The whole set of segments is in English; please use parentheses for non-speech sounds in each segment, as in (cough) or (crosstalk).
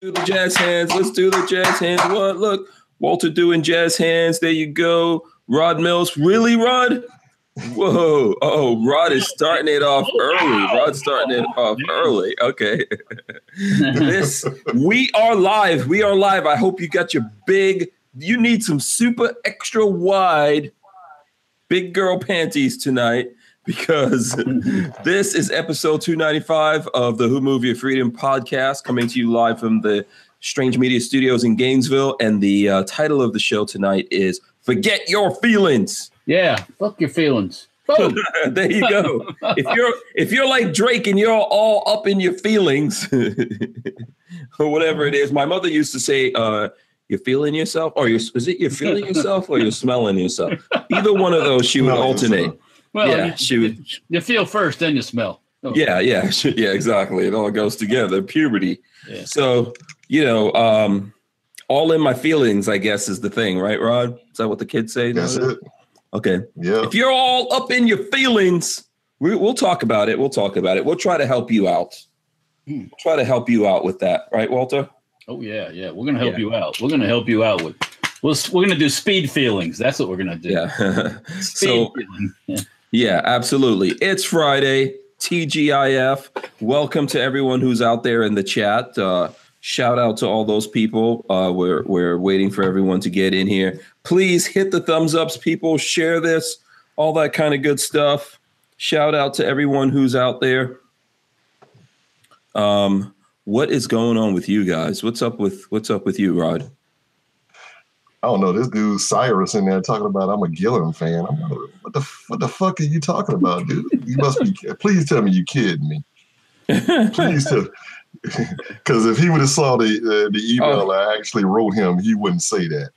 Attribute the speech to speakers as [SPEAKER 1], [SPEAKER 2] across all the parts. [SPEAKER 1] do the jazz hands. Let's do the jazz hands. What? Look, Walter doing jazz hands. There you go. Rod Mills. Really, Rod? Whoa. Oh, Rod is starting it off early. Rod's starting it off early. Okay. this we are live. We are live. I hope you got your big. You need some super extra wide big girl panties tonight because this is episode 295 of the Who Move Your Freedom podcast coming to you live from the Strange Media Studios in Gainesville. And the uh, title of the show tonight is Forget Your Feelings.
[SPEAKER 2] (laughs) Yeah, fuck your feelings. Oh, Boom.
[SPEAKER 1] (laughs) there you go. if you're if you're like Drake and you're all up in your feelings (laughs) or whatever it is, my mother used to say, uh, "You're feeling yourself," or you're, is it you're feeling yourself or you're smelling yourself? Either one of those, she would
[SPEAKER 3] Smelling
[SPEAKER 1] alternate.
[SPEAKER 3] yourself.
[SPEAKER 2] Well,
[SPEAKER 1] Yeah,
[SPEAKER 2] you,
[SPEAKER 1] she would-
[SPEAKER 2] you- you feel first, then you smell. Oh,
[SPEAKER 1] Yeah, yeah, (laughs) yeah, exactly. It all goes together. Puberty.
[SPEAKER 2] Yeah.
[SPEAKER 1] So you know, um, all in my feelings, I guess, is the thing, right, Rod? Is that what the kids say?
[SPEAKER 3] That's it.
[SPEAKER 1] Okay.
[SPEAKER 3] Yeah.
[SPEAKER 1] If you're all up in your feelings, we, we'll talk about it. We'll talk about it. We'll try to help you out.
[SPEAKER 2] Hmm.
[SPEAKER 1] Try to help you out with that, right, Walter?
[SPEAKER 2] Oh yeah, yeah. We're gonna help
[SPEAKER 1] Yeah.
[SPEAKER 2] you out. We're gonna help you out with. We'll, we're gonna do speed feelings. That's what we're gonna do.
[SPEAKER 1] Yeah.
[SPEAKER 2] Speed
[SPEAKER 1] so
[SPEAKER 2] feeling. (laughs)
[SPEAKER 1] Yeah, absolutely. It's Friday, TGIF. Welcome to everyone who's out there in the chat. Uh, shout out to all those people. Uh, we're we're waiting for everyone to get in here. Please hit the thumbs ups, people. Share this, all that kind of good stuff. Shout out to everyone who's out there. Um, what is going on with you guys? What's up with What's up with you, Rod?
[SPEAKER 3] I don't know. This dude Cyrus in there talking about I'm a Gillen fan. I'm like, what the what the fuck are you talking about, dude? You must be. Please tell me you kidding me. Please
[SPEAKER 1] (laughs)
[SPEAKER 3] tell. (laughs) Because if he would have saw the uh, the
[SPEAKER 1] Oh.
[SPEAKER 3] email I actually wrote him, he wouldn't say that.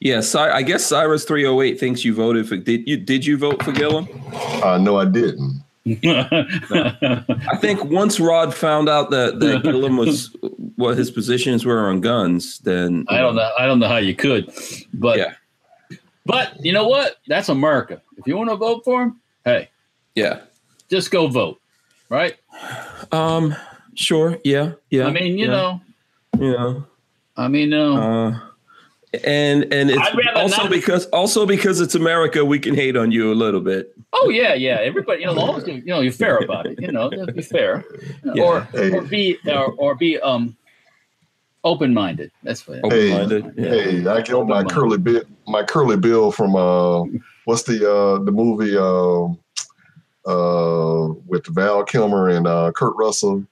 [SPEAKER 1] yeah, Cy- I guess Cyrus three hundred eight thinks you voted for. Did you Did you vote for Gillum?
[SPEAKER 3] Uh, no, I didn't.
[SPEAKER 1] I think once Rod found out that,
[SPEAKER 2] (laughs)
[SPEAKER 1] that Gillum was what his positions were on guns, then
[SPEAKER 2] I don't know. I don't know how you could, but
[SPEAKER 1] Yeah.
[SPEAKER 2] but you know what? That's America. If you want to vote for him, hey,
[SPEAKER 1] Yeah.
[SPEAKER 2] just go vote. Right?
[SPEAKER 1] Um. Sure. Yeah. Yeah.
[SPEAKER 2] I mean, you
[SPEAKER 1] yeah,
[SPEAKER 2] know,
[SPEAKER 1] Yeah.
[SPEAKER 2] I mean, uh,
[SPEAKER 1] Uh, and and it's
[SPEAKER 2] I'd rather
[SPEAKER 1] also
[SPEAKER 2] not-
[SPEAKER 1] because also because it's America, we can hate on you a little bit.
[SPEAKER 2] oh yeah, yeah. Everybody, you know, as long as you, you know, you're fair about it. You know, just be fair,
[SPEAKER 1] (laughs) Yeah.
[SPEAKER 2] or
[SPEAKER 3] Hey.
[SPEAKER 2] or be or, or be um open-minded. That's what.
[SPEAKER 1] Open minded. Yeah.
[SPEAKER 3] Hey, I got my curly bill. My curly bill from uh, what's the uh the movie um uh with Val Kilmer and uh Kurt Russell.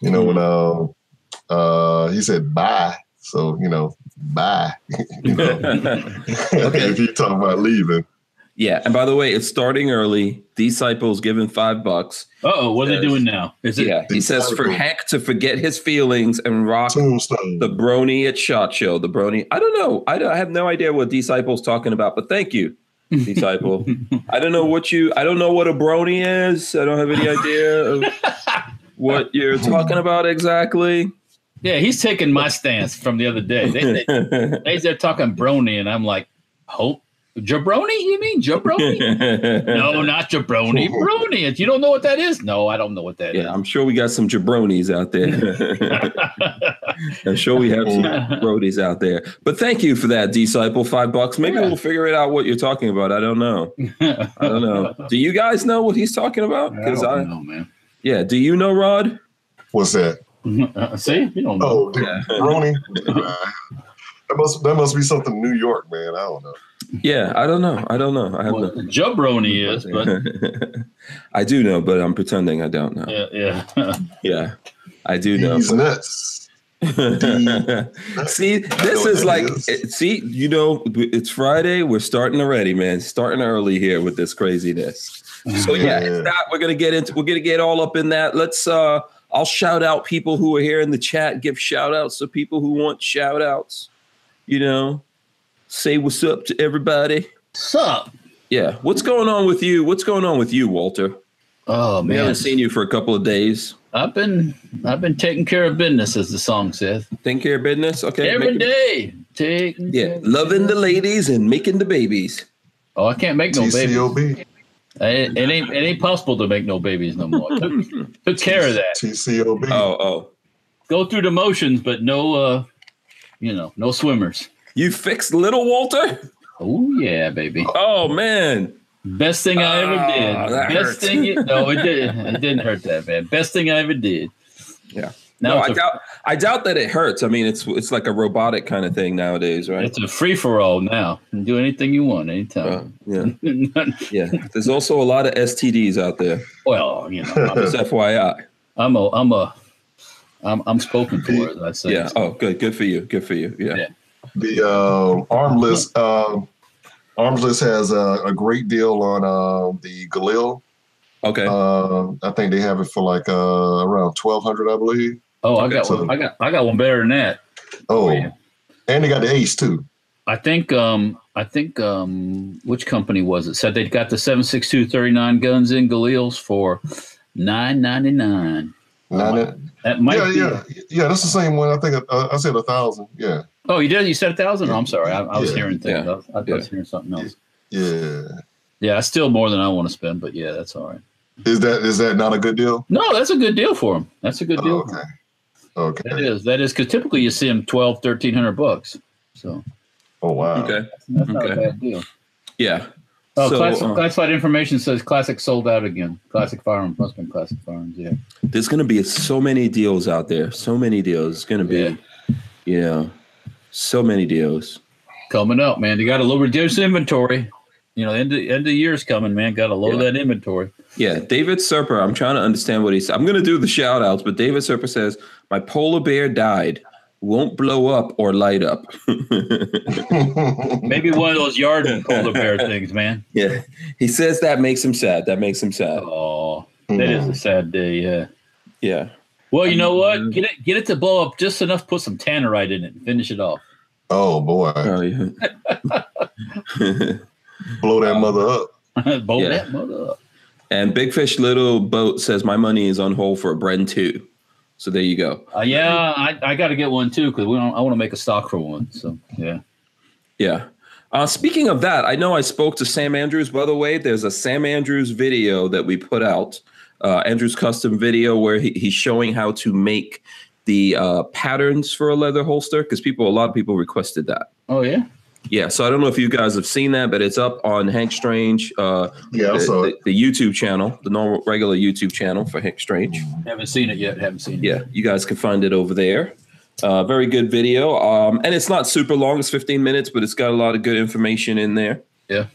[SPEAKER 3] You know
[SPEAKER 1] Mm-hmm.
[SPEAKER 3] when uh uh he said bye, so you know
[SPEAKER 1] (laughs)
[SPEAKER 3] bye. (laughs) you know if you talking about leaving,
[SPEAKER 1] yeah. And by the way, it's starting early. Disciples given five bucks.
[SPEAKER 2] Oh, what are they
[SPEAKER 1] Yes.
[SPEAKER 2] doing now? Is it?
[SPEAKER 1] Yeah. He says for Hank to forget his feelings and rock
[SPEAKER 3] tombstone.
[SPEAKER 1] the brony at shot show the brony i don't know i, don't, I have no idea what disciples talking about but thank you disciple i don't know what you i don't know what a brony is i don't have any idea of what you're talking about
[SPEAKER 2] (laughs)
[SPEAKER 1] exactly
[SPEAKER 2] Yeah, he's taking my stance from the other
[SPEAKER 1] (laughs)
[SPEAKER 2] day. They, they, they're talking brony, and I'm like, hope jabroni? You mean jabroni?
[SPEAKER 1] (laughs) no
[SPEAKER 2] no, not
[SPEAKER 1] (laughs)
[SPEAKER 2] jabroni, brony. If You don't know what that is? No, I don't know what that is.
[SPEAKER 1] yeah i'm sure we got some jabronis out
[SPEAKER 2] (laughs)
[SPEAKER 1] there i'm sure we have some jabronis out there but thank you for that disciple five bucks maybe
[SPEAKER 2] Yeah.
[SPEAKER 1] we'll figure it out what you're talking about i don't know
[SPEAKER 2] (laughs)
[SPEAKER 1] I don't know. Do you guys know what he's talking about? Because I,
[SPEAKER 2] don't know, man.
[SPEAKER 1] yeah. Do you know Rod?
[SPEAKER 3] What's that?
[SPEAKER 2] Uh, (laughs) See, you don't know.
[SPEAKER 3] Oh, dude, (laughs)
[SPEAKER 1] Yeah.
[SPEAKER 3] Brony. that must that must be something New York, man. I don't know.
[SPEAKER 1] Yeah, I don't know. I don't know. I have
[SPEAKER 2] what (laughs)
[SPEAKER 1] no.
[SPEAKER 2] jabroni is, but
[SPEAKER 1] (laughs) I do know, but I'm pretending I don't know.
[SPEAKER 2] yeah, yeah. (laughs)
[SPEAKER 1] Yeah, I do (laughs)
[SPEAKER 3] These
[SPEAKER 1] know.
[SPEAKER 3] nuts.
[SPEAKER 1] (laughs) see, this
[SPEAKER 3] what
[SPEAKER 1] is
[SPEAKER 3] that
[SPEAKER 1] like,
[SPEAKER 3] is.
[SPEAKER 1] it- see, you know, it's Friday. We're starting already, man. Starting early here with this craziness. So yeah,
[SPEAKER 3] Yeah.
[SPEAKER 1] it's that we're gonna get into. We're gonna get all up in that. Let's. uh I'll shout out people who are here in the chat. Give shout outs to people who want shout outs. You know, say what's up to everybody.
[SPEAKER 2] Sup?
[SPEAKER 1] Yeah, what's going on with you? What's going on with you, Walter?
[SPEAKER 2] Oh
[SPEAKER 1] We
[SPEAKER 2] man,
[SPEAKER 1] haven't seen you for a couple of days.
[SPEAKER 2] I've been I've been taking care of business, as the song says.
[SPEAKER 1] Taking care of business. Okay.
[SPEAKER 2] Every
[SPEAKER 1] making-
[SPEAKER 2] day, taking care
[SPEAKER 1] Yeah,
[SPEAKER 2] of
[SPEAKER 1] loving the
[SPEAKER 2] business.
[SPEAKER 1] ladies and making the babies.
[SPEAKER 2] Oh, I can't make no babies.
[SPEAKER 3] TCOB.
[SPEAKER 2] It, it ain't
[SPEAKER 1] (laughs)
[SPEAKER 2] it
[SPEAKER 3] Mm.
[SPEAKER 2] ain't possible to make no babies no more. Took, took care of that.
[SPEAKER 3] TCOB.
[SPEAKER 1] Oh, oh.
[SPEAKER 2] go through the motions, but no, uh, you know, no swimmers.
[SPEAKER 1] You fixed little Walter?
[SPEAKER 2] Oh yeah, baby.
[SPEAKER 1] Oh man.
[SPEAKER 2] Best thing I ever
[SPEAKER 1] Ah,
[SPEAKER 2] did.
[SPEAKER 1] that
[SPEAKER 2] Best
[SPEAKER 1] hurts.
[SPEAKER 2] thing. You, no, it didn't. It didn't hurt that bad. Best thing I ever did.
[SPEAKER 1] Yeah.
[SPEAKER 2] Now
[SPEAKER 1] no,
[SPEAKER 2] it's,
[SPEAKER 1] I
[SPEAKER 2] a,
[SPEAKER 1] doubt I doubt that it hurts. I mean, it's it's like a robotic kind of thing nowadays, right?
[SPEAKER 2] it's a free for all now. You can do anything you want (laughs)
[SPEAKER 1] Uh,
[SPEAKER 2] anytime.
[SPEAKER 1] yeah, yeah. There's also a lot of STDs out there.
[SPEAKER 2] well, you know, I'm,
[SPEAKER 1] Just FYI.
[SPEAKER 2] I'm a, I'm a, I'm, I'm spoken for. As I say.
[SPEAKER 1] Yeah. Oh, good. Good for you. Good for you. Yeah.
[SPEAKER 2] Yeah.
[SPEAKER 3] The uh, Armless um Armless has a, a great deal on uh, the Galil.
[SPEAKER 1] Okay.
[SPEAKER 3] Uh, I think they have it for like uh, around twelve hundred, I believe.
[SPEAKER 2] Oh, I
[SPEAKER 3] Okay,
[SPEAKER 2] got
[SPEAKER 3] so-
[SPEAKER 2] one. I got I got one better than that.
[SPEAKER 3] Oh,
[SPEAKER 2] for you.
[SPEAKER 3] and they got the Ace too.
[SPEAKER 2] I think um I think um which company was it? Said they'd got the 76239 guns in Galils for 999.
[SPEAKER 3] Nine-
[SPEAKER 2] That Oh, might
[SPEAKER 3] yeah,
[SPEAKER 2] be
[SPEAKER 3] yeah, yeah. That's the same one. I think uh, I said a thousand. Yeah,
[SPEAKER 2] Oh, you did you said a 1000? Oh, I'm sorry. I, I was
[SPEAKER 3] Yeah,
[SPEAKER 2] hearing things.
[SPEAKER 1] yeah,
[SPEAKER 2] I, was, I was hearing something else.
[SPEAKER 3] yeah.
[SPEAKER 2] Yeah, it's still more than I want to spend, but yeah, that's all right.
[SPEAKER 3] Is that is that not a good deal?
[SPEAKER 2] No, that's a good deal for them. That's a good
[SPEAKER 3] Oh,
[SPEAKER 2] deal. for 'em.
[SPEAKER 3] okay, okay.
[SPEAKER 2] That is. That is cuz typically you see them 12 1300 bucks. So,
[SPEAKER 3] Oh wow. (laughs)
[SPEAKER 1] okay.
[SPEAKER 2] that's not a
[SPEAKER 1] Okay.
[SPEAKER 2] bad deal.
[SPEAKER 1] Yeah.
[SPEAKER 2] Oh,
[SPEAKER 1] So,
[SPEAKER 2] class-
[SPEAKER 1] uh,
[SPEAKER 2] classified information says classic sold out again. Classic firearms must have been classic firearms. Yeah.
[SPEAKER 1] There's gonna be so many deals out there. So many deals. It's gonna be,
[SPEAKER 2] Yeah.
[SPEAKER 1] you know, so many deals.
[SPEAKER 2] Coming up, man. You got to lower reduce inventory. You know, end of, end of year's coming, man. Got to lower
[SPEAKER 1] Yeah.
[SPEAKER 2] that inventory.
[SPEAKER 1] Yeah, David Serper. I'm trying to understand what he said. I'm going to do the shout outs, but David Serper says, My polar bear died, won't blow up or light up. (laughs)
[SPEAKER 2] Maybe one of those (laughs) yard and polar bear things, man.
[SPEAKER 1] yeah. He says that makes him sad. That makes him sad.
[SPEAKER 2] Oh, that is a sad day. Yeah. Mm.
[SPEAKER 1] Yeah.
[SPEAKER 2] Well, you know what? Get it, get it to blow up just enough. Put some tannerite in it and finish it off. (laughs)
[SPEAKER 3] oh boy,
[SPEAKER 2] Uh,
[SPEAKER 1] Oh, yeah. (laughs)
[SPEAKER 3] blow
[SPEAKER 2] uh,
[SPEAKER 3] that mother up.
[SPEAKER 2] Blow
[SPEAKER 1] Yeah.
[SPEAKER 2] that mother up.
[SPEAKER 1] and Big Fish Little Boat says, My money is on hold for a Bren 2. So there you go.
[SPEAKER 2] Uh, yeah, I, I got to get one too because we don't. I want to make a stock for one. So yeah.
[SPEAKER 1] Yeah. Uh, speaking of that, I know I spoke to Sam Andrews. By the way, there's a Sam Andrews video that we put out, uh, Andrews Custom video, where he, he's showing how to make the uh, patterns for a leather holster because people, a lot of people requested that.
[SPEAKER 2] Oh yeah.
[SPEAKER 1] Yeah, so I don't know if you guys have seen that, but it's up on Hank Strange, uh,
[SPEAKER 3] Yeah, I
[SPEAKER 1] the,
[SPEAKER 3] saw it.
[SPEAKER 1] the, the YouTube channel, the normal regular YouTube channel for Hank Strange
[SPEAKER 2] Haven't seen it yet. Haven't seen it.
[SPEAKER 1] yeah, you guys can find it over there. Uh, very good video. Um, and it's not super long, it's 15 minutes, but it's got a lot of good information in there.
[SPEAKER 2] Yeah.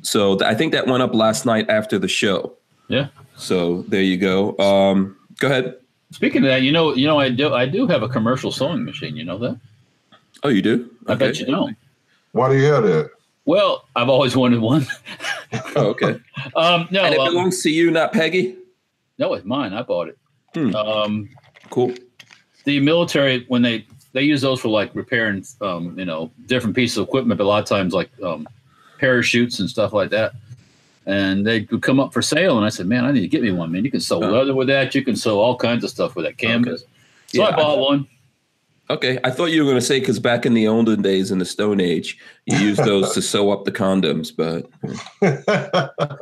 [SPEAKER 1] So th- I think that went up last night after the show.
[SPEAKER 2] Yeah.
[SPEAKER 1] So there you go. Um, go ahead.
[SPEAKER 2] Speaking of that, you know, you know, I do. I do have a commercial sewing machine. You know that?
[SPEAKER 1] Oh, you do?
[SPEAKER 2] I bet you don't.
[SPEAKER 3] Why do you have that?
[SPEAKER 2] Well, I've always wanted one. (laughs)
[SPEAKER 1] Oh, okay.
[SPEAKER 2] Um, no,
[SPEAKER 1] and it
[SPEAKER 2] um,
[SPEAKER 1] belongs to you, not Peggy?
[SPEAKER 2] no, it's mine. I bought it.
[SPEAKER 1] Hmm.
[SPEAKER 2] Um,
[SPEAKER 1] Cool.
[SPEAKER 2] the military when they they use those for like repairing, um, you know, different pieces of equipment, but a lot of times like um, parachutes and stuff like that. And they would come up for sale, and I said, "Man, I need to get me one. Man, you can sew
[SPEAKER 1] Oh.
[SPEAKER 2] leather with that. You can sew all kinds of stuff with that canvas." So
[SPEAKER 1] Yeah,
[SPEAKER 2] I bought one.
[SPEAKER 1] Okay. I thought you were going to say because back in the olden days in the Stone Age, you used
[SPEAKER 2] (laughs)
[SPEAKER 1] those to sew up the condoms, but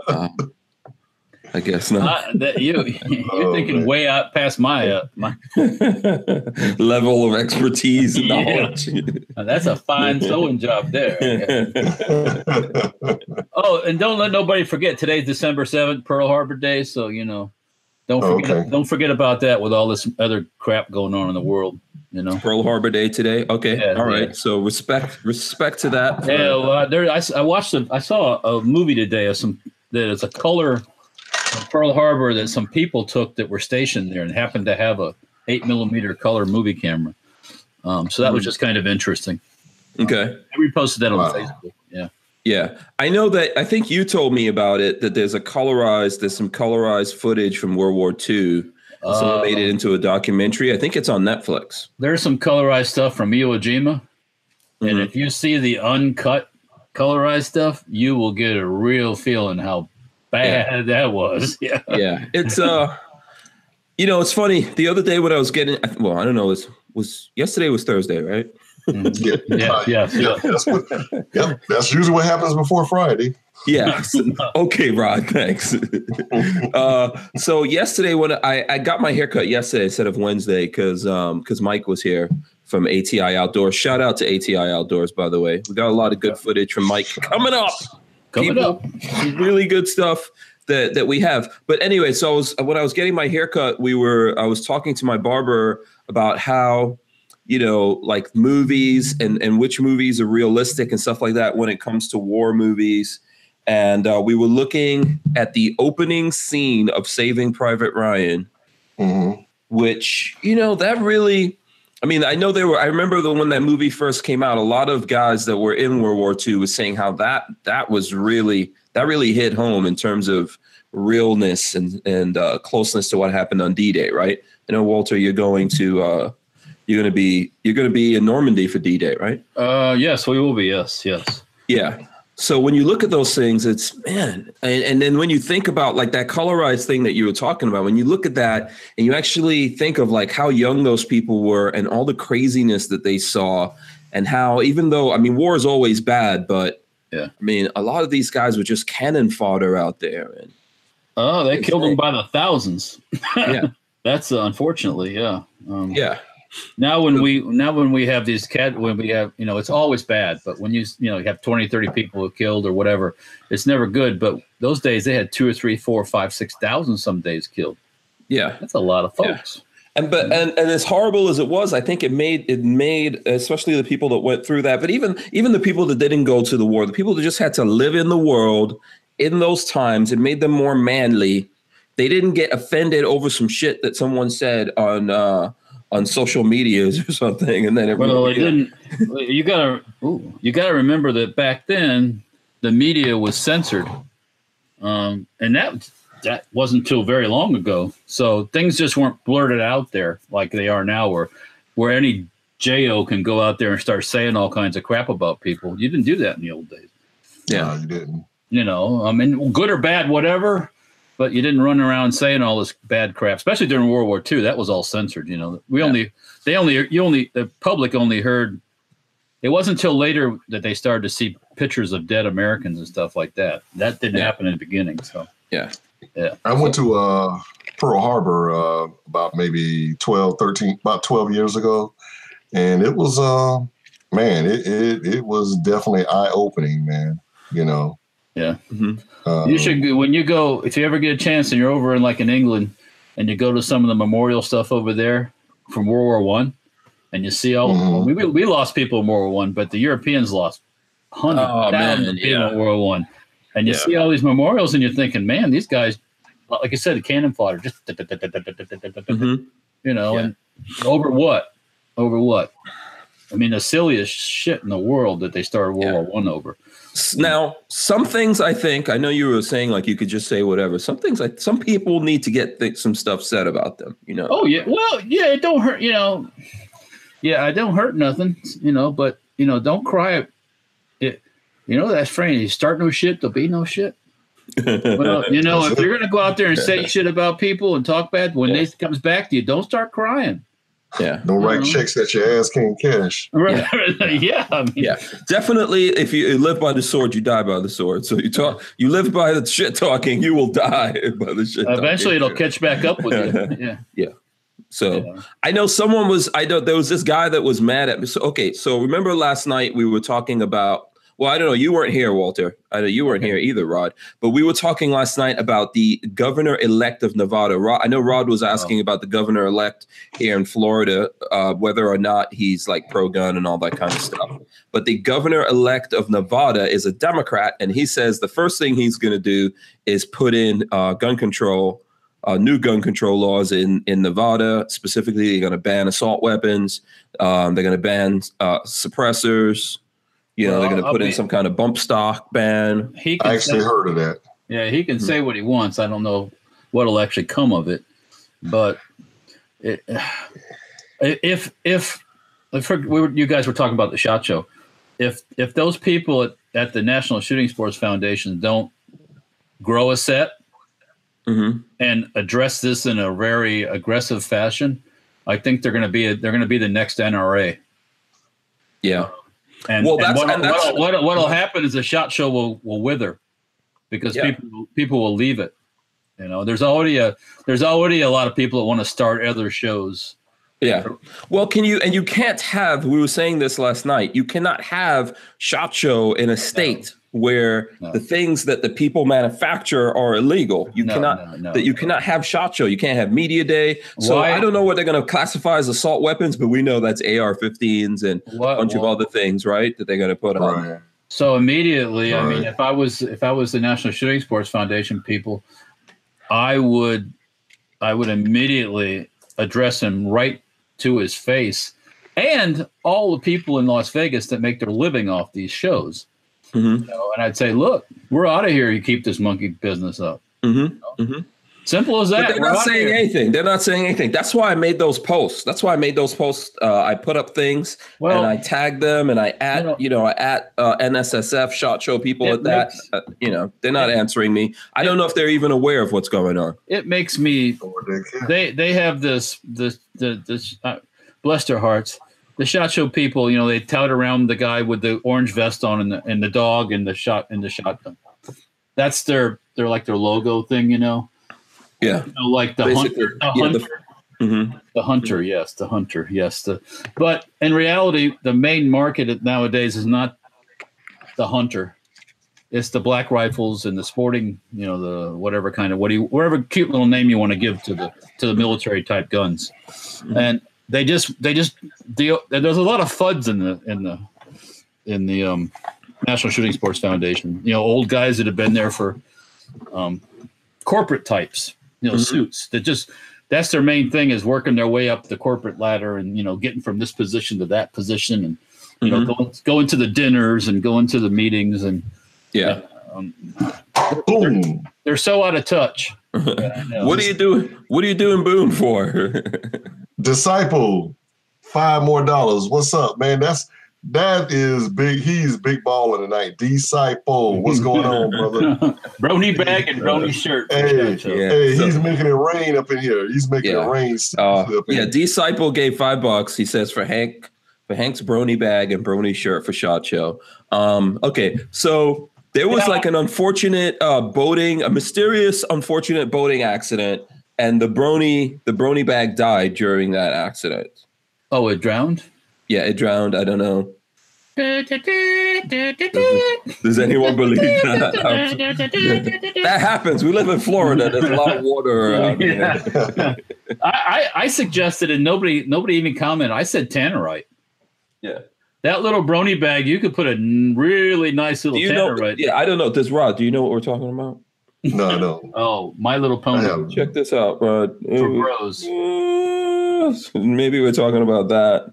[SPEAKER 1] um, I guess not.
[SPEAKER 2] I, that, you (laughs) you're
[SPEAKER 3] Oh,
[SPEAKER 2] thinking
[SPEAKER 3] man.
[SPEAKER 2] way out past my uh, my.
[SPEAKER 1] (laughs) level of expertise and
[SPEAKER 2] Yeah.
[SPEAKER 1] knowledge.
[SPEAKER 2] That's a fine sewing job there.
[SPEAKER 3] (laughs)
[SPEAKER 2] Oh, and don't let nobody forget today's December seventh, Pearl Harbor Day. So you know, don't
[SPEAKER 3] Oh,
[SPEAKER 2] forget
[SPEAKER 3] okay.
[SPEAKER 2] don't forget about that with all this other crap going on in the world. You know,
[SPEAKER 1] (laughs) Pearl Harbor Day today. Okay,
[SPEAKER 2] Yeah,
[SPEAKER 1] all right.
[SPEAKER 2] yeah.
[SPEAKER 1] So respect, respect to that.
[SPEAKER 2] yeah. well, uh, there, I, s- I watched a, I saw a movie today of some that is a color of Pearl Harbor that some people took that were stationed there and happened to have a eight millimeter color movie camera. Um, so that was just kind of interesting.
[SPEAKER 1] Okay.
[SPEAKER 2] I reposted that on
[SPEAKER 3] Hmm. Wow.
[SPEAKER 2] Facebook. Yeah.
[SPEAKER 1] Yeah, I know that. I think you told me about it. That there's a colorized, there's some colorized footage from World War II. Someone
[SPEAKER 2] Uh,
[SPEAKER 1] made it into a documentary. I think it's on Netflix.
[SPEAKER 2] there's some colorized stuff from Iwo Jima, and
[SPEAKER 1] Mhm.
[SPEAKER 2] if you see the uncut colorized stuff, you will get a real feeling how bad that was. Yeah,
[SPEAKER 1] yeah (laughs) it's uh you know it's funny the other day when i was getting well i don't know it was, was yesterday was thursday right
[SPEAKER 3] Yeah,
[SPEAKER 2] Mm-hmm. (laughs) Yeah, yeah, yeah.
[SPEAKER 3] yeah, (laughs) that's what, yeah, that's usually what happens before Friday.
[SPEAKER 1] Yeah. okay, Rod. Thanks. uh, so yesterday when I, I got my haircut yesterday instead of Wednesday because because Mike was here from ATI Outdoors. Shout out to ATI Outdoors, by the way. We got a lot of good footage from Mike coming up.
[SPEAKER 2] Coming
[SPEAKER 1] People-
[SPEAKER 2] up.
[SPEAKER 1] Some really good stuff that that we have. But anyway, so I was when I was getting my haircut, we were I was talking to my barber about how you know like movies and and which movies are realistic and stuff like that when it comes to war movies. And uh, we were looking at the opening scene of Saving Private Ryan,
[SPEAKER 3] hmm
[SPEAKER 1] which you know that really i mean i know there were i remember the when that movie first came out a lot of guys that were in world war ii was saying how that that was really that really hit home in terms of realness and and uh, closeness to what happened on d-day right i know walter you're going to uh you're going to be you're going to be in normandy for d-day right
[SPEAKER 2] Uh, yes, we will be. Yes, yes.
[SPEAKER 1] yeah so when you look at those things it's man and, and then when you think about like that colorized thing that you were talking about when you look at that and you actually think of like how young those people were and all the craziness that they saw and how even though i mean war is always bad but
[SPEAKER 2] Yeah.
[SPEAKER 1] i mean a lot of these guys were just cannon fodder out there and
[SPEAKER 2] Oh, they
[SPEAKER 1] It's
[SPEAKER 2] killed
[SPEAKER 1] like-
[SPEAKER 2] them by the thousands. (laughs)
[SPEAKER 1] Yeah.
[SPEAKER 2] That's uh, unfortunately, yeah. Um,
[SPEAKER 1] yeah
[SPEAKER 2] Now when we now when we have these cat when we have you know it's always bad, but when you you know you have 20, 30 people who killed or whatever, it's never good. But those days they had two or three, four, five, six thousand some days killed.
[SPEAKER 1] yeah
[SPEAKER 2] That's a lot of
[SPEAKER 1] Yeah.
[SPEAKER 2] folks.
[SPEAKER 1] And but and, and as horrible as it was, I think it made it made especially the people that went through that, but even even the people that didn't go to the war, the people that just had to live in the world in those times, it made them more manly. They didn't get offended over some shit that someone said on uh on social medias (laughs) or something, and then it
[SPEAKER 2] Well, they didn't. You gotta ooh, you gotta remember that back then the media was censored, um, and that that wasn't until very long ago. So things just weren't blurted out there like they are now, where where any jo can go out there and start saying all kinds of crap about people. You didn't do that in the old days,
[SPEAKER 1] yeah,
[SPEAKER 3] no, you didn't.
[SPEAKER 2] you know. I mean, good or bad, whatever. But you didn't run around saying all this bad crap, especially during World War II. That was all censored. You know, we only they only you only the public only heard it wasn't until later that they started to see pictures of dead Americans and stuff like that. That didn't
[SPEAKER 1] Yeah.
[SPEAKER 2] happen in the beginning. So
[SPEAKER 3] I went to uh, Pearl Harbor uh, about maybe 12, 13, about 12 years ago. And it was, uh, man, it, it, it was definitely eye opening, man. You know,
[SPEAKER 1] Mhm.
[SPEAKER 3] uh,
[SPEAKER 2] you should go- when you go if you ever get a chance and you're over in like in England and you go to some of the memorial stuff over there from World War One and you see all
[SPEAKER 1] Mm-hmm.
[SPEAKER 3] Mhm.
[SPEAKER 2] we, we we lost people in World War One, but the Europeans lost hundreds
[SPEAKER 1] Oh,
[SPEAKER 2] of thousands
[SPEAKER 1] man,
[SPEAKER 2] of people
[SPEAKER 1] yeah.
[SPEAKER 2] in World War One, and you
[SPEAKER 1] Yeah.
[SPEAKER 2] see all these memorials and you're thinking, man, these guys, like I said, cannon fodder, just
[SPEAKER 1] Mhm.
[SPEAKER 2] you know,
[SPEAKER 1] Yeah.
[SPEAKER 2] and over what? Over what? I mean, the silliest shit in the world that they started World
[SPEAKER 1] Yeah.
[SPEAKER 2] War One over.
[SPEAKER 1] S- Now, some things I think I know you were saying like you could just say whatever. Some things like some people need to get th- some stuff said about them. You know.
[SPEAKER 2] Oh yeah, well yeah, it don't hurt, you know. Yeah, it don't hurt nothing, you know. But you know, don't cry. It, you know that phrase: "You start no shit, there'll be no shit." Oh, Well, you know, if you're gonna go out there and say shit about people and talk bad, when
[SPEAKER 1] Yeah.
[SPEAKER 2] this comes back to you, don't start crying.
[SPEAKER 1] (laughs)
[SPEAKER 2] (laughs)
[SPEAKER 1] yeah.
[SPEAKER 3] don't write
[SPEAKER 2] Mhm.
[SPEAKER 3] checks that your ass can't cash.
[SPEAKER 2] Right? Yeah, I mean,
[SPEAKER 1] Yeah, definitely. If you live by the sword, you die by the sword. So you talk, you live by the shit talking, you will die (laughs) by the shit.
[SPEAKER 2] eventually it'll
[SPEAKER 1] talking.
[SPEAKER 2] catch back up with you. Yeah.
[SPEAKER 1] So
[SPEAKER 2] yeah.
[SPEAKER 1] I know someone was. I know there was this guy that was mad at me. So okay, so remember last night we were talking about. Well, I don't know. You weren't here, Walter. I know you weren't here either, Rod. But we were talking last night about the governor elect of Nevada. Rod, I know Rod was asking about the governor elect here in Florida, uh, whether or not he's like pro gun and all that kind of stuff. But the governor elect of Nevada is a Democrat, and he says the first thing he's going to do is put in uh, gun control uh, new gun control laws in in Nevada. Specifically, they're going to ban assault weapons. Um, they're going to ban uh, suppressors. You know,
[SPEAKER 2] Well,
[SPEAKER 1] they're going to
[SPEAKER 2] I'll
[SPEAKER 1] put in
[SPEAKER 2] be-
[SPEAKER 1] some kind of bump stock ban.
[SPEAKER 2] He
[SPEAKER 3] I
[SPEAKER 2] can say,
[SPEAKER 3] actually heard of that.
[SPEAKER 2] yeah, he can say what he wants. I don't know what'll actually come of it, but it, (sighs) if if if we were, you guys were talking about the shot show, if if those people at, at the National Shooting Sports Foundation don't grow a set Mm-hmm.
[SPEAKER 1] hmm
[SPEAKER 2] and address this in a very aggressive fashion, I think they're going to be they're going to be the next NRA.
[SPEAKER 1] Yeah.
[SPEAKER 2] And,
[SPEAKER 1] Well,
[SPEAKER 2] and
[SPEAKER 1] that's-
[SPEAKER 2] what,
[SPEAKER 1] and that's-
[SPEAKER 2] what, what, what'll happen is the shot show will, will wither because
[SPEAKER 1] Yeah.
[SPEAKER 2] people people will leave it. You know, there's already a there's already a lot of people that want to start other shows.
[SPEAKER 1] Yeah. Well, can you and you can't have we were saying this last night. You cannot have shot show in a state where
[SPEAKER 2] No.
[SPEAKER 1] the things that the people manufacture are illegal. You
[SPEAKER 2] No,
[SPEAKER 1] cannot
[SPEAKER 2] no, no,
[SPEAKER 1] that you
[SPEAKER 2] no.
[SPEAKER 1] cannot have shot show. You can't have media day. So
[SPEAKER 2] Why-
[SPEAKER 1] I don't know what they're going to classify as assault weapons, but we know that's AR-15s and
[SPEAKER 2] What-
[SPEAKER 1] a bunch of
[SPEAKER 2] what-
[SPEAKER 1] other things, right? That they're going to put on.
[SPEAKER 3] Right.
[SPEAKER 2] So immediately, I mean,
[SPEAKER 3] Right.
[SPEAKER 2] if I was if I was the National Shooting Sports Foundation people, I would I would immediately address him right to his face, and all the people in Las Vegas that make their living off these shows.
[SPEAKER 1] Mhm.
[SPEAKER 2] You know, and I'd say, look, we're out of here. You keep this monkey business up.
[SPEAKER 1] Mhm.
[SPEAKER 2] Simple as that.
[SPEAKER 1] But they're
[SPEAKER 2] We're
[SPEAKER 1] not
[SPEAKER 2] outta
[SPEAKER 1] saying
[SPEAKER 2] here.
[SPEAKER 1] anything. They're not saying anything. That's why I made those posts. That's why I made those posts. Uh, I put up things
[SPEAKER 2] Well-
[SPEAKER 1] and I tagged them and I at
[SPEAKER 2] You know-
[SPEAKER 1] you know I at uh, NSSF shot show people
[SPEAKER 2] It
[SPEAKER 1] at that.
[SPEAKER 2] makes-
[SPEAKER 1] uh, you know they're not answering me. I don't know if they're even aware of what's going on.
[SPEAKER 2] It makes me
[SPEAKER 3] Or they can.
[SPEAKER 2] they they have this this the this uh, bless their hearts the shot show people you know they tout around the guy with the orange vest on and the, and the dog and the shot and the shotgun that's their they're like their logo thing you know
[SPEAKER 1] Yeah,
[SPEAKER 2] You know, like the
[SPEAKER 1] basically.
[SPEAKER 2] hunter, the,
[SPEAKER 1] yeah,
[SPEAKER 2] hunter
[SPEAKER 1] the- Mhm.
[SPEAKER 2] the hunter yes the hunter yes the but in reality the main market nowadays is not the hunter it's the black rifles and the sporting you know the whatever kind of what do you whatever cute little name you want to give to the to the military type guns and they just they just deal there's a lot of fuds in the in the in the um national shooting sports foundation you know old guys that have been there for um corporate types you know suits that just that's their main thing is working their way up the corporate ladder and you know getting from this position to that position and you know
[SPEAKER 1] Mm-hmm.
[SPEAKER 2] going, going to the dinners and going to the meetings and
[SPEAKER 1] yeah.
[SPEAKER 3] Boom.
[SPEAKER 2] they're so out of touch
[SPEAKER 1] (laughs) What do you do? What are you doing Boom for? (laughs)
[SPEAKER 3] Disciple. Five more dollars. What's up, man? That's that is big. He's big balling tonight. Disciple. What's
[SPEAKER 1] (laughs)
[SPEAKER 3] going on, brother?
[SPEAKER 2] (laughs) brony bag and brony shirt
[SPEAKER 3] Hey,
[SPEAKER 1] Yeah,
[SPEAKER 3] hey,
[SPEAKER 1] so-
[SPEAKER 3] he's making it rain up in here. He's making
[SPEAKER 1] Yeah.
[SPEAKER 3] it rain.
[SPEAKER 1] uh,
[SPEAKER 3] up in
[SPEAKER 1] yeah,
[SPEAKER 3] here.
[SPEAKER 1] disciple gave five bucks. He says for Hank for Hank's brony bag and brony shirt for Shot Show. Um, okay, so there was
[SPEAKER 2] Yeah.
[SPEAKER 1] like an unfortunate uh, boating, a mysterious unfortunate boating accident, and the brony the brony bag died during that accident.
[SPEAKER 2] oh it drowned
[SPEAKER 1] Yeah, it drowned. I don't know. Does
[SPEAKER 2] (laughs)
[SPEAKER 1] anyone believe that? that happens. We live in Florida. There's a lot of water around here.
[SPEAKER 2] I, (laughs) I, I suggested, and nobody nobody even commented. I said tannerite.
[SPEAKER 1] Yeah.
[SPEAKER 2] That little brony bag, you could put a n- really nice little
[SPEAKER 1] Do you know?
[SPEAKER 2] tannerite.
[SPEAKER 1] Yeah, I don't know. Does Rod? Do you know what we're talking about?
[SPEAKER 3] No,
[SPEAKER 1] (laughs)
[SPEAKER 3] no.
[SPEAKER 2] Oh, my little pony
[SPEAKER 3] I haven't.
[SPEAKER 1] Um, Check this out, Rod.
[SPEAKER 2] for bros.
[SPEAKER 1] Mm-hmm. Yes, Maybe we're talking about that.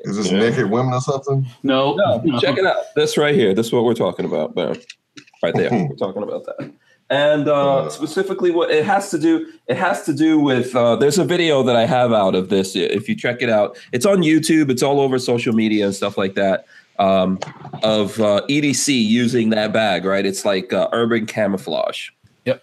[SPEAKER 3] Is this
[SPEAKER 1] Yeah.
[SPEAKER 3] naked women or something?
[SPEAKER 2] No,
[SPEAKER 1] No, check it out. This right here. This is what we're talking about. Bam. Right there.
[SPEAKER 2] Hmm.
[SPEAKER 1] we're talking about that. And uh, specifically, what it has to do, it has to do with. Uh, there's a video that I have out of this. If you check it out, it's on YouTube. It's all over social media and stuff like that. Um, of uh, EDC using that bag, right? It's like uh, urban camouflage.
[SPEAKER 2] Yep.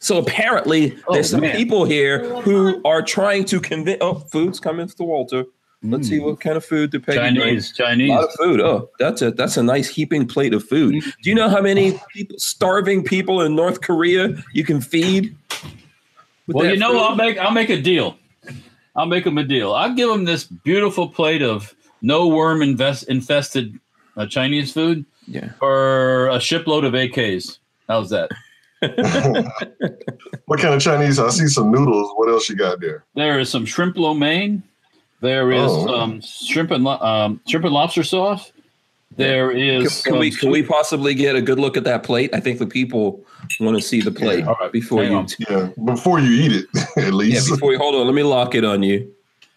[SPEAKER 1] So apparently,
[SPEAKER 2] Oh,
[SPEAKER 1] there's some
[SPEAKER 2] man.
[SPEAKER 1] people here who are trying to convince. Oh, food's coming to Walter. Let's see
[SPEAKER 2] Mm.
[SPEAKER 1] what kind of food they're paying.
[SPEAKER 2] Chinese,
[SPEAKER 1] A
[SPEAKER 2] Chinese.
[SPEAKER 1] lot of food. Oh, that's a that's a nice heaping plate of food.
[SPEAKER 2] Mm-hmm.
[SPEAKER 1] Do you know how many people, starving people in North Korea you can feed? with
[SPEAKER 2] Well,
[SPEAKER 1] that
[SPEAKER 2] you know,
[SPEAKER 1] food?
[SPEAKER 2] I'll make I'll make a deal. I'll make them a deal. I'll give them this beautiful plate of no worm invest, infested uh, Chinese food
[SPEAKER 1] yeah.
[SPEAKER 2] for a shipload of AKs. How's that?
[SPEAKER 3] What kind of Chinese? I see some noodles. What else you got there?
[SPEAKER 2] There is some shrimp lo mein. There is
[SPEAKER 3] Oh.
[SPEAKER 2] um, shrimp and lo- um, shrimp and lobster sauce. There
[SPEAKER 1] Can,
[SPEAKER 2] is.
[SPEAKER 1] can we
[SPEAKER 2] some-
[SPEAKER 1] can we possibly get a good look at that plate? I think the people want to see the plate
[SPEAKER 3] Yeah.
[SPEAKER 1] before
[SPEAKER 2] Hang
[SPEAKER 1] you.
[SPEAKER 2] on.
[SPEAKER 3] Yeah, before you eat it, (laughs) at
[SPEAKER 1] yeah,
[SPEAKER 3] least.
[SPEAKER 1] before you hold on. Let me lock it on you.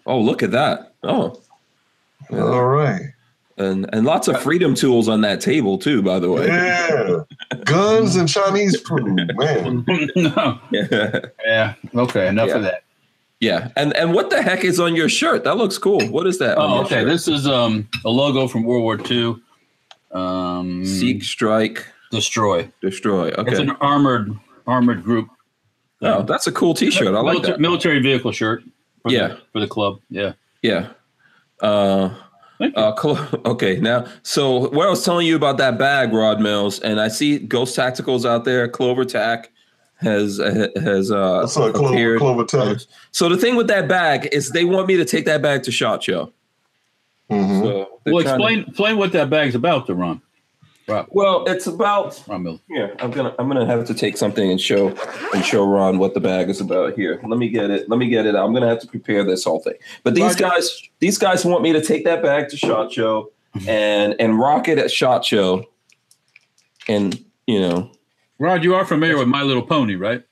[SPEAKER 1] Oh, look at that. Oh,
[SPEAKER 3] All right.
[SPEAKER 1] and and lots of freedom tools on that table too. By the way.
[SPEAKER 3] Yeah, guns and Chinese food,
[SPEAKER 1] (laughs)
[SPEAKER 3] man.
[SPEAKER 2] (laughs) no.
[SPEAKER 1] Yeah.
[SPEAKER 2] Yeah. Okay. Enough of
[SPEAKER 1] Yeah.
[SPEAKER 2] that.
[SPEAKER 1] (laughs) yeah. And and what the heck is on your shirt? That looks cool. What is that? on
[SPEAKER 2] Oh,
[SPEAKER 1] your
[SPEAKER 2] okay.
[SPEAKER 1] shirt?
[SPEAKER 2] This is um, a logo from World War II. Um,
[SPEAKER 1] Seek, strike,
[SPEAKER 2] destroy.
[SPEAKER 1] destroy. Okay.
[SPEAKER 2] It's an armored armored group.
[SPEAKER 1] Oh, that's a cool T-shirt. I like
[SPEAKER 2] Milita-
[SPEAKER 1] that.
[SPEAKER 2] Military vehicle shirt. For
[SPEAKER 1] Yeah.
[SPEAKER 2] The, for the club. Yeah.
[SPEAKER 1] Yeah. Uh,
[SPEAKER 2] I think
[SPEAKER 1] Uh, cl- okay, now, so where I was telling you about that bag, Rod Mills, and I see Ghost Tacticals out there. Clover Tack has has uh,
[SPEAKER 3] What's up, Oh, Clover,
[SPEAKER 1] appeared.
[SPEAKER 3] Clover Tech?
[SPEAKER 1] So the thing with that bag is they want me to take that bag to Shot Show.
[SPEAKER 3] Mhm.
[SPEAKER 1] So they're trying
[SPEAKER 2] Well,
[SPEAKER 1] to-
[SPEAKER 2] explain explain what that bag's about, to Ron. Rob,
[SPEAKER 1] well, it's about
[SPEAKER 2] Ron Miller.
[SPEAKER 1] here. I'm gonna I'm gonna have to take something and show and show Ron what the bag is about. Here, let me get it. Let me get it. I'm gonna have to prepare this whole thing. But these
[SPEAKER 2] Roger.
[SPEAKER 1] guys, these guys want me to take that bag to Shot Show and and rock it at Shot Show, and you know.
[SPEAKER 2] Rod, you are familiar with My Little Pony, right?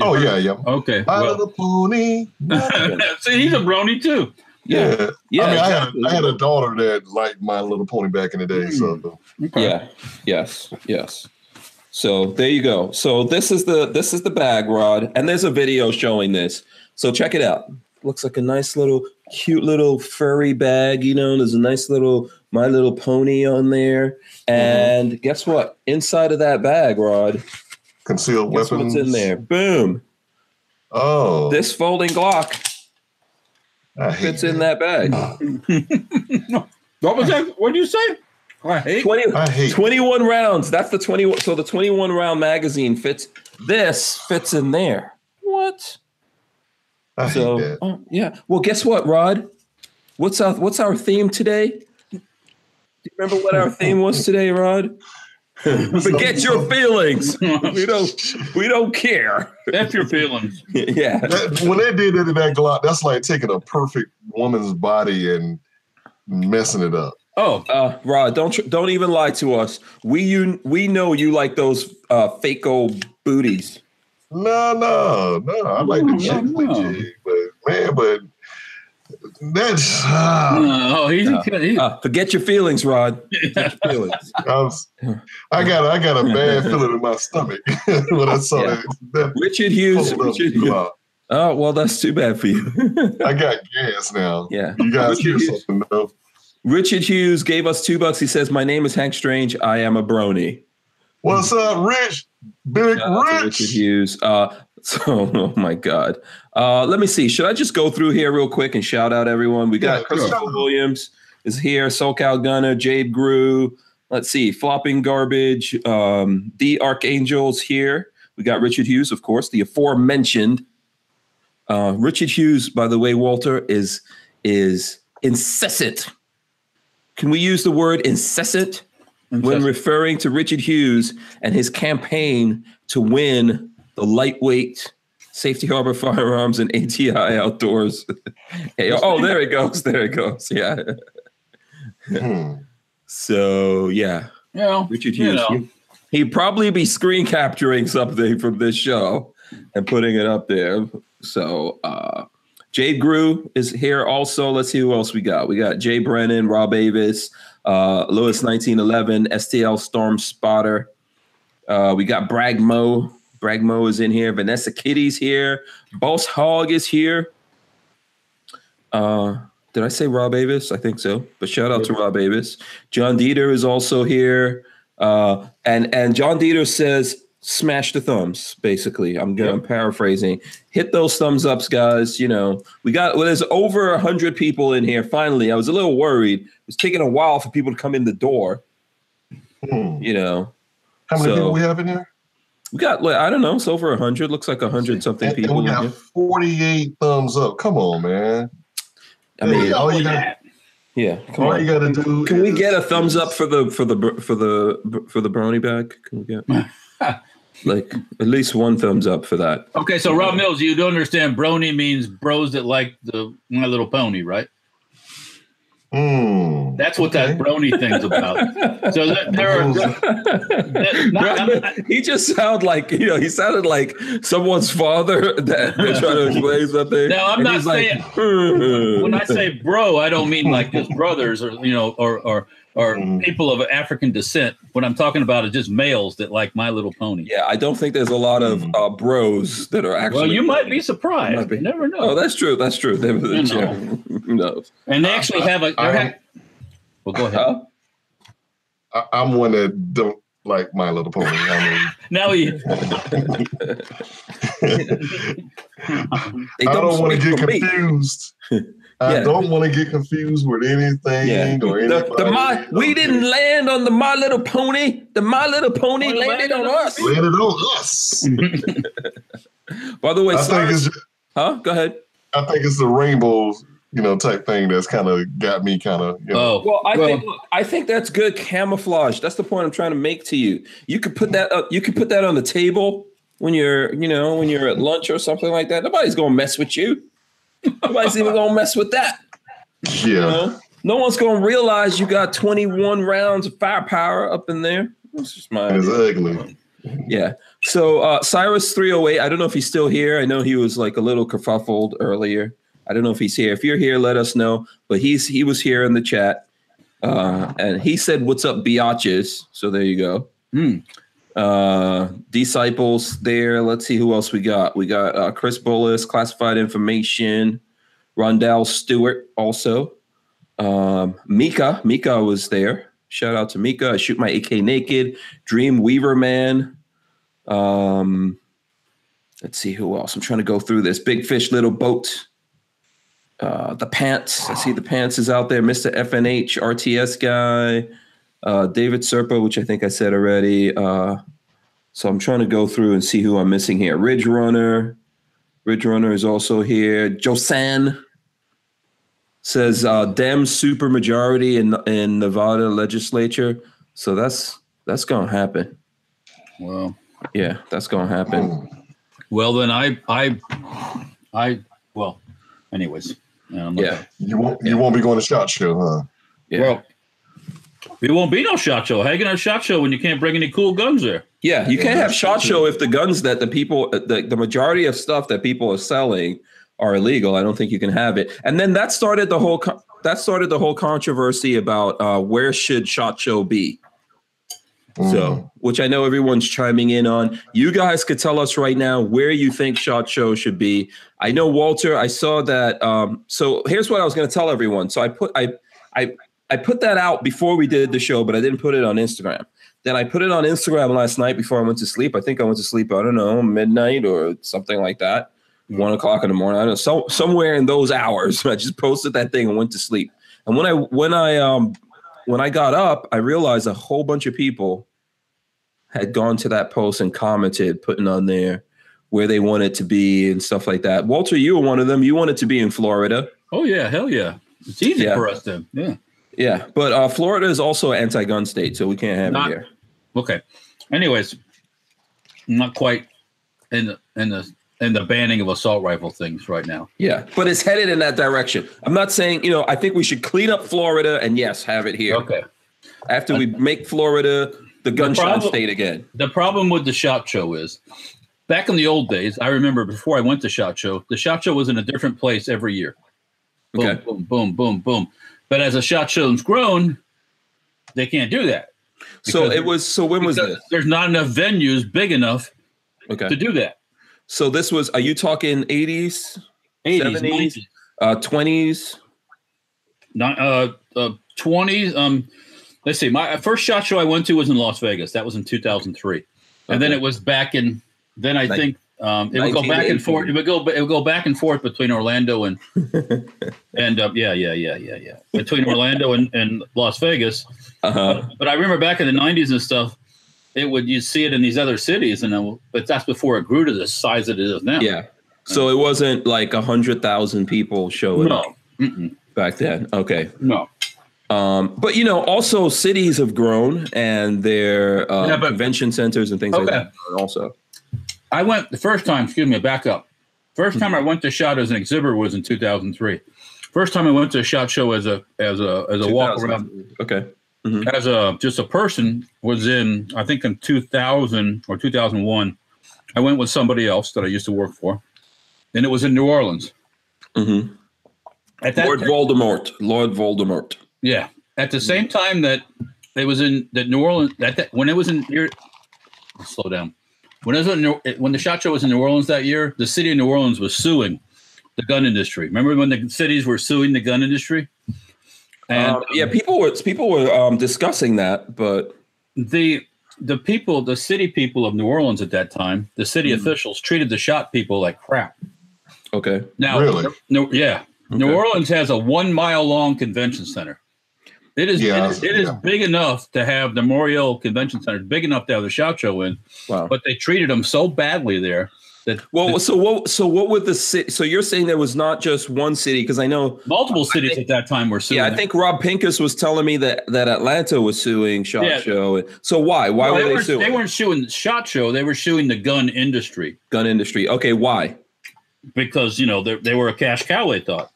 [SPEAKER 3] Oh yeah, yeah.
[SPEAKER 2] Okay.
[SPEAKER 3] I
[SPEAKER 2] well- (laughs)
[SPEAKER 3] love a pony.
[SPEAKER 2] See, he's a brony too.
[SPEAKER 1] Yeah,
[SPEAKER 3] Yeah.
[SPEAKER 1] yeah,
[SPEAKER 3] I mean,
[SPEAKER 1] exactly. Hmm.
[SPEAKER 3] I, had a, I had a daughter that liked My Little Pony back in the day. So
[SPEAKER 1] yeah, yes, yes. So there you go. So this is the this is the bag rod, and there's a video showing this. So check it out. Looks like a nice little, cute little furry bag. You know, there's a nice little My Little Pony on there,
[SPEAKER 3] Mm-hmm.
[SPEAKER 1] and guess what? Inside of that bag, Rod,
[SPEAKER 3] concealed
[SPEAKER 1] guess
[SPEAKER 3] weapons.
[SPEAKER 1] what's in there? Boom!
[SPEAKER 3] Oh,
[SPEAKER 1] This folding Glock
[SPEAKER 3] I hate
[SPEAKER 1] fits in that bag.
[SPEAKER 2] What was that? What did you say? I hate.
[SPEAKER 1] 20,
[SPEAKER 3] I hate.
[SPEAKER 1] 21 rounds. That's the 21. So the 21 round magazine fits. This fits in there. What?
[SPEAKER 3] I hate
[SPEAKER 1] So
[SPEAKER 3] that.
[SPEAKER 1] uh, yeah. Well, guess what, Rod? What's our what's our theme today? Do you remember what our theme
[SPEAKER 3] (laughs)
[SPEAKER 1] was today, Rod? Forget your
[SPEAKER 3] (laughs)
[SPEAKER 1] feelings. We don't we don't care.
[SPEAKER 2] That's your feelings.
[SPEAKER 1] yeah.
[SPEAKER 3] That- when they did it in that Glock, that's like taking a perfect woman's body and messing it up.
[SPEAKER 2] Oh,
[SPEAKER 1] Uh, Rod, don't tr- don't even lie to us. We you we know you like those uh, fake old booties.
[SPEAKER 3] No, no, no. I like
[SPEAKER 2] No,
[SPEAKER 3] the
[SPEAKER 2] no,
[SPEAKER 3] jig,
[SPEAKER 2] no.
[SPEAKER 3] the jig, but man, but that's ah,
[SPEAKER 2] no, oh, he's, he's (laughs)
[SPEAKER 1] Uh, forget your feelings,
[SPEAKER 3] (laughs)
[SPEAKER 1] Rod. Forget your feelings.
[SPEAKER 3] I, was, I got I got a bad feeling in my stomach (laughs) when I saw
[SPEAKER 1] Yeah.
[SPEAKER 3] that.
[SPEAKER 1] Richard
[SPEAKER 3] that
[SPEAKER 1] Hughes.
[SPEAKER 3] pulled up
[SPEAKER 1] Richard Hughes.
[SPEAKER 3] Glock.
[SPEAKER 1] Oh well, that's too bad for you. (laughs)
[SPEAKER 3] (laughs) I got gas now.
[SPEAKER 1] yeah.
[SPEAKER 3] You
[SPEAKER 1] (laughs)
[SPEAKER 3] guys hear
[SPEAKER 1] Richard Hughes.
[SPEAKER 3] something though?
[SPEAKER 1] Richard Hughes gave us two bucks. He says, "My name is Hank Strange. I am a brony."
[SPEAKER 3] What's up, Rich?
[SPEAKER 1] Mm-hmm.
[SPEAKER 3] Big
[SPEAKER 1] Shout out to
[SPEAKER 3] Rich.
[SPEAKER 1] Richard Hughes. Uh, (laughs) so, oh my God. Uh, let me see. Should I just go through here real quick and shout out everyone? We got
[SPEAKER 3] Yeah,
[SPEAKER 1] Christopher
[SPEAKER 3] sure.
[SPEAKER 1] Williams is here. SoCal Gunner, Jade Grew. Let's see. Flopping garbage. Um, the Archangels here. We got Richard Hughes, of course, the aforementioned. Uh, Richard Hughes, by the way, Walter is is incessant. Can we use the word incessant? when referring to Richard Hughes and his campaign to win the lightweight Safety Harbor (laughs) Firearms and ATI Outdoors. (laughs) Hey, oh, there it goes. There it goes. Yeah.
[SPEAKER 3] Hmm.
[SPEAKER 1] So, yeah,
[SPEAKER 2] well,
[SPEAKER 1] Richard
[SPEAKER 2] you
[SPEAKER 1] Hughes.
[SPEAKER 2] know.
[SPEAKER 1] he- He'd probably be screen capturing something from this show and putting it up there. So, uh, Jade Grew is here also. Let's see who else we got. We got Jay Brennan, Rob Avis, uh, Lewis1911, STL Storm Spotter. Uh, we got Bragmo. Bragmo is in here. Vanessa Kitty's here. Boss Hog is here. Uh, did I say Rob Avis? I think so. But shout out to Rob Avis. John Dieter is also here. Uh, and and John Dieter says, smash the thumbs, basically. I'm gonna I'm paraphrasing. Hit those thumbs ups, guys. You know, we got well, there's over a hundred people in here. Finally, I was a little worried. It was taking a while for people to come in the door,
[SPEAKER 3] Hmm.
[SPEAKER 1] you know.
[SPEAKER 3] How many
[SPEAKER 1] So-
[SPEAKER 3] people we have in here?
[SPEAKER 1] We got like I don't know, it's over hundred. Looks like hundred something
[SPEAKER 3] And- and
[SPEAKER 1] people
[SPEAKER 3] we
[SPEAKER 1] in
[SPEAKER 3] got
[SPEAKER 1] here.
[SPEAKER 3] 48 thumbs up. Come on, man.
[SPEAKER 1] I mean,
[SPEAKER 3] all you got
[SPEAKER 1] yeah. Come
[SPEAKER 3] all
[SPEAKER 1] on.
[SPEAKER 3] you got to do.
[SPEAKER 1] Can we
[SPEAKER 3] is-
[SPEAKER 1] get a thumbs up for the for the br- for the for the brownie bag? Can we get like at least one thumbs up for that?
[SPEAKER 2] Okay, so Rob Mills, you don't understand. Brony means bros that like the My Little Pony, right?
[SPEAKER 3] Hmm.
[SPEAKER 2] That's what that
[SPEAKER 3] Okay.
[SPEAKER 2] brony thing's about. So that, there are that- not- I'm not-
[SPEAKER 1] he just sounded like you know he sounded like someone's father (laughs)
[SPEAKER 2] (laughs)
[SPEAKER 1] that they're trying to explain something.
[SPEAKER 2] No, I'm
[SPEAKER 1] and
[SPEAKER 2] not
[SPEAKER 1] he's (laughs)
[SPEAKER 2] saying-
[SPEAKER 1] "Hmm."
[SPEAKER 2] when I say bro, I don't mean like just brothers or you know or or or
[SPEAKER 1] Mm-hmm.
[SPEAKER 3] Mhm.
[SPEAKER 2] people of African descent. What I'm talking about is just males that like My Little Pony.
[SPEAKER 1] yeah, I don't think there's a lot of uh, bros that are actually.
[SPEAKER 2] Hmm. Well, you might be surprised.
[SPEAKER 1] Might be.
[SPEAKER 2] You never know.
[SPEAKER 1] Oh, that's true. That's true. They, they,
[SPEAKER 2] You know.
[SPEAKER 1] yeah. (laughs) Who knows?
[SPEAKER 2] and they actually have a.
[SPEAKER 3] I-
[SPEAKER 2] they're
[SPEAKER 1] Um,
[SPEAKER 2] ha- well, go ahead.
[SPEAKER 1] Huh?
[SPEAKER 3] I, I'm one that don't like My Little Pony.
[SPEAKER 1] (laughs)
[SPEAKER 3] I
[SPEAKER 2] Now you.
[SPEAKER 3] mean,
[SPEAKER 1] They
[SPEAKER 3] I don't want
[SPEAKER 1] speak
[SPEAKER 3] to get
[SPEAKER 1] for me. (laughs)
[SPEAKER 3] confused I
[SPEAKER 1] Yeah.
[SPEAKER 3] don't want to get confused with anything
[SPEAKER 1] Yeah.
[SPEAKER 3] or
[SPEAKER 1] The,
[SPEAKER 3] anybody.
[SPEAKER 1] the my, we didn't land on the My Little Pony. The My Little Pony
[SPEAKER 2] Well,
[SPEAKER 1] landed on us.
[SPEAKER 3] Land it on us.
[SPEAKER 1] By the way,
[SPEAKER 3] I think
[SPEAKER 1] Cyrus,
[SPEAKER 3] it's
[SPEAKER 1] huh? Go ahead.
[SPEAKER 3] I think it's the rainbow, you know, type thing that's kind of got me kind of. You know,
[SPEAKER 2] Oh,
[SPEAKER 1] Well, I
[SPEAKER 2] Well-
[SPEAKER 1] think look, I think that's good camouflage. That's the point I'm trying to make to you. You could put that up. You could put that on the table when you're, you know, when you're at lunch or something like that. Nobody's gonna mess with you. (laughs) Nobody's even gonna mess with that.
[SPEAKER 3] yeah.
[SPEAKER 1] You know? No one's gonna realize you got 21 rounds of firepower up in there. That's just my
[SPEAKER 3] It's
[SPEAKER 1] idea.
[SPEAKER 3] ugly.
[SPEAKER 1] Yeah. So uh, Cyrus 308, I don't know if he's still here. I know he was like a little kerfuffled earlier. I don't know if he's here. If you're here, let us know. But he's he was here in the chat. Uh, and he said, What's up, biatches? So there you go.
[SPEAKER 2] Hmm.
[SPEAKER 1] Uh, disciples there. Let's see who else we got. We got uh, Chris Bullis, Classified Information, Rondell Stewart also. Um, Mika, Mika was there. Shout out to Mika. I shoot my AK naked. Dream Weaver man. Um, let's see who else. I'm trying to go through this. Big fish, little boat. Uh, the pants. I see the pants is out there. Mr. FNH, RTS guy. Uh, David Serpa, which I think I said already. Uh, so I'm trying to go through and see who I'm missing here. Ridge Runner. Ridge Runner is also here. Josan says uh, Dem super majority in in Nevada legislature. So that's that's gonna happen.
[SPEAKER 2] well,
[SPEAKER 1] Yeah, that's gonna happen.
[SPEAKER 3] Mm.
[SPEAKER 2] well then I I I well, anyways. I'm not-
[SPEAKER 1] Yeah,
[SPEAKER 3] You won't. You won't be going to shot show, huh?
[SPEAKER 1] yeah,
[SPEAKER 2] Well, it won't be no shot show. How you gonna have shot show when you can't bring any cool guns there?
[SPEAKER 1] yeah. You can't have shot show if the guns that the people, uh, the, the majority of stuff that people are selling are illegal. I don't think you can have it. And then that started the whole co- that started the whole controversy about uh, where should shot show be. So, which I know everyone's chiming in on. You guys could tell us right now where you think Shot Show should be. I know Walter. I saw that. Um, so here's what I was going to tell everyone. So I put I I I put that out before we did the show, but I didn't put it on Instagram. Then I put it on Instagram last night before I went to sleep. I think I went to sleep. I don't know midnight or something like that. One o'clock in the morning. I don't know. So somewhere in those hours, (laughs) I just posted that thing and went to sleep. And when I when I um when I got up, I realized a whole bunch of people had gone to that post and commented, putting on there where they want it to be and stuff like that. Walter, you were one of them. You wanted to be in Florida.
[SPEAKER 2] Oh yeah, hell yeah. It's easy
[SPEAKER 1] Yeah.
[SPEAKER 2] for us to yeah.
[SPEAKER 1] Yeah. But uh, Florida is also an anti gun state, so we can't have
[SPEAKER 2] Not-
[SPEAKER 1] it here.
[SPEAKER 2] Okay. Anyways, I'm not quite in the in the in the banning of assault rifle things right now.
[SPEAKER 1] Yeah. But it's headed in that direction. I'm not saying, you know, I think we should clean up Florida and yes, have it here
[SPEAKER 2] Okay.
[SPEAKER 1] after we make Florida the gunshot
[SPEAKER 2] problem-
[SPEAKER 1] state again.
[SPEAKER 2] The problem with the shot show is back in the old days, I remember before I went to shot show, the shot show was in a different place every year. Boom,
[SPEAKER 1] Okay.
[SPEAKER 2] boom, boom, boom, boom. But as a shot show's grown, they can't do that.
[SPEAKER 1] So
[SPEAKER 2] Because-
[SPEAKER 1] it was, so when was
[SPEAKER 2] because
[SPEAKER 1] this?
[SPEAKER 2] There's not enough venues big enough to
[SPEAKER 1] Okay.
[SPEAKER 2] do that.
[SPEAKER 1] So this was, are you talking 80s,
[SPEAKER 2] 80s,
[SPEAKER 1] 70s?
[SPEAKER 2] 90s,
[SPEAKER 1] uh, 20s?
[SPEAKER 2] not, uh, uh, 20s. Um, let's see. My uh, first shot show I went to was in Las Vegas. That was in 2003, and then
[SPEAKER 1] Okay.
[SPEAKER 2] it was back in. Then I
[SPEAKER 1] Nin-
[SPEAKER 2] think um, it would go back and forth. It would go. It would go back and forth between
[SPEAKER 1] (laughs)
[SPEAKER 2] Orlando and and uh, yeah, yeah, yeah, yeah, yeah. Between Orlando and, and Las Vegas.
[SPEAKER 1] Uh-huh.
[SPEAKER 2] But I remember back in the 90s and stuff. It would you see it in these other cities, and then, but that's before it grew to the size that it is now.
[SPEAKER 1] Yeah. So it wasn't like a hundred thousand people showing up
[SPEAKER 2] No. Mm-mm.
[SPEAKER 1] back then. Okay.
[SPEAKER 2] No.
[SPEAKER 1] Um, but you know, also cities have grown and their uh,
[SPEAKER 2] Yeah, but-
[SPEAKER 1] convention centers and things like
[SPEAKER 2] Okay.
[SPEAKER 1] that. have grown Also,
[SPEAKER 2] I went the first time, excuse me, back up. First time I went to shot as an exhibitor was in 2003. First time I went to a shot show as a as a as a walk
[SPEAKER 1] 2000.
[SPEAKER 2] around
[SPEAKER 1] Okay.
[SPEAKER 2] as a just a person was in I think in 2000 or 2001. I went with somebody else that I used to work for, and it was in New Orleans.
[SPEAKER 1] hmm
[SPEAKER 2] At that
[SPEAKER 1] Lord Voldemort. Lord Voldemort.
[SPEAKER 2] Yeah. At the same time that it was in that New Orleans, that, that when it was in here, slow down. When it was in New, when the shot show was in New Orleans that year, the city of New Orleans was suing the gun industry. Remember when the cities were suing the gun industry? And
[SPEAKER 1] Um, yeah, people were people were um, discussing that, but
[SPEAKER 2] the the people, the city people of New Orleans at that time, the city officials treated the shot people like crap.
[SPEAKER 1] okay.
[SPEAKER 2] Now,
[SPEAKER 3] Mm. Really?
[SPEAKER 2] no, yeah, New Orleans has a one mile long convention center. It is
[SPEAKER 3] Yeah,
[SPEAKER 2] it is, it is
[SPEAKER 3] yeah.
[SPEAKER 2] big enough to have the Memorial Convention Center, big enough to have the Shout Show in,
[SPEAKER 1] Wow.
[SPEAKER 2] but they treated them so badly there that
[SPEAKER 1] Well, so what? So what would the city? So you're saying there was not just one city because I know.
[SPEAKER 2] multiple cities
[SPEAKER 1] think-
[SPEAKER 2] at that time were suing.
[SPEAKER 1] Yeah, I
[SPEAKER 2] them.
[SPEAKER 1] think Rob Pincus was telling me that that Atlanta was suing Shot
[SPEAKER 2] Yeah.
[SPEAKER 1] Show. So why? Why
[SPEAKER 2] Well,
[SPEAKER 1] were they,
[SPEAKER 2] weren't-
[SPEAKER 1] suing?
[SPEAKER 2] They weren't suing the Shot Show; they were suing the gun industry
[SPEAKER 1] Gun industry. Okay, why?
[SPEAKER 2] because you know they, they were a cash cow. They thought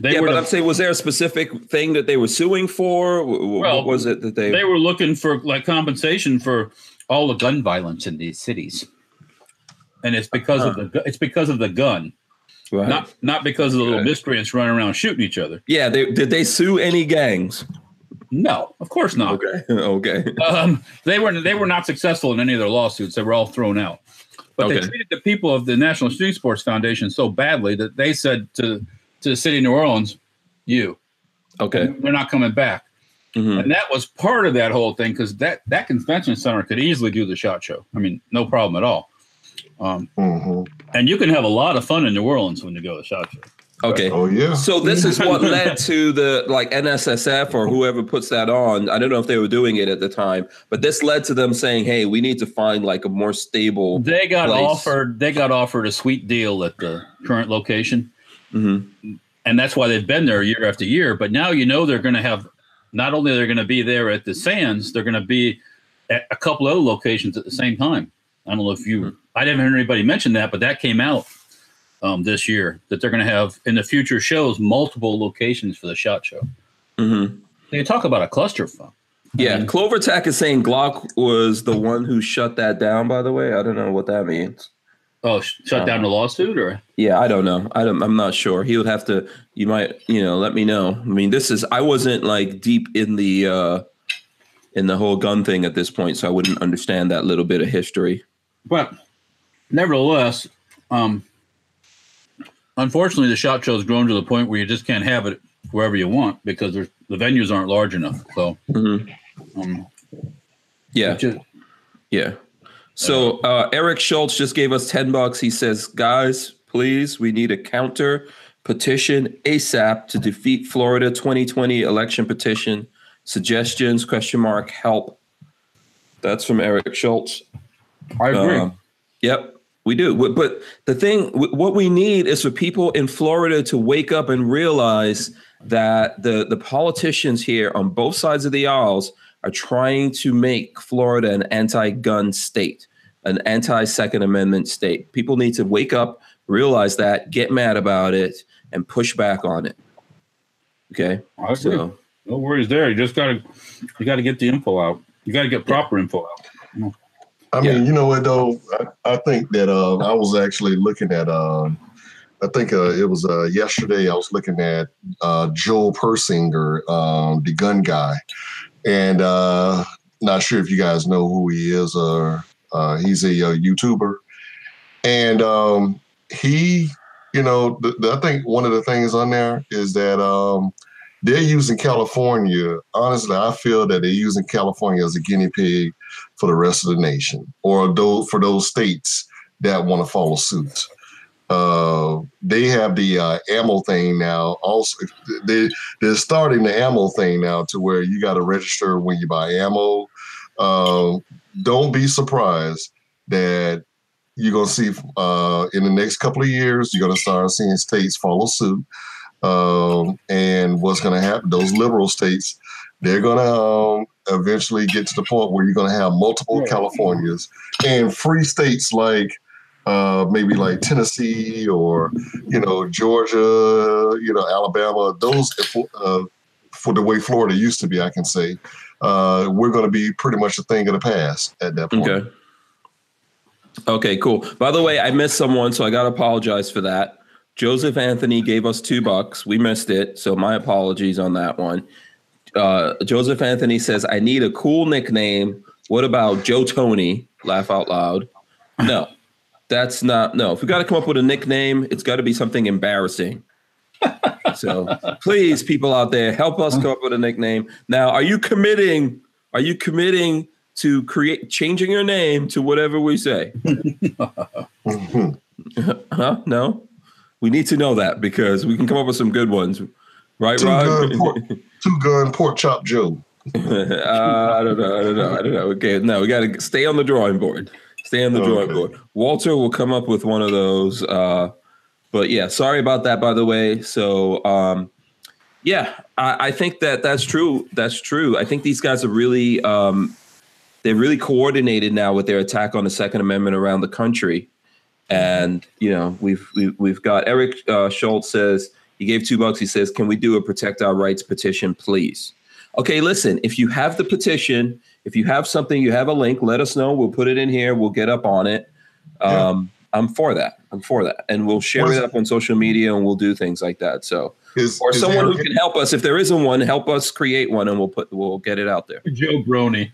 [SPEAKER 2] they
[SPEAKER 1] yeah,
[SPEAKER 2] were
[SPEAKER 1] but
[SPEAKER 2] the-
[SPEAKER 1] I'm saying, was there a specific thing that they were suing for? W- w-
[SPEAKER 2] Well,
[SPEAKER 1] what was it that they?
[SPEAKER 2] they were looking for like compensation for all the gun violence in these cities, and it's because of the gu- it's because of the gun,
[SPEAKER 1] Right.
[SPEAKER 2] not not because of the little
[SPEAKER 1] Okay.
[SPEAKER 2] miscreants running around shooting each other.
[SPEAKER 1] yeah, they, did they sue any gangs?
[SPEAKER 2] No, of course not.
[SPEAKER 1] Okay, (laughs) okay.
[SPEAKER 2] Um, they were they were not successful in any of their lawsuits. They were all thrown out. But they
[SPEAKER 1] Okay.
[SPEAKER 2] treated the people of the National Shooting Sports Foundation so badly that they said to to the city of New Orleans, "You,
[SPEAKER 1] Okay.
[SPEAKER 2] they're not coming back."
[SPEAKER 1] Mhm.
[SPEAKER 2] And that was part of that whole thing because that that convention center could easily do the shot show. I mean, no problem at all. Um,
[SPEAKER 3] hmm
[SPEAKER 2] and you can have a lot of fun in New Orleans when you go to the shot show.
[SPEAKER 1] Okay.
[SPEAKER 3] Oh
[SPEAKER 2] (laughs)
[SPEAKER 3] yeah.
[SPEAKER 1] So this is what led to the like NSSF or whoever puts that on. I don't know if they were doing it at the time, but this led to them saying, "Hey, we need to find like a more stable."
[SPEAKER 2] They got
[SPEAKER 1] Place.
[SPEAKER 2] offered they got offered a sweet deal at the current location.
[SPEAKER 1] Mhm.
[SPEAKER 2] and that's why they've been there year after year. But now you know they're going to have not only they're going to be there at the Sands, they're going to be at a couple other locations at the same time. I don't know if you, I didn't hear anybody mention that, but that came out um, this year that they're going to have in the future shows multiple locations for the shot show.
[SPEAKER 1] Mhm.
[SPEAKER 2] They talk about a cluster fund.
[SPEAKER 1] Yeah, Clover Tech is saying Glock was the one who shut that down. By the way, I don't know what that means.
[SPEAKER 2] Oh, sh- shut down the lawsuit or
[SPEAKER 1] Yeah, I don't know. I don't, I'm not sure. He would have to. You might, you know, let me know. I mean, this is. I wasn't like deep in the uh in the whole gun thing at this point, so I wouldn't understand that little bit of history.
[SPEAKER 2] But nevertheless, um, unfortunately, the shot show has grown to the point where you just can't have it wherever you want because there's, the venues aren't large enough. So,
[SPEAKER 1] Mhm.
[SPEAKER 2] um,
[SPEAKER 1] Yeah.
[SPEAKER 2] which is-
[SPEAKER 1] Yeah. So uh, Eric Schultz just gave us 10 bucks. He says, guys, please, we need a counter petition ASAP to defeat Florida 2020 election petition. Suggestions, question mark, help. That's from Eric Schultz.
[SPEAKER 2] I agree.
[SPEAKER 1] Um, yep, we do. W- But the thing, w- what we need is for people in Florida to wake up and realize that the the politicians here on both sides of the aisles are trying to make Florida an anti-gun state, an anti-second amendment state. People need to wake up, realize that, get mad about it, and push back on it. Okay,
[SPEAKER 2] I agree.
[SPEAKER 1] so
[SPEAKER 2] No worries there. You just gotta you gotta get the info out. You gotta get proper info out.
[SPEAKER 3] I
[SPEAKER 1] Yeah.
[SPEAKER 3] mean, you know what though? I, I think that uh, I was actually looking at. Uh, I think uh, it was uh, yesterday. I was looking at uh, Joel Persinger, um, the gun guy, and uh, not sure if you guys know who he is. Uh, uh, he's a, uh YouTuber, and um, he, you know, th- th- I think one of the things on there is that um, they're using California. Honestly, I feel that they're using California as a guinea pig for the rest of the nation or those for those states that want to follow suit. Uh, they have the uh, ammo thing now. Also, they they're starting the ammo thing now to where you got to register when you buy ammo. Uh, don't be surprised that you're gonna see uh, in the next couple of years you're gonna start seeing states follow suit. Um, and what's gonna happen? Those liberal states, they're gonna um, eventually get to the point where you're going to have multiple
[SPEAKER 2] Yeah.
[SPEAKER 3] Californias and free states like uh, maybe like Tennessee or you know Georgia, you know Alabama. Those uh, for the way Florida used to be, I can say uh, we're going to be pretty much a thing of the past at that point.
[SPEAKER 1] Okay. Okay, cool. By the way, I missed someone, so I got to apologize for that. Joseph Anthony gave us two bucks. We missed it, so my apologies on that one. Uh, Joseph Anthony says, I need a cool nickname. What about Joe Tony? Laugh out loud. No, that's not. No, if we got to come up with a nickname, it's got to be something embarrassing. (laughs) so please, people out there, help us come up with a nickname. Now, are you committing? Are you committing to create changing your name to whatever we say.
[SPEAKER 3] Mhm.
[SPEAKER 1] Huh? No. We need to know that because we can come up with some good ones, right,
[SPEAKER 3] Two
[SPEAKER 1] Rod?
[SPEAKER 3] gun,
[SPEAKER 1] (laughs)
[SPEAKER 3] pork, two gun pork chop Joe.
[SPEAKER 1] uh, I don't know. I don't know. I don't know. Okay, no, we got to stay on the drawing board. Stay on the drawing
[SPEAKER 3] Okay.
[SPEAKER 1] board. Walter will come up with one of those. Uh, but yeah, sorry about that, by the way. So um, yeah, I, I think that that's true. That's true. I think these guys are really um, they're really coordinated now with their attack on the Second Amendment around the country. And you know, we've we've, we've got Eric uh, Schultz says he gave two bucks. He says, "Can we do a protect our rights petition, please?" Okay, listen, if you have the petition, if you have something, you have a link, let us know. We'll put it in here. We'll get up on it.
[SPEAKER 3] Yeah.
[SPEAKER 1] Um, I'm for that. I'm for that. And we'll share
[SPEAKER 3] What is
[SPEAKER 1] it up on social media and we'll do things like that. So,
[SPEAKER 3] Is,
[SPEAKER 1] or
[SPEAKER 3] is
[SPEAKER 1] someone
[SPEAKER 3] Eric,
[SPEAKER 1] who can help us, if there isn't one, help us create one and we'll put, we'll get it out there.
[SPEAKER 2] Joe Brony.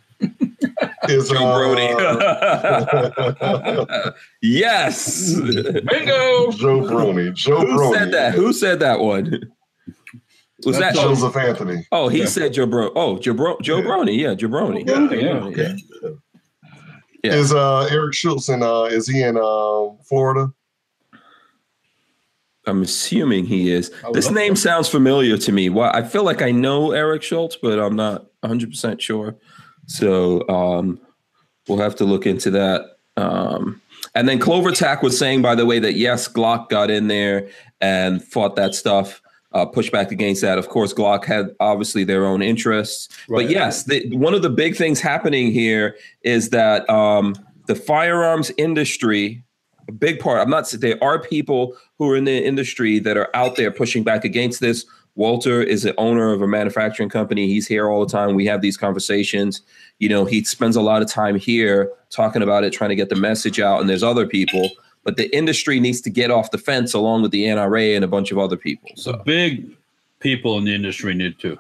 [SPEAKER 3] is,
[SPEAKER 1] Joe (laughs)
[SPEAKER 3] uh,
[SPEAKER 1] Brody. (laughs) yes. (laughs)
[SPEAKER 2] Bingo.
[SPEAKER 3] Joe Brony. Joe
[SPEAKER 1] who
[SPEAKER 3] Brony.
[SPEAKER 1] said that? Who said that one? Was
[SPEAKER 2] That's
[SPEAKER 1] that?
[SPEAKER 3] Joseph Anthony.
[SPEAKER 1] Oh, he
[SPEAKER 2] Yeah.
[SPEAKER 1] said Joe Bro. Oh, Joe Bro. Joe
[SPEAKER 3] Yeah.
[SPEAKER 1] Brony. Yeah, Joe Brony.
[SPEAKER 3] Yeah.
[SPEAKER 2] Yeah.
[SPEAKER 1] Yeah. Yeah.
[SPEAKER 3] Is uh Eric Schultz in uh is he in uh Florida?
[SPEAKER 1] I'm assuming he is.
[SPEAKER 2] I would
[SPEAKER 1] This
[SPEAKER 2] hope
[SPEAKER 1] name
[SPEAKER 2] so.
[SPEAKER 1] sounds familiar to me. Why I feel like I know Eric Schultz, but I'm not 100% sure. So um, we'll have to look into that. Um, and then Clover Tack was saying, by the way, that yes, Glock got in there and fought that stuff, uh, pushed back against that. Of course, Glock had obviously their own interests. But yes, the, one of the big things happening here is that um, the firearms industry, a big part, I'm not saying there are people who are in the industry that are out there pushing back against this. Walter is the owner of a manufacturing company. He's here all the time. We have these conversations. You know, he spends a lot of time here talking about it, trying to get the message out. And there's other people, but the industry needs to get off the fence along with the NRA and a bunch of other people.
[SPEAKER 2] So
[SPEAKER 1] So,
[SPEAKER 2] big people in the industry need to.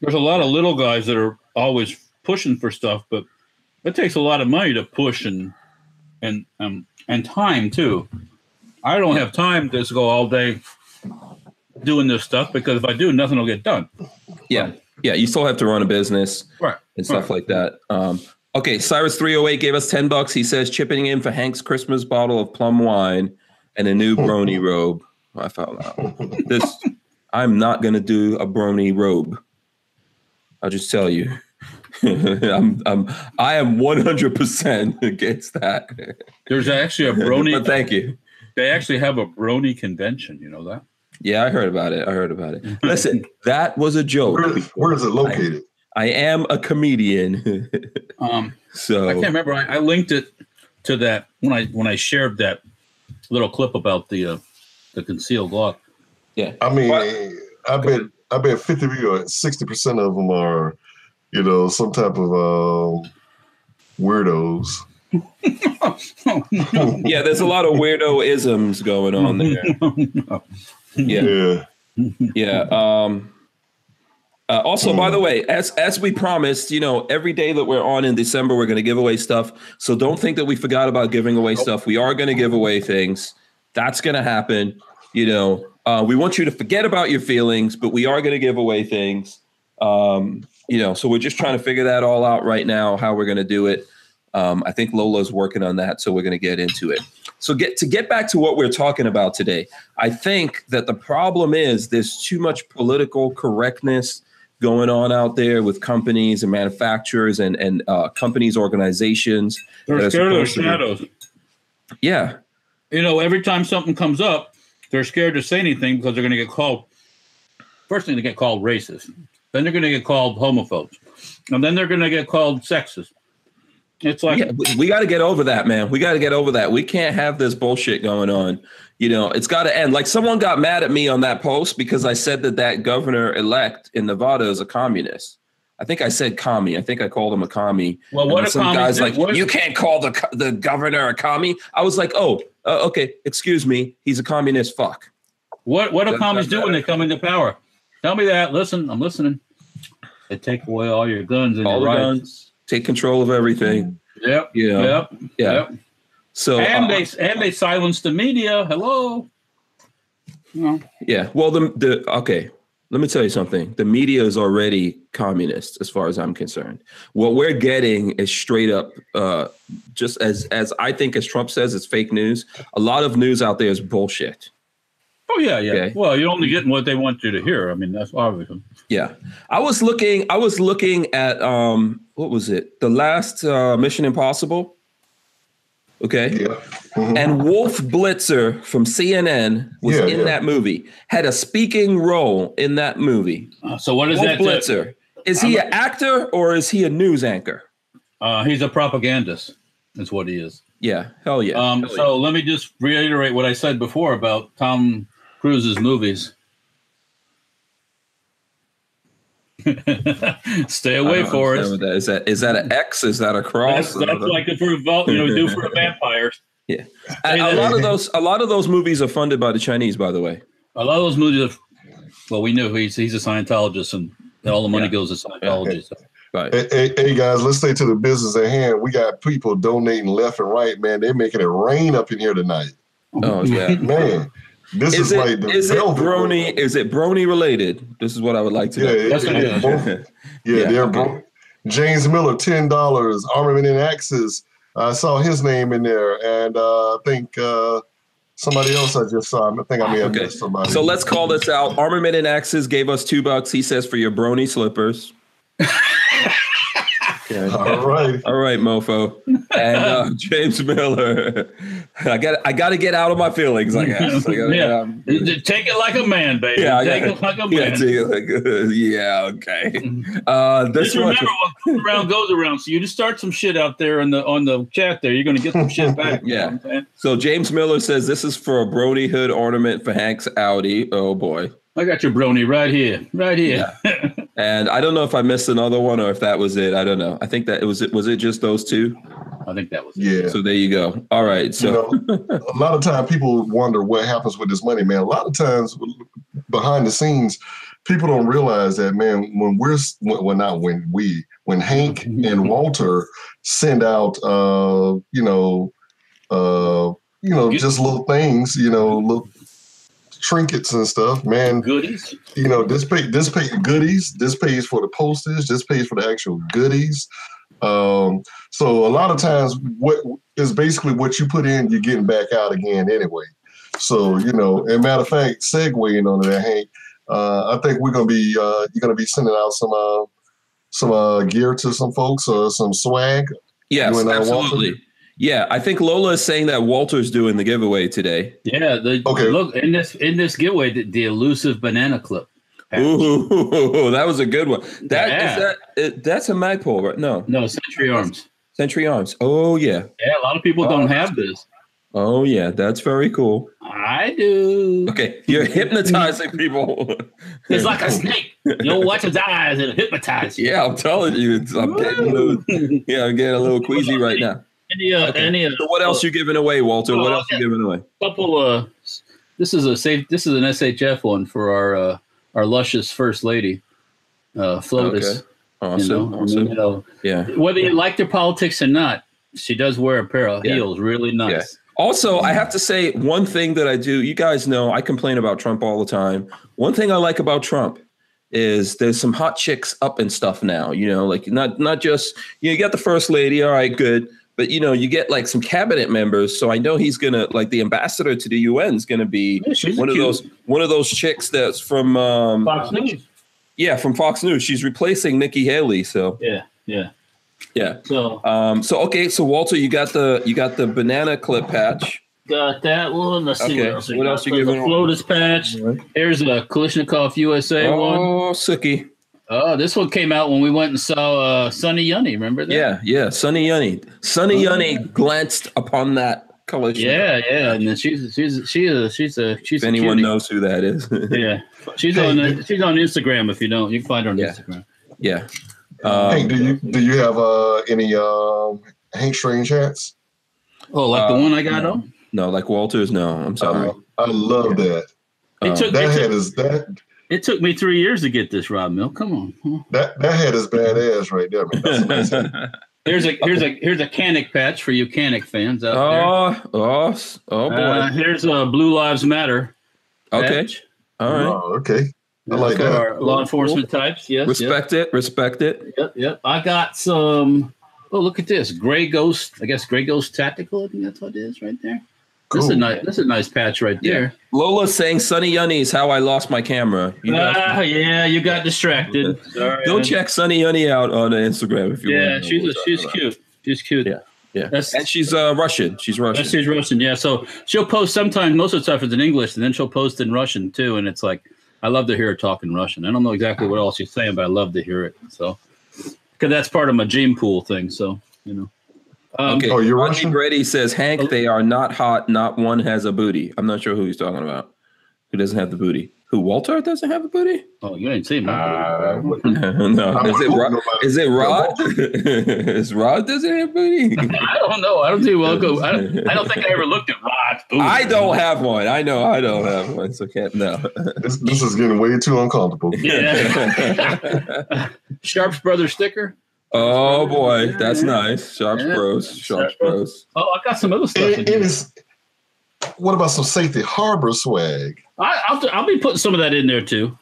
[SPEAKER 2] There's a lot of little guys that are always pushing for stuff, but it takes a lot of money to push and and um, and time too. I don't have time to just go all day doing this stuff because if I do, nothing will get done.
[SPEAKER 1] yeah, yeah, you still have to run a business.
[SPEAKER 2] Right.
[SPEAKER 1] and stuff like that. Um, okay, Cyrus three hundred eight gave us ten bucks. He says chipping in for Hank's Christmas bottle of plum wine and a new
[SPEAKER 2] (laughs)
[SPEAKER 1] brony robe. I found out this. I'm not gonna do a brony robe. I'll just tell you. (laughs) I'm, I'm I am 100% (laughs) against that. (laughs)
[SPEAKER 2] There's actually a
[SPEAKER 1] but
[SPEAKER 2] brony.
[SPEAKER 1] thank you.
[SPEAKER 2] they actually have a brony convention. You know that?
[SPEAKER 1] Yeah, I heard about it. I heard about it. Listen, that was a joke.
[SPEAKER 3] Where, where is it located?
[SPEAKER 1] I am a comedian. (laughs)
[SPEAKER 2] Um, I
[SPEAKER 1] so
[SPEAKER 2] can't remember. I, I linked it to that when I when I shared that little clip about the uh, the concealed Glock. (laughs)
[SPEAKER 1] yeah.
[SPEAKER 3] I mean,
[SPEAKER 1] What?
[SPEAKER 3] I bet I bet fifty or sixty percent of them are, you know, some type of um, weirdos.
[SPEAKER 2] Oh,
[SPEAKER 1] Yeah, there's a lot of weirdo isms going on there. Yeah.
[SPEAKER 3] Yeah,
[SPEAKER 1] Yeah. Um, uh, also, by the way, as as we promised, you know, every day that we're on in December, we're going to give away stuff. So don't think that we forgot about giving away stuff. We are going to give away things. That's going to happen. You know, uh, we want you to forget about your feelings, but we are going to give away things. Um, you know, so we're just trying to figure that all out right now, how we're going to do it. Um, I think Lola's working on that, so we're going to get into it. So get to get back to what we're talking about today. I think that the problem is there's too much political correctness going on out there with companies and manufacturers and and uh, companies organizations. that
[SPEAKER 2] (laughs) They're
[SPEAKER 1] are
[SPEAKER 2] scared of the
[SPEAKER 1] supposed to be-
[SPEAKER 2] shadows.
[SPEAKER 1] Yeah,
[SPEAKER 2] You know, every time something comes up, they're scared to say anything because they're going to get called. First thing, they get called racist. Then they're going to get called homophobes, and then they're going to get called sexist. It's like
[SPEAKER 1] yeah, we- we got to get over that, man. We got to get over that. We can't have this bullshit going on. You know, it's got to end. Like someone got mad at me on that post because I said that that governor elect in Nevada is a communist. I think I said commie. I think I called him a commie.
[SPEAKER 2] Well,
[SPEAKER 1] And
[SPEAKER 2] what
[SPEAKER 1] then
[SPEAKER 2] a
[SPEAKER 1] some
[SPEAKER 2] commie
[SPEAKER 1] guys
[SPEAKER 2] did-
[SPEAKER 1] like
[SPEAKER 2] what-
[SPEAKER 1] you can't call the co- the governor a commie. I was like, oh, uh, okay, excuse me, he's a communist. Fuck.
[SPEAKER 2] what what do
[SPEAKER 1] Doesn't
[SPEAKER 2] commies do
[SPEAKER 1] sound
[SPEAKER 2] when
[SPEAKER 1] bad.
[SPEAKER 2] they come into power? Tell me that. Listen, I'm listening. They take away all your guns and
[SPEAKER 1] All
[SPEAKER 2] your
[SPEAKER 1] the
[SPEAKER 2] rights.
[SPEAKER 1] guns. Take control of everything.
[SPEAKER 2] Yep.
[SPEAKER 1] You know,
[SPEAKER 2] Mm. Yep.
[SPEAKER 1] yeah.
[SPEAKER 2] Yep.
[SPEAKER 1] So uh,
[SPEAKER 2] and they and they silenced the media. Hello. No.
[SPEAKER 1] Yeah. Well, the the okay. Let me tell you something. The media is already communist, as far as I'm concerned. What we're getting is straight up, uh, just as as I think, as Trump says, it's fake news. A lot of news out there is bullshit.
[SPEAKER 2] Oh yeah, yeah.
[SPEAKER 1] Okay.
[SPEAKER 2] Well, you're only getting what they want you to hear. I mean, that's obviously.
[SPEAKER 1] Yeah. I was looking I was looking at um what was it? The last uh Mission Impossible. Okay.
[SPEAKER 3] Yeah. Mhm.
[SPEAKER 1] And Wolf Blitzer from CNN was
[SPEAKER 3] Yeah,
[SPEAKER 1] in
[SPEAKER 3] yeah.
[SPEAKER 1] that movie. Had a speaking role in that movie.
[SPEAKER 2] Uh, So what is
[SPEAKER 1] Wolf
[SPEAKER 2] that?
[SPEAKER 1] Blitzer. Is he an actor or is he a news anchor?
[SPEAKER 2] Uh, he's a propagandist. Is what he is.
[SPEAKER 1] Yeah, hell yeah.
[SPEAKER 2] Um,
[SPEAKER 1] Hell
[SPEAKER 2] so let me just reiterate what I said before about Tom Cruise's movies. (laughs) Stay
[SPEAKER 1] yeah. I
[SPEAKER 2] away
[SPEAKER 1] don't
[SPEAKER 2] for
[SPEAKER 1] understand
[SPEAKER 2] us.
[SPEAKER 1] what that is. that is that an X? Is that a cross?
[SPEAKER 2] That's, that's like if we're vo- you know do for
[SPEAKER 1] (laughs)
[SPEAKER 2] a vampire.
[SPEAKER 1] a, a
[SPEAKER 2] that-
[SPEAKER 1] lot of those a lot of those movies are funded by the Chinese, by the way.
[SPEAKER 2] A lot of those movies. Have, well, we know he's he's a Scientologist, and all the money
[SPEAKER 1] Yeah.
[SPEAKER 2] goes to Scientology. So.
[SPEAKER 1] But
[SPEAKER 3] Hey, hey, hey, guys, let's stay to the business at hand. We got people donating left and right, man. They're making it rain up in here tonight,
[SPEAKER 1] oh yeah.
[SPEAKER 3] man. This is,
[SPEAKER 1] Is it,
[SPEAKER 3] like the
[SPEAKER 1] is it
[SPEAKER 3] velvet rope.
[SPEAKER 1] brony? Is it brony related? This is what I would like to
[SPEAKER 3] Yeah,
[SPEAKER 1] know.
[SPEAKER 3] it-
[SPEAKER 2] That's what it
[SPEAKER 3] it-
[SPEAKER 2] is.
[SPEAKER 3] both- yeah,
[SPEAKER 1] Yeah,
[SPEAKER 3] they're
[SPEAKER 1] okay.
[SPEAKER 3] bro- James Miller, ten dollars. Armament and Axis. I saw his name in there, and uh, I think uh, somebody else I just saw. I think I may have
[SPEAKER 1] Okay.
[SPEAKER 3] missed
[SPEAKER 1] (laughs)
[SPEAKER 3] somebody.
[SPEAKER 1] So let's call this out. Armament and Axes gave us two bucks. He says for your brony slippers. Okay.
[SPEAKER 3] (laughs) All right.
[SPEAKER 1] All right, mofo. And uh, James Miller. I got I got to get out of my feelings. I guess. I gotta,
[SPEAKER 2] Yeah.
[SPEAKER 1] um,
[SPEAKER 2] Take it like a man, baby.
[SPEAKER 1] Yeah, I
[SPEAKER 2] Take
[SPEAKER 1] got-
[SPEAKER 2] it like a man.
[SPEAKER 1] yeah, see, like, (laughs) uh, yeah, okay. Uh, this
[SPEAKER 2] Just
[SPEAKER 1] one,
[SPEAKER 2] remember what goes around goes around. So you just start some shit out there on the on the chat there. You're gonna get some shit back. you
[SPEAKER 1] (laughs)
[SPEAKER 2] know
[SPEAKER 1] Yeah.
[SPEAKER 2] what I'm saying?
[SPEAKER 1] so James Miller says this is for a Brody hood ornament for Hank's Audi. Oh boy,
[SPEAKER 2] I got your brony right here, right here.
[SPEAKER 1] and I don't know if I missed another one or if that was it. I don't know. I think that it was it was it just those two.
[SPEAKER 2] (laughs) I think that was it.
[SPEAKER 3] Yeah.
[SPEAKER 1] (laughs) So there you go. All right, so
[SPEAKER 3] you know, a lot of time people wonder what happens with this money, man. A lot of times behind the scenes, people don't realize that, man. When we're when, well, not when we when Hank and
[SPEAKER 1] (laughs)
[SPEAKER 3] Walter send out, uh, you know, uh, you know,
[SPEAKER 2] Good-
[SPEAKER 3] just little things, you know, little trinkets and stuff, man.
[SPEAKER 2] Goodies.
[SPEAKER 3] You know, this pay this pay goodies. This pays for the postage. This pays for the actual goodies. Um, so a lot of times, what is basically what you put in, you're getting back out again anyway. So you know, and matter of fact, segueing onto that, Hank, uh, I think we're gonna be uh, you're gonna be sending out some uh, some uh, gear to some folks or some swag.
[SPEAKER 1] yes,
[SPEAKER 3] You and I, Walter?
[SPEAKER 1] absolutely. Yeah, I think Lola is saying that Walter's doing the giveaway today.
[SPEAKER 2] Yeah. The,
[SPEAKER 3] Okay.
[SPEAKER 2] Look in this in this giveaway, the, the elusive banana clip.
[SPEAKER 1] Ooh, (laughs) that was a good one. That
[SPEAKER 2] Yeah.
[SPEAKER 1] is that it, that's a Magpul, right? No,
[SPEAKER 2] No, Century Arms.
[SPEAKER 1] Century Arms. Oh yeah,
[SPEAKER 2] Yeah, a lot of people
[SPEAKER 1] Oh,
[SPEAKER 2] don't
[SPEAKER 1] that's
[SPEAKER 2] have this.
[SPEAKER 1] oh yeah, that's very cool.
[SPEAKER 2] I do.
[SPEAKER 1] Okay, you're hypnotizing people. (laughs)
[SPEAKER 2] It's like a snake. You'll watch his eyes and hypnotize you.
[SPEAKER 1] yeah, I'm telling you, it's, I'm getting a little, yeah, I'm getting a little queasy right now.
[SPEAKER 2] Any, uh,
[SPEAKER 1] Okay.
[SPEAKER 2] any, uh,
[SPEAKER 1] So what else you giving away, Walter? What else you giving away?
[SPEAKER 2] couple uh this is a safe this is an SHF one for our uh our luscious first lady uh Flotus.
[SPEAKER 1] Awesome,
[SPEAKER 2] you know? I mean, you
[SPEAKER 1] awesome.
[SPEAKER 2] know,
[SPEAKER 1] Yeah.
[SPEAKER 2] whether you like their politics or not, she does wear a pair of
[SPEAKER 1] Yeah.
[SPEAKER 2] heels really nice.
[SPEAKER 1] Also, I have to say one thing that I do. You guys know I complain about Trump all the time. One thing I like about Trump is there's some hot chicks up and stuff now. You know, like not not just you, know, you got the first lady. All right, good. But you know, you get like some cabinet members. So I know he's gonna like the ambassador to the UN is gonna be
[SPEAKER 2] Yeah, she's
[SPEAKER 1] one of
[SPEAKER 2] cute.
[SPEAKER 1] those one of those chicks that's from um,
[SPEAKER 2] Fox News.
[SPEAKER 1] yeah from Fox News. She's replacing Nikki Haley. So
[SPEAKER 2] Yeah, yeah.
[SPEAKER 1] yeah.
[SPEAKER 2] So
[SPEAKER 1] Um, so okay, so Walter, you got the you got the banana clip patch.
[SPEAKER 2] got that one. Let's see
[SPEAKER 1] Okay,
[SPEAKER 2] what else.
[SPEAKER 1] what else you
[SPEAKER 2] the
[SPEAKER 1] giving away?
[SPEAKER 2] Flotus patch. Here's a Kalishnikov USA one.
[SPEAKER 1] Oh, Suki.
[SPEAKER 2] Oh, this one came out when we went and saw uh Sonny Yunny, remember that?
[SPEAKER 1] Yeah, yeah. Sonny Yunny. Sonny
[SPEAKER 2] Oh,
[SPEAKER 1] Yunny glanced upon that collection.
[SPEAKER 2] Yeah, yeah, and then she's she's she's a she's a she's
[SPEAKER 1] If
[SPEAKER 2] a
[SPEAKER 1] anyone
[SPEAKER 2] cutie.
[SPEAKER 1] knows who that is. (laughs)
[SPEAKER 2] Yeah, she's
[SPEAKER 3] Hey,
[SPEAKER 2] on uh,
[SPEAKER 3] did-
[SPEAKER 2] she's on Instagram. If you don't, you can find her on
[SPEAKER 1] Yeah.
[SPEAKER 2] Instagram.
[SPEAKER 1] yeah.
[SPEAKER 3] Hank,
[SPEAKER 1] Um,
[SPEAKER 3] do you do you have uh, any um, Hank Strange hats?
[SPEAKER 2] Oh, like
[SPEAKER 1] Uh,
[SPEAKER 2] the one I got
[SPEAKER 1] no.
[SPEAKER 2] on.
[SPEAKER 1] no, like Walters. No, I'm sorry. (laughs)
[SPEAKER 3] Um, I love that.
[SPEAKER 2] It
[SPEAKER 1] Um,
[SPEAKER 2] took
[SPEAKER 3] That
[SPEAKER 2] it
[SPEAKER 3] hat
[SPEAKER 2] took,
[SPEAKER 3] is that
[SPEAKER 2] it took me three years to get this Rob Mill. Come on. Huh?
[SPEAKER 3] That that hat is badass right there, man. That's amazing.
[SPEAKER 2] Here's a here's a here's a Canic patch for you Canic fans out
[SPEAKER 1] oh, oh, s- oh boy.
[SPEAKER 2] there. Uh, here's a Blue Lives Matter.
[SPEAKER 1] okay.
[SPEAKER 2] patch
[SPEAKER 1] (laughs) All right.
[SPEAKER 3] Oh, okay. I like
[SPEAKER 2] for
[SPEAKER 3] that.
[SPEAKER 2] our law enforcement types. Yes. Yep,
[SPEAKER 1] Respect it. Respect it.
[SPEAKER 2] yep. Yep. I got some. Oh, look at this. Gray Ghost. I guess Gray Ghost Tactical. I think that's what it is right there. This is a nice. This is a nice patch right there.
[SPEAKER 1] Lola saying Sunny Yunny is how I lost my camera. You guys-
[SPEAKER 2] ah, yeah, you got distracted. Sorry,
[SPEAKER 1] go
[SPEAKER 2] man.
[SPEAKER 1] check Sunny Yunny out on Instagram if you
[SPEAKER 2] Yeah,
[SPEAKER 1] want. to know
[SPEAKER 2] she's a,
[SPEAKER 1] what's
[SPEAKER 2] she's
[SPEAKER 1] up.
[SPEAKER 2] cute. She's cute.
[SPEAKER 1] Yeah, Yeah,
[SPEAKER 2] That's-
[SPEAKER 1] and she's uh, Russian. She's Russian.
[SPEAKER 2] That's she's Russian. Yeah, so she'll post sometimes. Most of the stuff is in English, and then she'll post in Russian too. And it's like I love to hear her talking Russian. I don't know exactly what all she's saying, but I love to hear it. So because that's part of my gene pool thing. So you know. Um,
[SPEAKER 1] Okay.
[SPEAKER 3] Oh, you're
[SPEAKER 1] Rodney
[SPEAKER 3] Russian?
[SPEAKER 1] Brady says
[SPEAKER 2] Oh.
[SPEAKER 1] Hank. They are not hot. Not one has a booty. I'm not sure who he's talking about. Who doesn't have the booty? Who Walter doesn't have a booty? (laughs)
[SPEAKER 2] Oh, you ain't seen
[SPEAKER 3] Uh,
[SPEAKER 2] that.
[SPEAKER 3] what-
[SPEAKER 1] no.
[SPEAKER 3] I
[SPEAKER 1] Is it
[SPEAKER 3] don't
[SPEAKER 1] Rod?
[SPEAKER 3] know about-
[SPEAKER 1] Is it Rod? (laughs) is Rod doesn't have
[SPEAKER 2] (laughs)
[SPEAKER 1] booty?
[SPEAKER 2] (laughs) I don't know. I don't think well go. I don't,
[SPEAKER 1] (laughs)
[SPEAKER 2] I don't think I ever looked at Rod's booty.
[SPEAKER 1] I don't have one. I know I don't have one. So can't no.
[SPEAKER 3] This, this is getting way too uncomfortable.
[SPEAKER 2] Yeah.
[SPEAKER 1] (laughs)
[SPEAKER 2] (laughs) Sharps brother sticker.
[SPEAKER 1] oh boy, that's nice. Sharps
[SPEAKER 2] Yeah.
[SPEAKER 1] Bros. Sharps Bros.
[SPEAKER 2] Oh, I got some other stuff. in
[SPEAKER 3] And, and
[SPEAKER 2] here.
[SPEAKER 3] it's, what about some safety harbor swag?
[SPEAKER 2] I, I'll, I'll be putting some of that in there too.